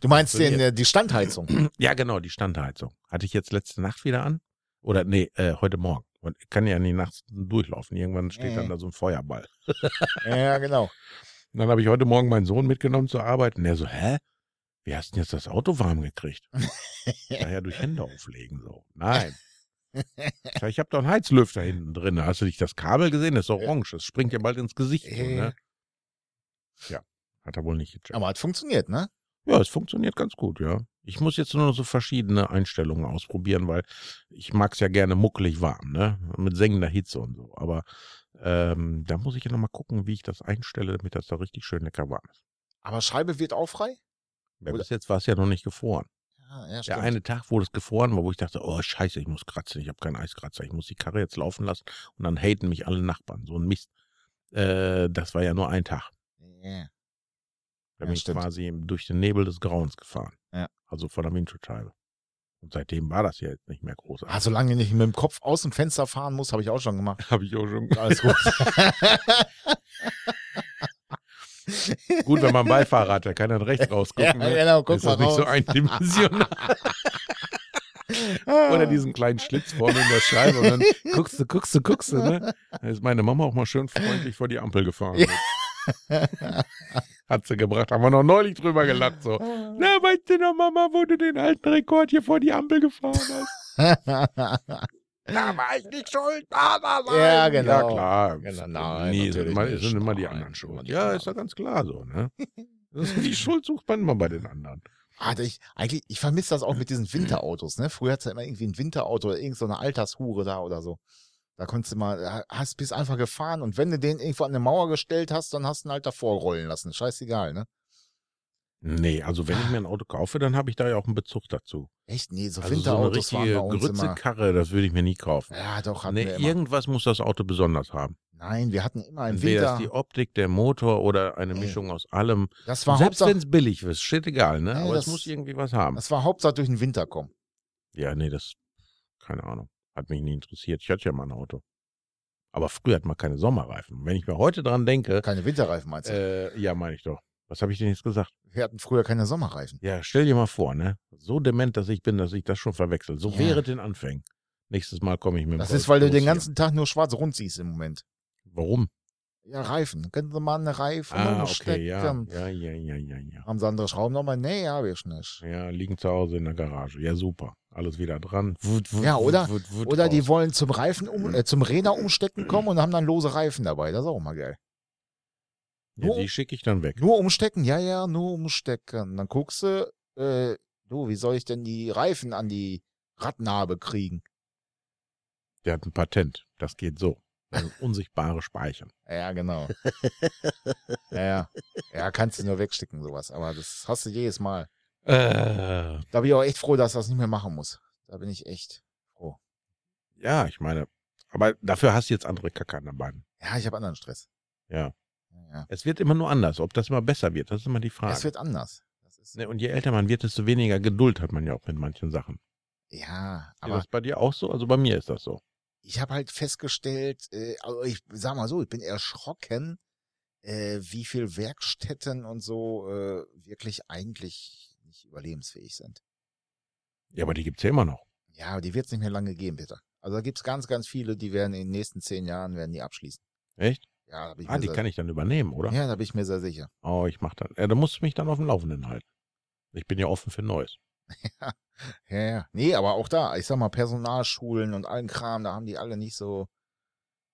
Speaker 2: Du meinst den, äh, die Standheizung.
Speaker 3: <clears throat> Ja, genau, die Standheizung. Hatte ich jetzt letzte Nacht wieder an? Oder nee, äh, heute Morgen. Und ich kann ja nie nachts durchlaufen. Irgendwann steht
Speaker 2: Mhm.
Speaker 3: dann da so ein Feuerball.
Speaker 2: ja, genau.
Speaker 3: Und dann habe ich heute Morgen meinen Sohn mitgenommen zur Arbeit und der so, hä? Wie hast du denn jetzt das Auto warm gekriegt? Daher durch Hände auflegen so. Nein. Ich sag, Ich habe doch einen Heizlüfter hinten drin. Hast du dich das Kabel gesehen? Das ist orange. Das springt dir bald ins Gesicht. So, ne? Ja, hat er wohl nicht gecheckt.
Speaker 2: Aber hat funktioniert, ne?
Speaker 3: Ja, es funktioniert ganz gut, ja. Ich muss jetzt nur noch so verschiedene Einstellungen ausprobieren, weil ich mag's ja gerne muckelig warm, ne? Mit sengender Hitze und so. Aber ähm, da muss ich ja nochmal gucken, wie ich das einstelle, damit das da richtig schön lecker warm ist.
Speaker 2: Aber Scheibe wird auch frei?
Speaker 3: Ja,
Speaker 2: Oder-
Speaker 3: bis jetzt war es ja noch nicht gefroren.
Speaker 2: Ja, ja
Speaker 3: Der eine Tag, wo das gefroren war, wo ich dachte, oh scheiße, ich muss kratzen, ich habe keinen Eiskratzer, ich muss die Karre jetzt laufen lassen und dann haten mich alle Nachbarn. So ein Mist. Äh, das war ja nur ein Tag.
Speaker 2: Ja.
Speaker 3: Da
Speaker 2: Ja,
Speaker 3: bin ich
Speaker 2: stimmt.
Speaker 3: quasi im- durch den Nebel des Grauens gefahren.
Speaker 2: Ja.
Speaker 3: Also von der Windschutzscheibe. Und seitdem war das ja jetzt nicht mehr
Speaker 2: Ah,
Speaker 3: großartig.
Speaker 2: solange ich nicht mit dem Kopf aus dem Fenster fahren muss, habe ich auch schon
Speaker 3: <laughs>
Speaker 2: gemacht.
Speaker 3: Habe ich auch schon.
Speaker 2: Alles gut.
Speaker 3: <laughs> Gut, wenn man Beifahrer hat, der kann dann <laughs> rechts
Speaker 2: ja,
Speaker 3: rausgucken. ne?
Speaker 2: genau, guck
Speaker 3: ist
Speaker 2: mal
Speaker 3: das nicht
Speaker 2: raus.
Speaker 3: so eindimensional. <laughs> Oder diesen kleinen Schlitz vorne in der Scheibe und dann Ah. <laughs> guckst du, guckst du, guckst du, ne? Da ist meine Mama auch mal schön freundlich vor die Ampel gefahren.
Speaker 2: Ja.
Speaker 3: Hat sie gebracht, haben wir noch neulich drüber gelacht, so. Na, weißt du noch, Mama, wo du den alten Rekord hier vor die Ampel gefahren hast? Da war ich nicht schuld, aber
Speaker 2: Ja,
Speaker 3: Ja,
Speaker 2: genau.
Speaker 3: klar.
Speaker 2: Genau, nein,
Speaker 3: nee, sind
Speaker 2: natürlich
Speaker 3: immer,
Speaker 2: nicht.
Speaker 3: sind immer die
Speaker 2: Nein,
Speaker 3: anderen schuld.
Speaker 2: immer die
Speaker 3: Ja,
Speaker 2: anderen.
Speaker 3: ist ja ganz klar
Speaker 2: <laughs>
Speaker 3: so, ne? Die Schuld sucht man immer bei den anderen.
Speaker 2: <laughs> Ah, ich, eigentlich, ich vermisse das auch mit diesen Winterautos, ne? Früher hat's ja immer irgendwie ein Winterauto oder irgendeine so eine Altershure da oder so. Da konntest du mal, da hast, bist einfach gefahren und wenn du den irgendwo an eine Mauer gestellt hast, dann hast du ihn halt davor rollen lassen. Scheißegal, ne?
Speaker 3: Nee, also wenn ich mir ein Auto kaufe, dann habe ich da ja auch einen Bezug dazu.
Speaker 2: Echt? Nee, so
Speaker 3: Also so eine
Speaker 2: Winterautos waren
Speaker 3: richtige
Speaker 2: bei uns immer.
Speaker 3: Grützekarre, das würde ich mir nie kaufen.
Speaker 2: Ja, doch, hatten
Speaker 3: nee,
Speaker 2: wir immer.
Speaker 3: Ne, irgendwas muss das Auto besonders haben.
Speaker 2: Nein, wir hatten immer im
Speaker 3: Entweder
Speaker 2: Winter.
Speaker 3: ist die Optik, der Motor oder eine
Speaker 2: Nee.
Speaker 3: Mischung aus allem.
Speaker 2: Das war
Speaker 3: Selbst wenn
Speaker 2: Hauptsache,
Speaker 3: es billig ist, shit egal, ne?
Speaker 2: Nee,
Speaker 3: Aber es
Speaker 2: das-
Speaker 3: muss irgendwie was haben.
Speaker 2: das war Hauptsache durch den Winter kommen.
Speaker 3: Ja, nee, das, keine Ahnung. Hat mich nie interessiert. Ich hatte ja mal ein Auto. Aber früher hat man keine Sommerreifen. Wenn ich mir heute dran denke,
Speaker 2: Keine Winterreifen meinst du?
Speaker 3: äh, ja, meine ich doch. Was habe ich denn jetzt gesagt?
Speaker 2: Wir hatten früher keine Sommerreifen.
Speaker 3: Ja, stell dir mal vor, ne? So dement, dass ich bin, dass ich das schon verwechsel. So
Speaker 2: Ja.
Speaker 3: wäre den Anfängen. Nächstes Mal komme ich mit dem
Speaker 2: Das
Speaker 3: Golf
Speaker 2: ist, weil du
Speaker 3: los
Speaker 2: den
Speaker 3: hier.
Speaker 2: ganzen Tag nur schwarz rund siehst im Moment.
Speaker 3: Warum?
Speaker 2: Ja, Reifen. Können Sie mal eine Reifen
Speaker 3: Ah, okay,
Speaker 2: umstecken?
Speaker 3: ja. Ja, ja, ja, ja, ja.
Speaker 2: Haben sie andere Schrauben nochmal? Nee, habe ich nicht.
Speaker 3: Ja, liegen zu Hause in der Garage. Ja, super. Alles wieder dran. Wut, wut,
Speaker 2: Ja,
Speaker 3: wut,
Speaker 2: oder-
Speaker 3: wut, wut
Speaker 2: Oder die
Speaker 3: raus.
Speaker 2: wollen zum Reifen um, äh, zum Räder umstecken kommen und haben dann lose Reifen dabei. Das ist auch mal geil.
Speaker 3: Ja, die schicke ich dann weg.
Speaker 2: Nur umstecken, ja, ja, nur umstecken. Dann guckst du, äh, du, wie soll ich denn die Reifen an die Radnabe kriegen?
Speaker 3: Der hat ein Patent. Das geht so.
Speaker 2: <laughs>
Speaker 3: Also unsichtbare Speicher.
Speaker 2: Ja, genau. ja, ja. ja, kannst du nur wegstecken, sowas. Aber das hast du jedes Mal.
Speaker 3: Äh,
Speaker 2: Da bin ich auch echt froh, dass ich das nicht mehr machen muss. Da bin ich echt.
Speaker 3: ja, ich meine, aber dafür hast du jetzt andere Kacke an der Beine.
Speaker 2: Ja, ich habe anderen Stress.
Speaker 3: Ja.
Speaker 2: ja.
Speaker 3: Es wird immer nur anders. Ob das immer besser wird, das ist immer die Frage.
Speaker 2: Es wird anders. Das ist,
Speaker 3: Ne, und je älter man wird, desto weniger Geduld hat man ja auch mit manchen Sachen.
Speaker 2: ja,
Speaker 3: Ist
Speaker 2: aber
Speaker 3: das bei dir auch so? Also bei mir ist das so.
Speaker 2: ich habe halt festgestellt, äh, also ich sag mal so, ich bin erschrocken, äh, wie viel Werkstätten und so äh, wirklich eigentlich nicht überlebensfähig sind.
Speaker 3: Ja, aber die gibt's ja immer noch.
Speaker 2: Ja, aber die wird es nicht mehr lange geben, bitte. Also da gibt's ganz, ganz viele, die werden in den nächsten zehn Jahren werden die abschließen.
Speaker 3: Echt?
Speaker 2: Ja, da bin ich
Speaker 3: Ah,
Speaker 2: mir
Speaker 3: die
Speaker 2: sehr-
Speaker 3: kann ich dann übernehmen, oder?
Speaker 2: Ja, da bin ich mir sehr sicher.
Speaker 3: Oh, ich mach dann. Ja, da musst du mich dann auf dem Laufenden halten. Ich bin ja offen für Neues.
Speaker 2: Ja, ja. Nee, aber auch da, ich sag mal, Personalschulen und allen Kram, da haben die alle nicht so.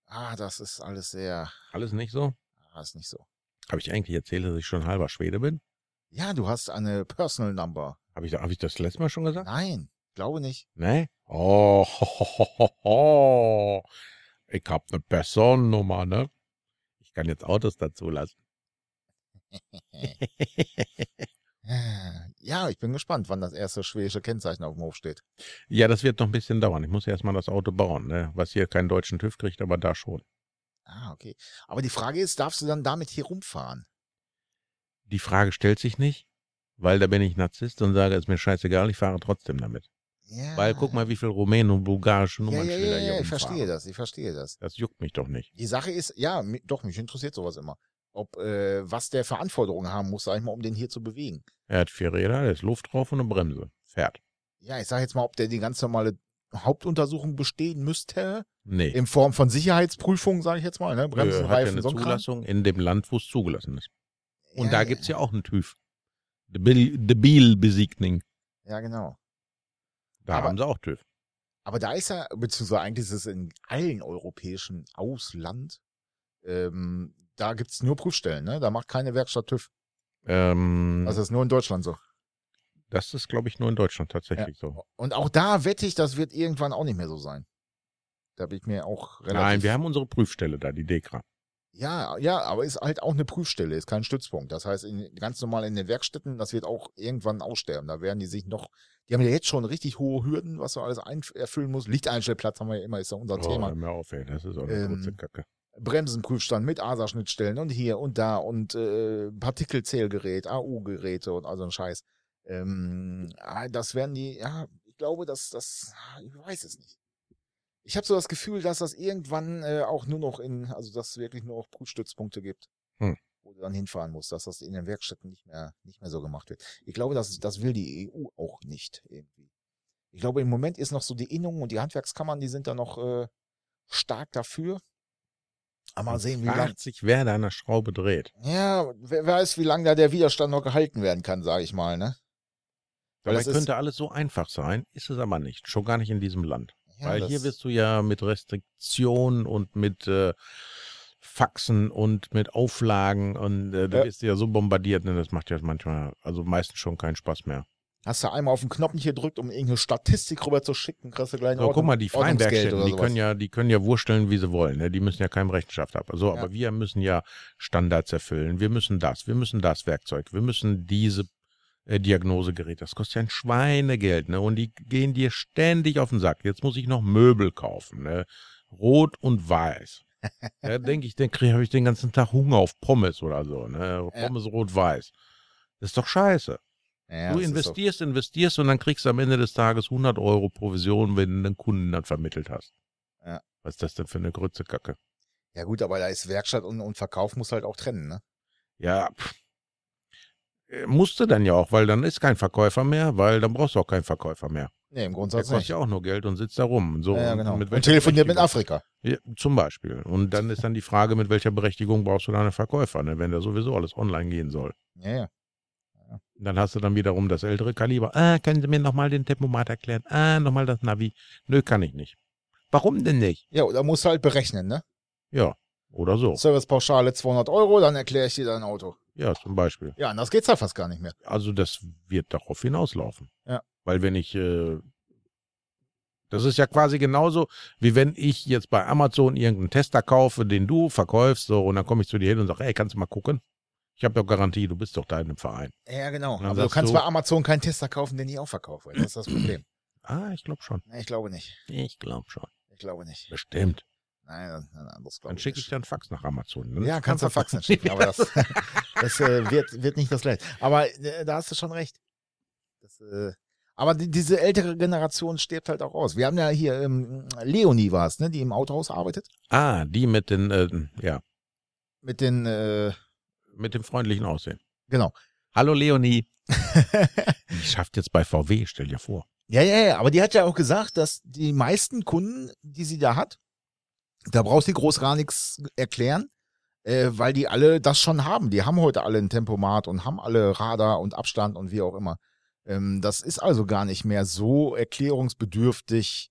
Speaker 2: Ah, das ist alles sehr.
Speaker 3: Alles nicht so?
Speaker 2: Ah, ist nicht so.
Speaker 3: Habe ich eigentlich erzählt, dass ich schon halber Schwede bin?
Speaker 2: Ja, du hast eine Personal Number.
Speaker 3: Habe ich, da- hab ich das letzte Mal schon gesagt?
Speaker 2: Nein, glaube nicht.
Speaker 3: Nee? Oh, ho, ho, ho, ho, ho. ich habe eine Personennummer, ne? Ich kann jetzt Autos dazu
Speaker 2: <laughs>
Speaker 3: lassen.
Speaker 2: Äh, Ja, ich bin gespannt, wann das erste schwedische Kennzeichen auf dem Hof steht.
Speaker 3: ja, das wird noch ein bisschen dauern. Ich muss erstmal das Auto bauen, ne? Was hier keinen deutschen TÜV kriegt, aber da schon.
Speaker 2: Ah, okay. Aber die Frage ist, darfst du dann damit hier rumfahren?
Speaker 3: Die Frage stellt sich nicht, weil da bin ich Narzisst und sage, ist mir scheißegal, ich fahre trotzdem damit.
Speaker 2: Ja.
Speaker 3: Weil guck mal, wie viel Rumänen und bulgarische
Speaker 2: Ah. ja, ja,
Speaker 3: Nummernschilder
Speaker 2: ja, ja,
Speaker 3: hier
Speaker 2: ich verstehe
Speaker 3: das.
Speaker 2: das, ich verstehe das.
Speaker 3: Das juckt mich doch nicht.
Speaker 2: Die Sache ist, ja, mi- doch, mich interessiert sowas immer. Ob, äh, was der Verantwortung haben muss, sag ich mal, um den hier zu bewegen.
Speaker 3: Er hat vier Räder, da ist Luft drauf und eine Bremse. Fährt.
Speaker 2: Ja, ich sag jetzt mal, ob der die ganz normale Hauptuntersuchung bestehen müsste,
Speaker 3: Nee.
Speaker 2: in Form von Sicherheitsprüfungen, sage ich jetzt mal, ne?
Speaker 3: Äh,
Speaker 2: Bremsen,
Speaker 3: hat ja
Speaker 2: Reifen,
Speaker 3: eine
Speaker 2: so ein Kram.
Speaker 3: Zulassung in dem Land, wo es zugelassen ist. Und
Speaker 2: Ja,
Speaker 3: da
Speaker 2: ja.
Speaker 3: gibt's ja auch einen TÜV. The Bill, the Bill Besiegning.
Speaker 2: Ja, genau.
Speaker 3: Da
Speaker 2: Aber-
Speaker 3: haben sie auch TÜV.
Speaker 2: Aber da ist ja, beziehungsweise eigentlich ist es in allen europäischen Ausland, ähm, da gibt's nur Prüfstellen, ne? Da macht keine Werkstatt TÜV.
Speaker 3: Ähm,
Speaker 2: Also das ist nur in Deutschland so.
Speaker 3: das ist, glaube ich, nur in Deutschland tatsächlich so.
Speaker 2: Und auch da wette ich, das wird irgendwann auch nicht mehr so sein. Da bin ich mir auch relativ.
Speaker 3: Nein, wir haben unsere Prüfstelle da, die DEKRA.
Speaker 2: Ja, ja, aber ist halt auch eine Prüfstelle, ist kein Stützpunkt. Das heißt, in, ganz normal in den Werkstätten, das wird auch irgendwann aussterben. Da werden die sich noch, die haben ja jetzt schon richtig hohe Hürden, was so alles ein, erfüllen muss. Lichteinstellplatz haben wir ja immer, ist ja unser
Speaker 3: oh,
Speaker 2: Thema.
Speaker 3: hör mir auf, ey. Das ist auch eine
Speaker 2: Ähm,
Speaker 3: kurze Kacke.
Speaker 2: Bremsenprüfstand mit ASA-Schnittstellen und hier und da und äh, Partikelzählgerät, AU-Geräte und all so ein Scheiß. Ähm, ah, das werden die, ja, ich glaube, dass das, ah, ich weiß es nicht. Ich habe so das Gefühl, dass das irgendwann äh, auch nur noch in, also dass es wirklich nur noch Prüfstützpunkte gibt,
Speaker 3: Hm.
Speaker 2: wo du dann hinfahren musst, dass das in den Werkstätten nicht mehr, nicht mehr so gemacht wird. Ich glaube, das, das will die EU auch nicht irgendwie. Ich glaube, im Moment ist noch so die Innung und die Handwerkskammern, die sind da noch äh, stark dafür. Aber
Speaker 3: Hm,
Speaker 2: mal sehen, wie lange.
Speaker 3: Fragt sich, wer da an der Schraube dreht.
Speaker 2: Ja, wer weiß, wie lange da der Widerstand noch gehalten werden kann, sage ich mal, ne? Weil
Speaker 3: Dabei
Speaker 2: das ist-
Speaker 3: könnte alles so einfach sein, ist es aber nicht. Schon gar nicht in diesem Land.
Speaker 2: Ja,
Speaker 3: Weil
Speaker 2: das-
Speaker 3: hier wirst du ja mit Restriktionen und mit äh, Faxen und mit Auflagen und äh, da
Speaker 2: Ja.
Speaker 3: wirst du ja so bombardiert, ne, das macht ja manchmal, also meistens schon keinen Spaß mehr.
Speaker 2: Hast du einmal auf den Knopf hier gedrückt, um irgendeine Statistik rüber zu schicken, kriegst du gleich
Speaker 3: So, guck mal, die freien
Speaker 2: Ordnungsgeld
Speaker 3: Werkstätten,
Speaker 2: oder
Speaker 3: die
Speaker 2: sowas.
Speaker 3: können ja, die können ja wursteln, wie sie wollen, ne? die müssen ja keinem Rechenschaft ab. So,
Speaker 2: Ja.
Speaker 3: aber wir müssen ja Standards erfüllen, wir müssen das, wir müssen das Werkzeug, wir müssen diese äh, Diagnosegerät, das kostet ja ein Schweinegeld, ne? Und die gehen dir ständig auf den Sack. Jetzt muss ich noch Möbel kaufen, ne? Rot und
Speaker 2: <laughs>
Speaker 3: weiß. Da denke ich, dann habe ich den ganzen Tag Hunger auf Pommes oder so, ne?
Speaker 2: Ja.
Speaker 3: Pommes rot-weiß. Das ist doch scheiße.
Speaker 2: Ja,
Speaker 3: du
Speaker 2: das ist
Speaker 3: investierst, investierst und dann kriegst du am Ende des Tages 100 Euro Provision, wenn du einen Kunden dann vermittelt hast.
Speaker 2: Ja.
Speaker 3: Was ist das denn für eine Grütze Kacke?
Speaker 2: So. Ja gut, aber da ist Werkstatt und, und Verkauf muss halt auch trennen, ne?
Speaker 3: Ja, pff. Äh, Musste dann ja auch, weil dann ist kein Verkäufer mehr, weil dann brauchst du auch keinen Verkäufer mehr.
Speaker 2: Nee, im
Speaker 3: Der
Speaker 2: Grundsatz
Speaker 3: kostet
Speaker 2: nicht.
Speaker 3: ja auch nur Geld und sitzt da rum. Und So,
Speaker 2: Ja, genau.
Speaker 3: mit
Speaker 2: Und
Speaker 3: welcher
Speaker 2: telefoniert mit
Speaker 3: Berechtigung-
Speaker 2: Afrika.
Speaker 3: Ja, zum Beispiel. Und dann ist dann die Frage, mit welcher Berechtigung brauchst du da einen Verkäufer, ne, wenn da sowieso alles online gehen soll.
Speaker 2: Ja, ja.
Speaker 3: Dann hast du dann wiederum das ältere Kaliber. Ah, können Sie mir nochmal den Tempomat erklären? Ah, nochmal das Navi. Nö, kann ich nicht. Warum denn nicht?
Speaker 2: Ja, oder musst du halt berechnen, ne?
Speaker 3: Ja, oder so.
Speaker 2: Servicepauschale 200 Euro, dann erkläre ich dir dein Auto.
Speaker 3: Ja, zum Beispiel.
Speaker 2: Ja, anders geht's halt fast gar nicht mehr.
Speaker 3: Also das wird darauf hinauslaufen.
Speaker 2: Ja.
Speaker 3: Weil wenn ich, äh, das ist ja quasi genauso, wie wenn ich jetzt bei Amazon irgendeinen Tester kaufe, den du verkaufst, so, und dann komme ich zu dir hin und sage, ey, kannst du mal gucken? Ich habe doch Garantie, du bist doch da in dem Verein.
Speaker 2: Ja, genau.
Speaker 3: Dann
Speaker 2: Aber du
Speaker 3: sagst
Speaker 2: kannst
Speaker 3: du-
Speaker 2: bei Amazon keinen Tester kaufen, den ich auch verkaufe. Das ist das Problem.
Speaker 3: Ah, ich glaube schon.
Speaker 2: Nee, Ich glaube nicht.
Speaker 3: Ich glaube schon.
Speaker 2: Ich glaube nicht.
Speaker 3: Bestimmt.
Speaker 2: Nein, das- nein, anders glaube
Speaker 3: Dann
Speaker 2: ich
Speaker 3: schicke
Speaker 2: nicht.
Speaker 3: ich dir einen Fax nach Amazon. Dann
Speaker 2: Ja,
Speaker 3: <laughs>
Speaker 2: kannst du faxen schicken, aber das, das äh, wird, wird nicht das gleiche. Aber äh, da hast du schon recht. Das, äh, aber die, diese ältere Generation stirbt halt auch aus. Wir haben ja hier ähm, Leonie war es, ne, die im Autohaus arbeitet.
Speaker 3: Ah, die mit den, äh, ja,
Speaker 2: Mit den, äh,
Speaker 3: mit dem freundlichen Aussehen.
Speaker 2: genau.
Speaker 3: Hallo Leonie. Die schafft jetzt bei VW, stell dir vor.
Speaker 2: Ja, ja, ja, aber die hat ja auch gesagt, dass die meisten Kunden, die sie da hat, da braucht sie groß gar nichts erklären. äh, weil die alle das schon haben. Die haben heute alle ein Tempomat und haben alle Radar und Abstand und wie auch immer. Ähm, das ist also gar nicht mehr so erklärungsbedürftig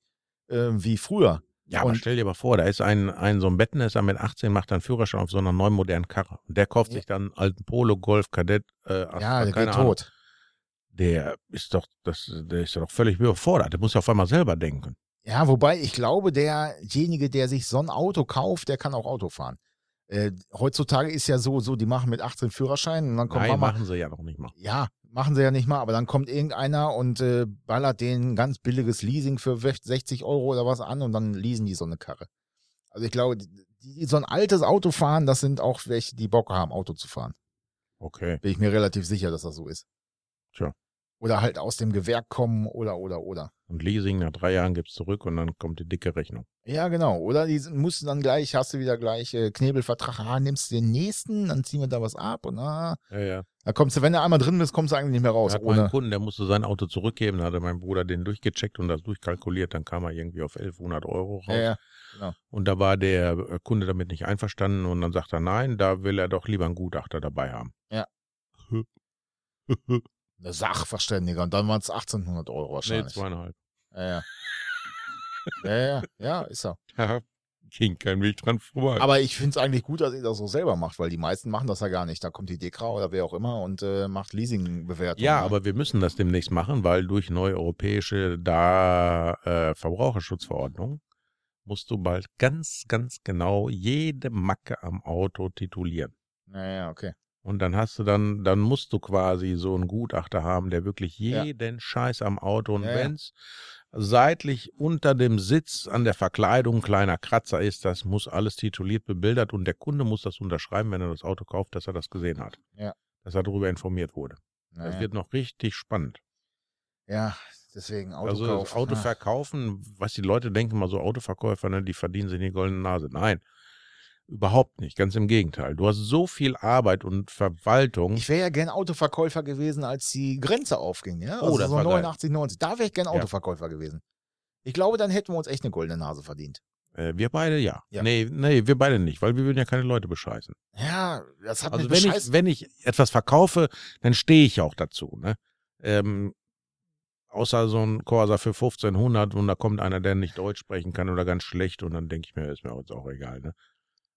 Speaker 2: äh, wie früher.
Speaker 3: Ja, aber
Speaker 2: Und-
Speaker 3: stell dir mal vor, da ist ein, ein so ein Bettnesser mit 18, macht dann Führerschein auf so einer neuen modernen Karre. Und der kauft sich dann alten Polo, Golf, Kadett, äh, Astra,
Speaker 2: ja, der
Speaker 3: keine
Speaker 2: geht
Speaker 3: Ahnung.
Speaker 2: tot.
Speaker 3: Der ist doch, das, der ist ja doch völlig überfordert. Der muss ja auf einmal selber denken.
Speaker 2: Ja, wobei ich glaube, derjenige, der sich so ein Auto kauft, der kann auch Auto fahren. Äh, heutzutage ist ja so, so, die machen mit 18 Führerschein und dann kommt
Speaker 3: Nein,
Speaker 2: Mama,
Speaker 3: machen sie ja noch nicht mal.
Speaker 2: ja, machen sie ja nicht mal, aber dann kommt irgendeiner und äh, ballert denen ein ganz billiges Leasing für 60 Euro oder was an und dann leasen die so eine Karre. Also ich glaube, die, die so ein altes Auto fahren, das sind auch welche, die Bock haben, Auto zu fahren.
Speaker 3: Okay.
Speaker 2: Bin ich mir relativ sicher, dass das so ist.
Speaker 3: Tja.
Speaker 2: Oder halt aus dem Gewerk kommen oder, oder, oder.
Speaker 3: Und Leasing nach drei Jahren gibt's zurück und dann kommt die dicke Rechnung.
Speaker 2: Ja, genau. Oder die sind- mussten dann gleich, hast du wieder gleich äh, Knebelvertrag, ah, nimmst du den nächsten, dann ziehen wir da was ab und ah.
Speaker 3: Ja, ja.
Speaker 2: Da kommst du, wenn du einmal drin bist, kommst du eigentlich nicht mehr raus.
Speaker 3: hat mal einen
Speaker 2: Ohne.
Speaker 3: Kunden, der musste sein Auto zurückgeben, da hatte mein Bruder den durchgecheckt und das durchkalkuliert, dann kam er irgendwie auf 1100 Euro raus.
Speaker 2: Ja, ja.
Speaker 3: Und da war der äh, Kunde damit nicht einverstanden und dann sagt er, nein, da will er doch lieber einen Gutachter dabei haben. <laughs>
Speaker 2: Ja. Eine Sachverständiger. Und dann waren es 1800 Euro
Speaker 3: nee,
Speaker 2: wahrscheinlich.
Speaker 3: zweieinhalb. <laughs>
Speaker 2: Ja, ja. ja, ja, ja, ist so.
Speaker 3: Da ging kein Weg dran vorbei.
Speaker 2: Aber ich finde es eigentlich gut, dass ihr das so selber macht, weil die meisten machen das ja gar nicht. Da kommt die Dekra oder wer auch immer und äh, macht Leasingbewertungen.
Speaker 3: ja,
Speaker 2: ne?
Speaker 3: aber wir müssen das demnächst machen, weil durch neue europäische da, äh, Verbraucherschutzverordnung musst du bald ganz, ganz genau jede Macke am Auto titulieren.
Speaker 2: Ja, ja, okay.
Speaker 3: Und dann hast du dann, dann musst du quasi so einen Gutachter haben, der wirklich
Speaker 2: Ja.
Speaker 3: jeden Scheiß am Auto und
Speaker 2: Ja, ja.
Speaker 3: wenn's seitlich unter dem Sitz an der Verkleidung ein kleiner Kratzer ist, das muss alles tituliert bebildert und der Kunde muss das unterschreiben, wenn er das Auto kauft, dass er das gesehen hat.
Speaker 2: Ja.
Speaker 3: Dass er darüber informiert wurde.
Speaker 2: Ja,
Speaker 3: Das
Speaker 2: ja.
Speaker 3: wird noch richtig spannend.
Speaker 2: ja deswegen ne? Auto ah.
Speaker 3: also das Auto verkaufen, was die Leute denken mal so Autoverkäufer, ne, die verdienen sich die goldene Nase. Nein. Überhaupt nicht, ganz im Gegenteil. Du hast so viel Arbeit und Verwaltung.
Speaker 2: Ich wäre ja gern Autoverkäufer gewesen, als die Grenze aufging, ja?
Speaker 3: Oh,
Speaker 2: Also
Speaker 3: das
Speaker 2: so
Speaker 3: war geil.
Speaker 2: 89, 90. Da wäre ich gern Autoverkäufer gewesen. Ich glaube, dann hätten wir uns echt eine goldene Nase verdient.
Speaker 3: Äh, wir beide ja.
Speaker 2: Ja.
Speaker 3: Nee, nee, wir beide nicht, weil wir würden ja keine Leute bescheißen.
Speaker 2: Ja, das hat
Speaker 3: Also
Speaker 2: mit
Speaker 3: wenn
Speaker 2: Bescheiß.
Speaker 3: ich, wenn ich etwas verkaufe, dann stehe ich auch dazu. Ne? Ähm, außer so ein Corsa für 1500 und da kommt einer, der nicht Deutsch sprechen kann oder ganz schlecht und dann denke ich mir, ist mir jetzt auch egal. Ne?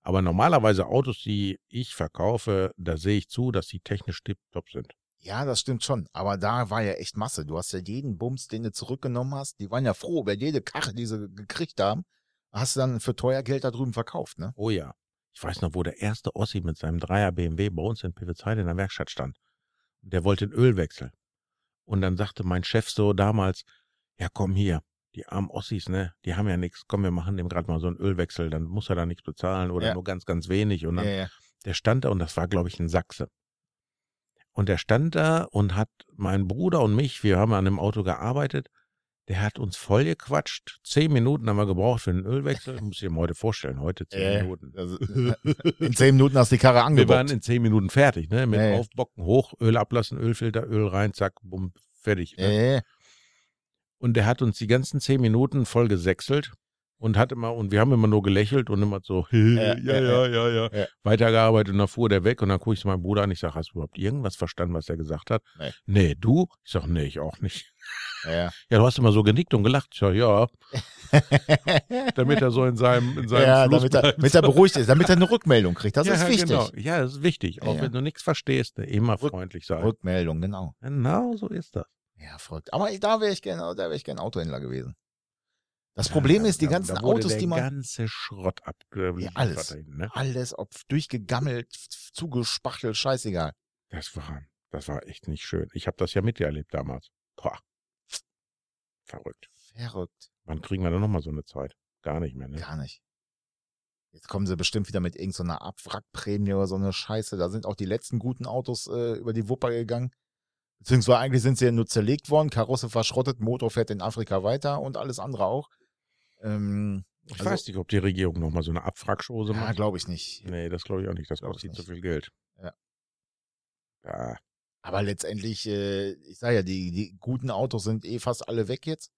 Speaker 3: Aber normalerweise Autos, die ich verkaufe, da sehe ich zu, dass die technisch tiptop sind.
Speaker 2: ja, das stimmt schon. Aber da war ja echt Masse. Du hast ja jeden Bums, den du zurückgenommen hast. Die waren ja froh über jede Karre, die sie gekriegt haben. Hast du dann für teuer Geld da drüben verkauft, ne?
Speaker 3: Oh ja. Ich weiß noch, wo der erste Ossi mit seinem Dreier BMW bei uns in Pivetzheide in der Werkstatt stand. Der wollte den Ölwechsel. Und dann sagte mein Chef so damals, ja komm hier, die armen Ossis, ne, die haben ja nichts, komm, wir machen dem gerade mal so einen Ölwechsel, dann muss er da nichts bezahlen oder
Speaker 2: Ja.
Speaker 3: nur ganz, ganz wenig. Und dann,
Speaker 2: ja, ja.
Speaker 3: der stand da und das war, glaube ich, ein Sachse. Und der stand da und hat meinen Bruder und mich, wir haben an dem Auto gearbeitet, der hat uns voll gequatscht. Zehn Minuten haben wir gebraucht für den Ölwechsel. Muss ich mir heute vorstellen, heute zehn
Speaker 2: Äh,
Speaker 3: Minuten.
Speaker 2: also, <laughs> in zehn Minuten hast du die Karre
Speaker 3: Wir waren
Speaker 2: angebockt.
Speaker 3: in zehn Minuten fertig, ne? Mit
Speaker 2: Ja, ja.
Speaker 3: Aufbocken hoch, Öl ablassen, Ölfilter, Öl rein, zack, bumm, fertig.
Speaker 2: Ja,
Speaker 3: Ne?
Speaker 2: ja, ja.
Speaker 3: Und der hat uns die ganzen zehn Minuten voll gesächselt und hat immer, und wir haben immer nur gelächelt und immer so, <laughs> ja, ja, ja, ja, ja,
Speaker 2: ja.
Speaker 3: weitergearbeitet und dann fuhr der weg und dann gucke ich zu meinem Bruder an, ich sage, hast du überhaupt irgendwas verstanden, was er gesagt hat?
Speaker 2: Nee.
Speaker 3: Nee, du? Ich sage, nee, ich auch nicht. <laughs>
Speaker 2: ja,
Speaker 3: Ja, du hast immer so genickt und gelacht. Ich sag, ja,
Speaker 2: ja.
Speaker 3: damit er <laughs> so in seinem, in seinem
Speaker 2: <laughs> ja,
Speaker 3: Fluss
Speaker 2: damit er,
Speaker 3: bleibt.
Speaker 2: damit er beruhigt ist, damit er eine Rückmeldung kriegt. Das
Speaker 3: ja,
Speaker 2: ist
Speaker 3: ja,
Speaker 2: wichtig.
Speaker 3: Genau. Ja, das ist wichtig. Auch
Speaker 2: Ja, ja.
Speaker 3: wenn du nichts verstehst, ne, immer
Speaker 2: Rück-
Speaker 3: freundlich sein.
Speaker 2: Rückmeldung, genau.
Speaker 3: Genau so ist das.
Speaker 2: Ja, verrückt. Aber ich- da wäre ich gerne, da wäre ich gern Autohändler gewesen. Das Problem
Speaker 3: Ja,
Speaker 2: ist, die
Speaker 3: da-
Speaker 2: ganzen
Speaker 3: da wurde
Speaker 2: Autos,
Speaker 3: der
Speaker 2: die man
Speaker 3: ganze Schrott abgeliefert.
Speaker 2: Ja, alles.
Speaker 3: Dahin, ne?
Speaker 2: alles ob durchgegammelt, f- zugespachtelt, scheißegal.
Speaker 3: Das war, das war echt nicht schön. Ich habe das ja miterlebt damals. Boah. Verrückt.
Speaker 2: Verrückt.
Speaker 3: Wann kriegen wir da nochmal so eine Zeit? Gar nicht mehr, ne?
Speaker 2: Gar nicht. Jetzt kommen sie bestimmt wieder mit irgendeiner Abwrackprämie oder so eine Scheiße. Da sind auch die letzten guten Autos äh, über die Wupper gegangen. Beziehungsweise eigentlich sind sie ja nur zerlegt worden, Karosse verschrottet, Motor fährt in Afrika weiter und alles andere auch. Ähm,
Speaker 3: Ich
Speaker 2: also-
Speaker 3: weiß nicht, ob die Regierung nochmal so eine Abfragschose
Speaker 2: ja,
Speaker 3: macht.
Speaker 2: glaube ich nicht.
Speaker 3: nee, das glaube ich auch nicht. Das
Speaker 2: Glaub ich
Speaker 3: kostet zu
Speaker 2: nicht.
Speaker 3: viel Geld.
Speaker 2: Ja.
Speaker 3: Ja.
Speaker 2: Aber letztendlich, äh, ich sage ja, die, die guten Autos sind eh fast alle weg jetzt.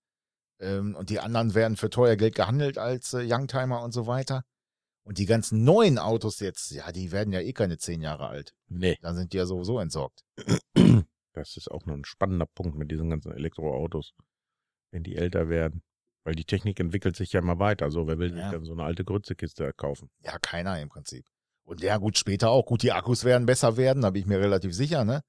Speaker 2: Ähm, und die anderen werden für teuer Geld gehandelt als äh, Youngtimer und so weiter. Und die ganzen neuen Autos jetzt, ja, die werden ja eh keine zehn Jahre alt.
Speaker 3: Nee.
Speaker 2: Dann sind die ja sowieso entsorgt.
Speaker 3: ne, Das ist auch noch ein spannender Punkt mit diesen ganzen Elektroautos, wenn die älter werden. Weil die Technik entwickelt sich ja immer weiter. So, wer will sich
Speaker 2: Ja.
Speaker 3: dann so eine alte Grützekiste kaufen?
Speaker 2: Ja, keiner im Prinzip. Und ja, gut, später auch. Gut, die Akkus werden besser werden, da bin ich mir relativ sicher, ne?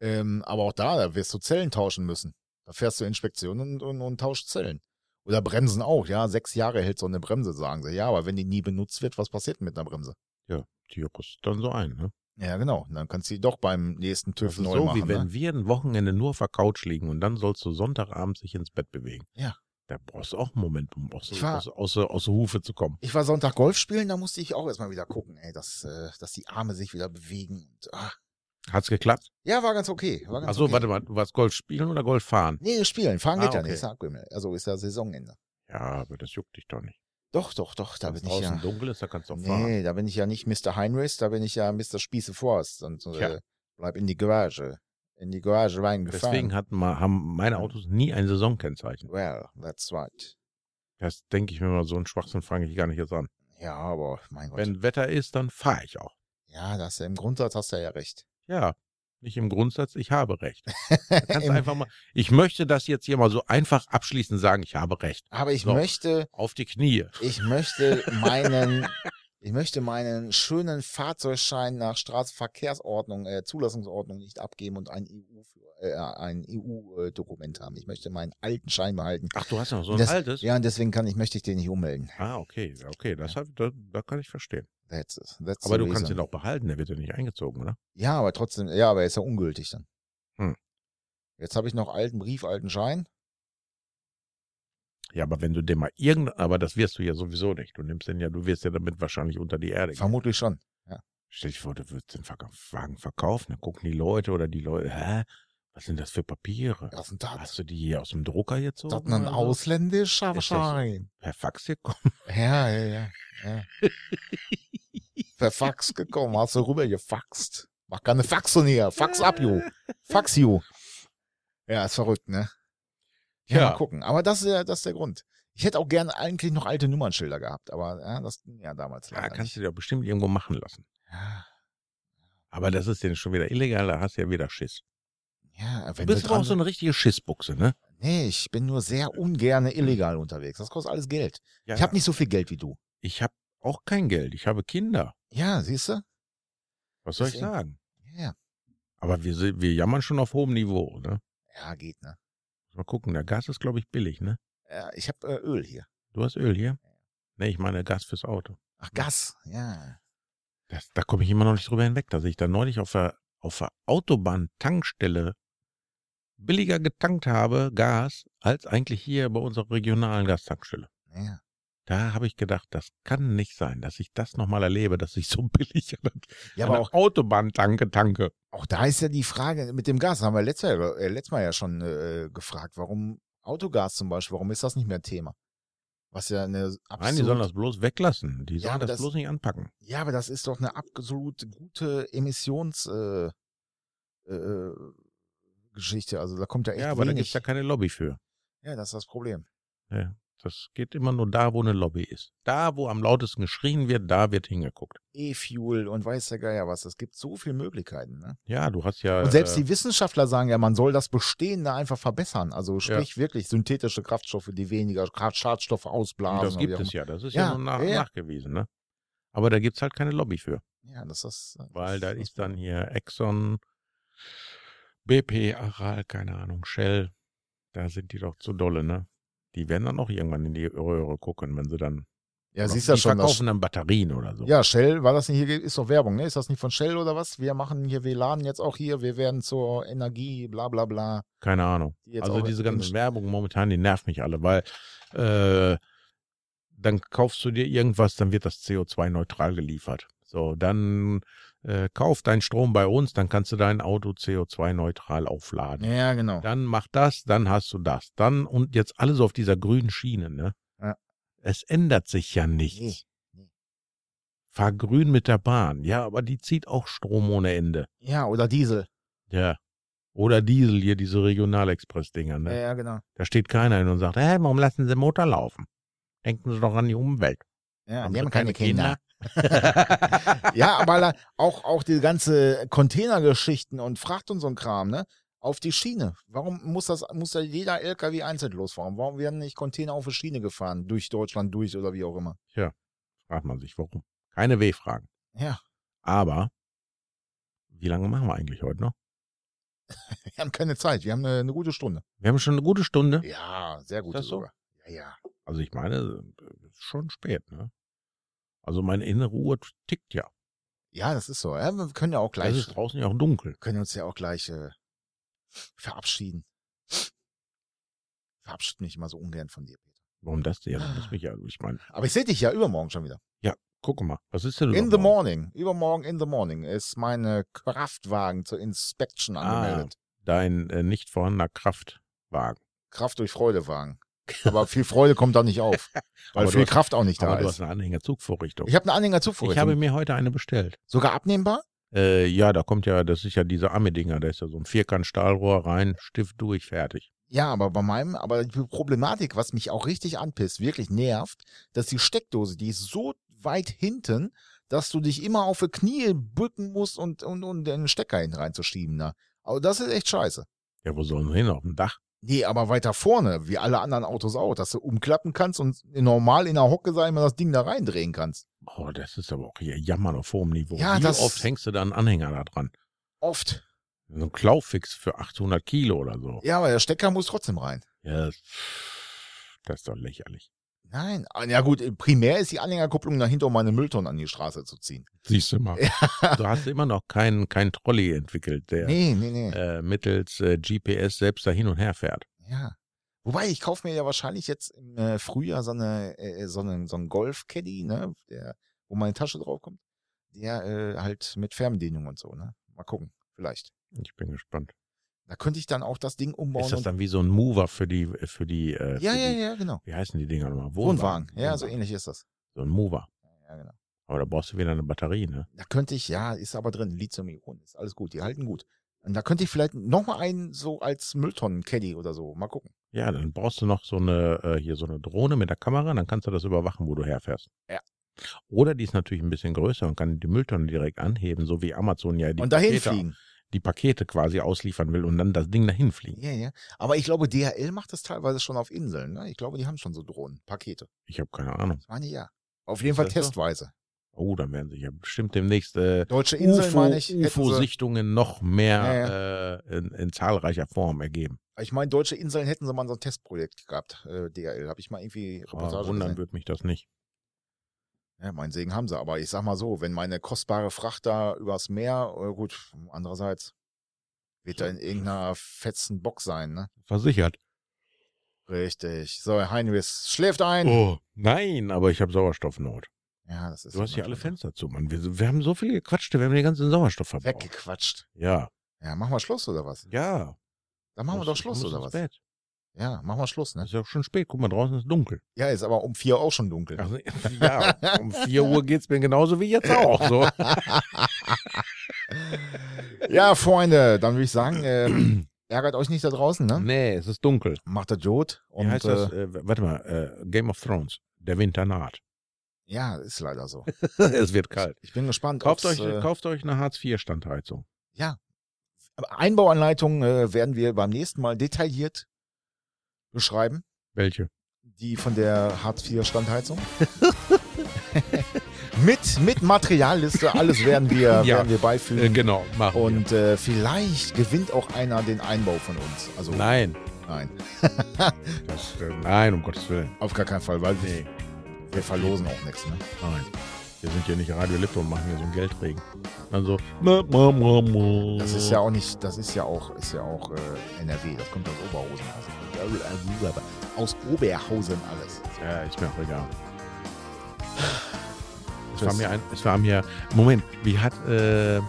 Speaker 2: Ähm, aber auch da, da wirst du Zellen tauschen müssen. Da fährst du Inspektionen und, und, und tauscht Zellen. Oder Bremsen auch, ja. Sechs Jahre hält so eine Bremse, sagen sie. Ja, aber wenn die nie benutzt wird, was passiert denn mit einer Bremse?
Speaker 3: Die rüstet dann so ein, ne?
Speaker 2: Ja, genau. Und dann kannst du die doch beim nächsten TÜV
Speaker 3: Das ist
Speaker 2: neu
Speaker 3: so,
Speaker 2: machen.
Speaker 3: wie wenn
Speaker 2: ne?
Speaker 3: wir ein Wochenende nur auf der Couch liegen und dann sollst du Sonntagabend sich ins Bett bewegen.
Speaker 2: Ja.
Speaker 3: Da brauchst du auch einen Moment, um aus,
Speaker 2: Ich war-
Speaker 3: aus, aus, aus der Hufe zu kommen.
Speaker 2: Ich war Sonntag Golf spielen, da musste ich auch erstmal wieder gucken, ey, dass, äh, dass die Arme sich wieder bewegen. Und, ah.
Speaker 3: Hat's geklappt?
Speaker 2: Ja, war ganz okay. War ganz
Speaker 3: Achso,
Speaker 2: okay.
Speaker 3: warte mal, du warst Golf spielen oder Golf fahren?
Speaker 2: Nee, spielen. Fahren
Speaker 3: Ah,
Speaker 2: geht ja
Speaker 3: okay.
Speaker 2: nicht. Ist ja abgemeldet. also ist ja Saisonende.
Speaker 3: Ja, aber das juckt dich doch nicht.
Speaker 2: Doch, doch, doch, da bin ich
Speaker 3: draußen
Speaker 2: ja.
Speaker 3: dunkel ist, da kannst du auch fahren.
Speaker 2: Nee, da bin ich ja nicht Mr. Heinrichs, da bin ich ja Mr. Spieße Forst und
Speaker 3: Tja.
Speaker 2: äh, bleib in die Garage. In die Garage reingefahren.
Speaker 3: Deswegen hat, ma- haben meine Autos nie ein Saisonkennzeichen.
Speaker 2: Well, that's right.
Speaker 3: Das denke ich mir mal, so einen Schwachsinn fange ich gar nicht erst an.
Speaker 2: Ja, aber mein Gott.
Speaker 3: Wenn Wetter ist, dann fahre ich auch.
Speaker 2: ja, das im Grundsatz hast du ja recht.
Speaker 3: Ja, nicht im Grundsatz, ich habe recht. Du kannst
Speaker 2: <laughs>
Speaker 3: einfach mal, ich möchte das jetzt hier mal so einfach abschließend sagen, ich habe recht.
Speaker 2: Aber ich
Speaker 3: So.
Speaker 2: möchte,
Speaker 3: Auf die Knie.
Speaker 2: ich möchte meinen, ich möchte meinen schönen Fahrzeugschein nach Straßenverkehrsordnung, äh, Zulassungsordnung nicht abgeben und ein EU, für- äh, ein EU-Dokument haben. Ich möchte meinen alten Schein behalten.
Speaker 3: Ach, du hast ja noch so ein
Speaker 2: Das-
Speaker 3: altes?
Speaker 2: Ja, und deswegen kann ich, möchte ich den nicht ummelden.
Speaker 3: Ah, okay, ja, okay, das, hab, da, da kann ich verstehen.
Speaker 2: That's it. That's
Speaker 3: Aber
Speaker 2: the
Speaker 3: du kannst
Speaker 2: reason.
Speaker 3: ihn auch behalten, der wird ja nicht eingezogen, ne? oder?
Speaker 2: Ja, aber trotzdem, ja, aber er ist ja ungültig dann.
Speaker 3: Hm.
Speaker 2: Jetzt habe ich noch alten Brief, alten Schein.
Speaker 3: Ja, aber wenn du den mal irgend, aber das wirst du ja sowieso nicht. Du nimmst den ja, du wirst ja damit wahrscheinlich unter die Erde. gehen.
Speaker 2: Vermutlich schon.
Speaker 3: Stell dich vor, du würdest den Verka- Wagen verkaufen, dann gucken die Leute oder die Leute, hä? Was sind das für Papiere?
Speaker 2: Was ist denn das?
Speaker 3: Hast du die hier aus dem Drucker gezogen?
Speaker 2: Das ist ein
Speaker 3: oder so? Ist
Speaker 2: ausländischer
Speaker 3: das-
Speaker 2: Schein.
Speaker 3: Per Fax gekommen?
Speaker 2: Ja, ja, ja. ja.
Speaker 3: <laughs>
Speaker 2: Per Fax gekommen, hast du rüber gefaxt. Mach keine Faxen hier. Fax ab, you. Fax you. Ja, ist verrückt, ne? Ja,
Speaker 3: Ja.
Speaker 2: mal gucken. Aber das ist ja das ist der Grund. Ich hätte auch gerne eigentlich noch alte Nummernschilder gehabt, aber ja, das ging ja damals
Speaker 3: Ja,
Speaker 2: leider
Speaker 3: Ah, kannst
Speaker 2: nicht.
Speaker 3: du dir doch bestimmt irgendwo machen lassen.
Speaker 2: Ja,
Speaker 3: Aber das ist denn schon wieder illegal, da hast du ja wieder Schiss.
Speaker 2: ja,
Speaker 3: Du
Speaker 2: wenn
Speaker 3: bist
Speaker 2: wir
Speaker 3: aber auch
Speaker 2: dran
Speaker 3: so eine richtige Schissbuchse, ne?
Speaker 2: Nee, ich bin nur sehr ungerne illegal unterwegs. Das kostet alles Geld.
Speaker 3: Ja,
Speaker 2: Ich habe nicht so viel Geld wie du.
Speaker 3: ich hab auch kein Geld, ich habe Kinder.
Speaker 2: Ja, siehst du?
Speaker 3: Was soll ich
Speaker 2: Deswegen-
Speaker 3: sagen?
Speaker 2: Ja.
Speaker 3: Aber wir, se- wir jammern schon auf hohem Niveau, ne?
Speaker 2: Ja, geht, ne?
Speaker 3: Mal gucken, der Gas ist, glaube ich, billig, ne?
Speaker 2: Ja, ich habe äh, Öl hier.
Speaker 3: Du hast Öl hier? Ne, ich meine Gas fürs Auto.
Speaker 2: Ach, Gas. Ja.
Speaker 3: Das, da komme ich immer noch nicht drüber hinweg, dass ich da neulich auf der, auf der Autobahn-Tankstelle billiger getankt habe, Gas, als eigentlich hier bei unserer regionalen Gastankstelle.
Speaker 2: Ja.
Speaker 3: Da habe ich gedacht, das kann nicht sein, dass ich das nochmal erlebe, dass ich so <laughs> billig an
Speaker 2: ja,
Speaker 3: einer
Speaker 2: aber auch,
Speaker 3: Autobahn-Tanke tanke.
Speaker 2: auch da ist ja die Frage mit dem Gas. Haben wir letztes Mal, äh, letztes Mal ja schon äh, gefragt, warum Autogas zum Beispiel, warum ist das nicht mehr Thema? Was ja eine
Speaker 3: Nein, die sollen
Speaker 2: absolut,
Speaker 3: das bloß weglassen. Die
Speaker 2: Ja,
Speaker 3: sollen
Speaker 2: aber
Speaker 3: das,
Speaker 2: das-
Speaker 3: bloß nicht anpacken.
Speaker 2: Ja, aber das ist doch eine absolut gute Emissions äh, äh, Geschichte. Also da kommt ja echt
Speaker 3: Ja, aber da gibt's
Speaker 2: wenig.
Speaker 3: ja keine Lobby für.
Speaker 2: ja, das ist das Problem.
Speaker 3: Das geht immer nur da, wo eine Lobby ist. Da, wo am lautesten geschrien wird, da wird hingeguckt.
Speaker 2: E-Fuel und weiß der Geier was. Es gibt so viele Möglichkeiten. Ne?
Speaker 3: Ja, du hast ja.
Speaker 2: Und selbst
Speaker 3: äh,
Speaker 2: die Wissenschaftler sagen ja, man soll das Bestehende einfach verbessern. Also sprich wirklich synthetische Kraftstoffe, die weniger Gra- Schadstoffe ausblasen.
Speaker 3: Das gibt
Speaker 2: oder wie auch
Speaker 3: es ja, das ist ja,
Speaker 2: Ja,
Speaker 3: nun nach,
Speaker 2: ja, ja.
Speaker 3: nachgewiesen, ne? Aber da gibt's halt keine Lobby für,
Speaker 2: immer. Ja, das ist. das-
Speaker 3: weil da
Speaker 2: das-
Speaker 3: ist dann hier Exxon, BP, Aral, keine Ahnung, Shell, da sind die doch zu dolle, ne? Die werden dann auch irgendwann in die Röhre gucken, wenn sie dann.
Speaker 2: Ja,
Speaker 3: oder
Speaker 2: siehst ja
Speaker 3: die
Speaker 2: schon. Das,
Speaker 3: verkaufen dann Batterien oder so.
Speaker 2: ja, Shell, war das nicht hier? Ist doch Werbung, ne? Ist das nicht von Shell oder was? Wir machen hier, wir laden jetzt auch hier, wir werden zur Energie, bla bla bla.
Speaker 3: Keine Ahnung.
Speaker 2: Die jetzt
Speaker 3: Also
Speaker 2: auch äh,
Speaker 3: diese
Speaker 2: in-
Speaker 3: ganze Werbung momentan, die nervt mich alle, weil äh, dann kaufst du dir irgendwas, dann wird das CO2-neutral geliefert. So, dann äh, kauf deinen Strom bei uns, dann kannst du dein Auto CO2-neutral aufladen.
Speaker 2: Ja, genau.
Speaker 3: Dann mach das, dann hast du das. Dann und jetzt alles auf dieser grünen Schiene, ne?
Speaker 2: Ja.
Speaker 3: Es ändert sich ja
Speaker 2: Nee.
Speaker 3: nichts. Fahr grün mit der Bahn. Ja, aber die zieht auch Strom ohne Ende.
Speaker 2: Ja, oder Diesel.
Speaker 3: Ja. Oder Diesel hier, diese Regionalexpress-Dinger, ne?
Speaker 2: Ja, ja, genau.
Speaker 3: Da steht keiner hin und sagt, hä, warum lassen Sie den Motor laufen? Denken Sie doch an die Umwelt.
Speaker 2: Ja,
Speaker 3: Haben
Speaker 2: die
Speaker 3: Sie
Speaker 2: haben keine Kinder. <laughs> Ja, aber la- auch, auch die ganze Containergeschichten und Fracht und so ein Kram, ne? Auf die Schiene. Warum muss das, muss da jeder LKW einzeln losfahren? Warum werden nicht Container auf die Schiene gefahren? Durch Deutschland durch oder wie auch immer?
Speaker 3: Fragt man sich, warum. Keine W-Fragen.
Speaker 2: Ja.
Speaker 3: Aber wie lange machen wir eigentlich heute noch?
Speaker 2: Wir haben keine Zeit. Wir haben eine, eine gute Stunde.
Speaker 3: Wir haben schon eine gute Stunde.
Speaker 2: Ja, sehr gute
Speaker 3: das so?
Speaker 2: sogar. Ja, ja.
Speaker 3: Also ich meine, äh, ist schon spät, ne? Also meine innere Uhr tickt ja.
Speaker 2: Ja, das ist so. Ja, wir können ja auch
Speaker 3: Gleich
Speaker 2: gleich,
Speaker 3: ist draußen ja auch dunkel.
Speaker 2: können uns ja auch gleich äh, verabschieden. Verabschiede mich immer so ungern von dir, Peter.
Speaker 3: Warum das denn? Ja,
Speaker 2: Ah.
Speaker 3: das muss mich ja, ich meine,
Speaker 2: Aber ich sehe dich ja übermorgen schon wieder.
Speaker 3: guck mal, was ist denn
Speaker 2: In the morning. Übermorgen in the morning ist meine Kraftwagen zur Inspection
Speaker 3: Ah.
Speaker 2: angemeldet.
Speaker 3: Dein äh, nicht vorhandener Kraftwagen.
Speaker 2: Kraft durch Freudewagen. Aber viel Freude kommt da nicht auf, weil
Speaker 3: <laughs> Aber du
Speaker 2: viel
Speaker 3: hast-
Speaker 2: Kraft auch nicht da
Speaker 3: Aber du hast
Speaker 2: ist.
Speaker 3: eine Anhängerzugvorrichtung.
Speaker 2: Ich 'ne habe eine Anhängerzufahrt.
Speaker 3: ich habe mir heute eine bestellt.
Speaker 2: sogar abnehmbar.
Speaker 3: Äh, ja, da kommt ja, das ist ja diese Amme-Dinger, da ist ja so ein Vierkant Stahlrohr rein, Stift durch, fertig.
Speaker 2: Ja, aber bei meinem, aber die Problematik, was mich auch richtig anpisst, wirklich nervt, dass die Steckdose, die ist so weit hinten, dass du dich immer auf die Knie bücken musst und und und den Stecker hin reinzuschieben. Na, aber das ist echt scheiße.
Speaker 3: Ja, wo sollen wir hin? Auf dem Dach?
Speaker 2: Nee, aber weiter vorne, wie alle anderen Autos auch, dass du umklappen kannst und normal in der Hocke sein, wenn das Ding da reindrehen kannst.
Speaker 3: Oh, das ist aber auch hier Jammern auf hohem Niveau.
Speaker 2: Ja,
Speaker 3: Wie
Speaker 2: das-
Speaker 3: oft hängst du da einen Anhänger da dran?
Speaker 2: Oft.
Speaker 3: So ein Klaufix für 800 Kilo oder so.
Speaker 2: Ja, aber der Stecker muss trotzdem rein.
Speaker 3: Ja, pff, das ist doch lächerlich.
Speaker 2: Nein. Ah, Ja gut, primär ist die Anhängerkupplung dahinter, um meine Mülltonnen an die Straße zu ziehen.
Speaker 3: Siehst du
Speaker 2: <laughs>
Speaker 3: mal. Du hast immer noch keinen keinen Trolley entwickelt, der
Speaker 2: Nee, nee, nee.
Speaker 3: äh, mittels äh, GPS selbst da hin und her fährt.
Speaker 2: Ja. Wobei, ich kaufe mir ja wahrscheinlich jetzt im äh, Frühjahr so, eine, äh, so einen, so einen Golf-Caddy, ne, der, wo meine Tasche draufkommt, der äh, halt mit Fernbedienung und so, ne? Mal gucken, vielleicht.
Speaker 3: Ich bin gespannt.
Speaker 2: Da könnte ich dann auch das Ding umbauen.
Speaker 3: Ist das
Speaker 2: und-
Speaker 3: dann wie so ein Mover für die, für die, äh,
Speaker 2: ja,
Speaker 3: für
Speaker 2: ja,
Speaker 3: die
Speaker 2: ja, genau.
Speaker 3: wie heißen die Dinger nochmal?
Speaker 2: Wohnwagen. Ja, so ähnlich ist das.
Speaker 3: So ein Mover.
Speaker 2: Ja, genau.
Speaker 3: Aber da brauchst du wieder eine Batterie, ne?
Speaker 2: Da könnte ich, ja, ist aber drin, Lithium-Ionen, ist alles gut, die halten gut. Und da könnte ich vielleicht nochmal einen so als Mülltonnen-Caddy oder so, mal gucken.
Speaker 3: Ja, dann brauchst du noch so eine, äh, hier so eine Drohne mit der Kamera, dann kannst du das überwachen, wo du herfährst.
Speaker 2: Ja.
Speaker 3: Oder die ist natürlich ein bisschen größer und kann die Mülltonne direkt anheben, so wie Amazon ja die,
Speaker 2: und dahin
Speaker 3: Pakete,
Speaker 2: fliegen.
Speaker 3: die Pakete quasi ausliefern will und dann das Ding dahin fliegen.
Speaker 2: Ja, ja. Aber ich glaube, DHL macht das teilweise schon auf Inseln, ne? Ich glaube, die haben schon so Drohnen, Pakete.
Speaker 3: Ich habe keine Ahnung.
Speaker 2: Ich meine Ah, ja. Auf jeden Fall
Speaker 3: das so?
Speaker 2: testweise.
Speaker 3: Oh, dann werden sich ja bestimmt demnächst äh,
Speaker 2: Deutsche Inseln, meine ich. hätten sie-
Speaker 3: UFO-Sichtungen noch mehr
Speaker 2: Ja,
Speaker 3: Äh, in, in zahlreicher Form ergeben.
Speaker 2: Ich meine, deutsche Inseln hätten sie mal so ein Testprojekt gehabt, äh, DHL. Habe ich mal irgendwie
Speaker 3: Aber
Speaker 2: Reportage
Speaker 3: Ah, wundern
Speaker 2: gesehen.
Speaker 3: würde mich das nicht.
Speaker 2: Ja, mein Segen haben sie. Aber ich sag mal so, wenn meine kostbare Fracht da übers Meer, äh, gut, andererseits wird da in irgendeiner fetzen Box sein, ne?
Speaker 3: Versichert.
Speaker 2: Richtig. So, Herr Heinrichs schläft ein.
Speaker 3: Oh, nein, aber ich habe Sauerstoffnot.
Speaker 2: Ja, das ist
Speaker 3: Du hast hier alle
Speaker 2: natürlich
Speaker 3: Fenster zu, Mann. Wir, wir haben so viel gequatscht, wir haben den ganzen Sauerstoff verbraucht.
Speaker 2: Weggequatscht.
Speaker 3: Ja.
Speaker 2: Ja, machen wir Schluss oder was?
Speaker 3: Ja.
Speaker 2: Dann machen wir
Speaker 3: Muss-
Speaker 2: doch
Speaker 3: ich
Speaker 2: Schluss
Speaker 3: muss
Speaker 2: oder
Speaker 3: ins
Speaker 2: was?
Speaker 3: Bett.
Speaker 2: Ja, machen wir Schluss, ne?
Speaker 3: Das ist ja schon spät. Guck mal, draußen ist dunkel.
Speaker 2: Ja, ist aber um vier auch schon dunkel. <laughs>
Speaker 3: Also, ja, um 4 Uhr geht's mir genauso wie jetzt auch. So.
Speaker 2: Ja, Freunde, dann würde ich sagen, ähm, ärgert euch nicht da draußen, ne?
Speaker 3: Nee, es ist dunkel.
Speaker 2: Macht das Jod
Speaker 3: Wie
Speaker 2: und
Speaker 3: heißt das?
Speaker 2: Äh,
Speaker 3: Äh, warte mal, äh, Game of Thrones. Der Winter naht. <laughs>
Speaker 2: ja, ist leider so.
Speaker 3: es wird kalt.
Speaker 2: Ich bin gespannt.
Speaker 3: Kauft
Speaker 2: ob's,
Speaker 3: euch, äh, kauft euch eine Hartz-IV-Standheizung.
Speaker 2: äh, Einbauanleitungen äh, werden wir beim nächsten Mal detailliert beschreiben.
Speaker 3: Welche?
Speaker 2: Die von der Hartz IV
Speaker 3: <laughs>
Speaker 2: Standheizung. <laughs> mit, mit Materialliste, alles werden wir,
Speaker 3: Ja.
Speaker 2: werden wir
Speaker 3: Äh,
Speaker 2: beifügen.
Speaker 3: genau, machen
Speaker 2: Und äh, vielleicht gewinnt auch einer den Einbau von uns. Also
Speaker 3: wir. Nein,
Speaker 2: nein,
Speaker 3: das, äh, nein, um Gottes Willen.
Speaker 2: auf gar keinen Fall, weil
Speaker 3: Nee,
Speaker 2: wir verlosen auch nichts. Ne?
Speaker 3: nein. Wir sind hier nicht Radio Lippe und machen hier so einen Geldregen. Also, ma, ma, ma, ma.
Speaker 2: Das ist ja auch nicht, das ist ja auch, ist ja auch äh, NRW, das kommt aus Also, Oberhausen. Aus Oberhausen alles.
Speaker 3: Ja, ist mir auch egal. Es
Speaker 2: Tschüss.
Speaker 3: war mir ein, es war mir, Moment, wie hat, äh, äh,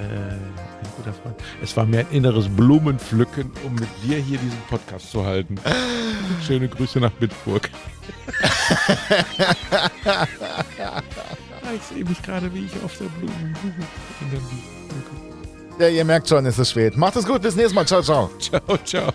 Speaker 3: ein guter Freund, es war mir ein inneres Blumenpflücken, um mit dir hier diesen Podcast zu halten. Schöne Grüße nach Bitburg. Ah, <laughs> ich sehe mich gerade, wie ich auf der Blumen. in der Blumenpflücke.
Speaker 2: Ja, ihr merkt schon, es ist spät. Macht es gut, bis nächstes Mal. Ciao, ciao.
Speaker 3: Ciao, ciao.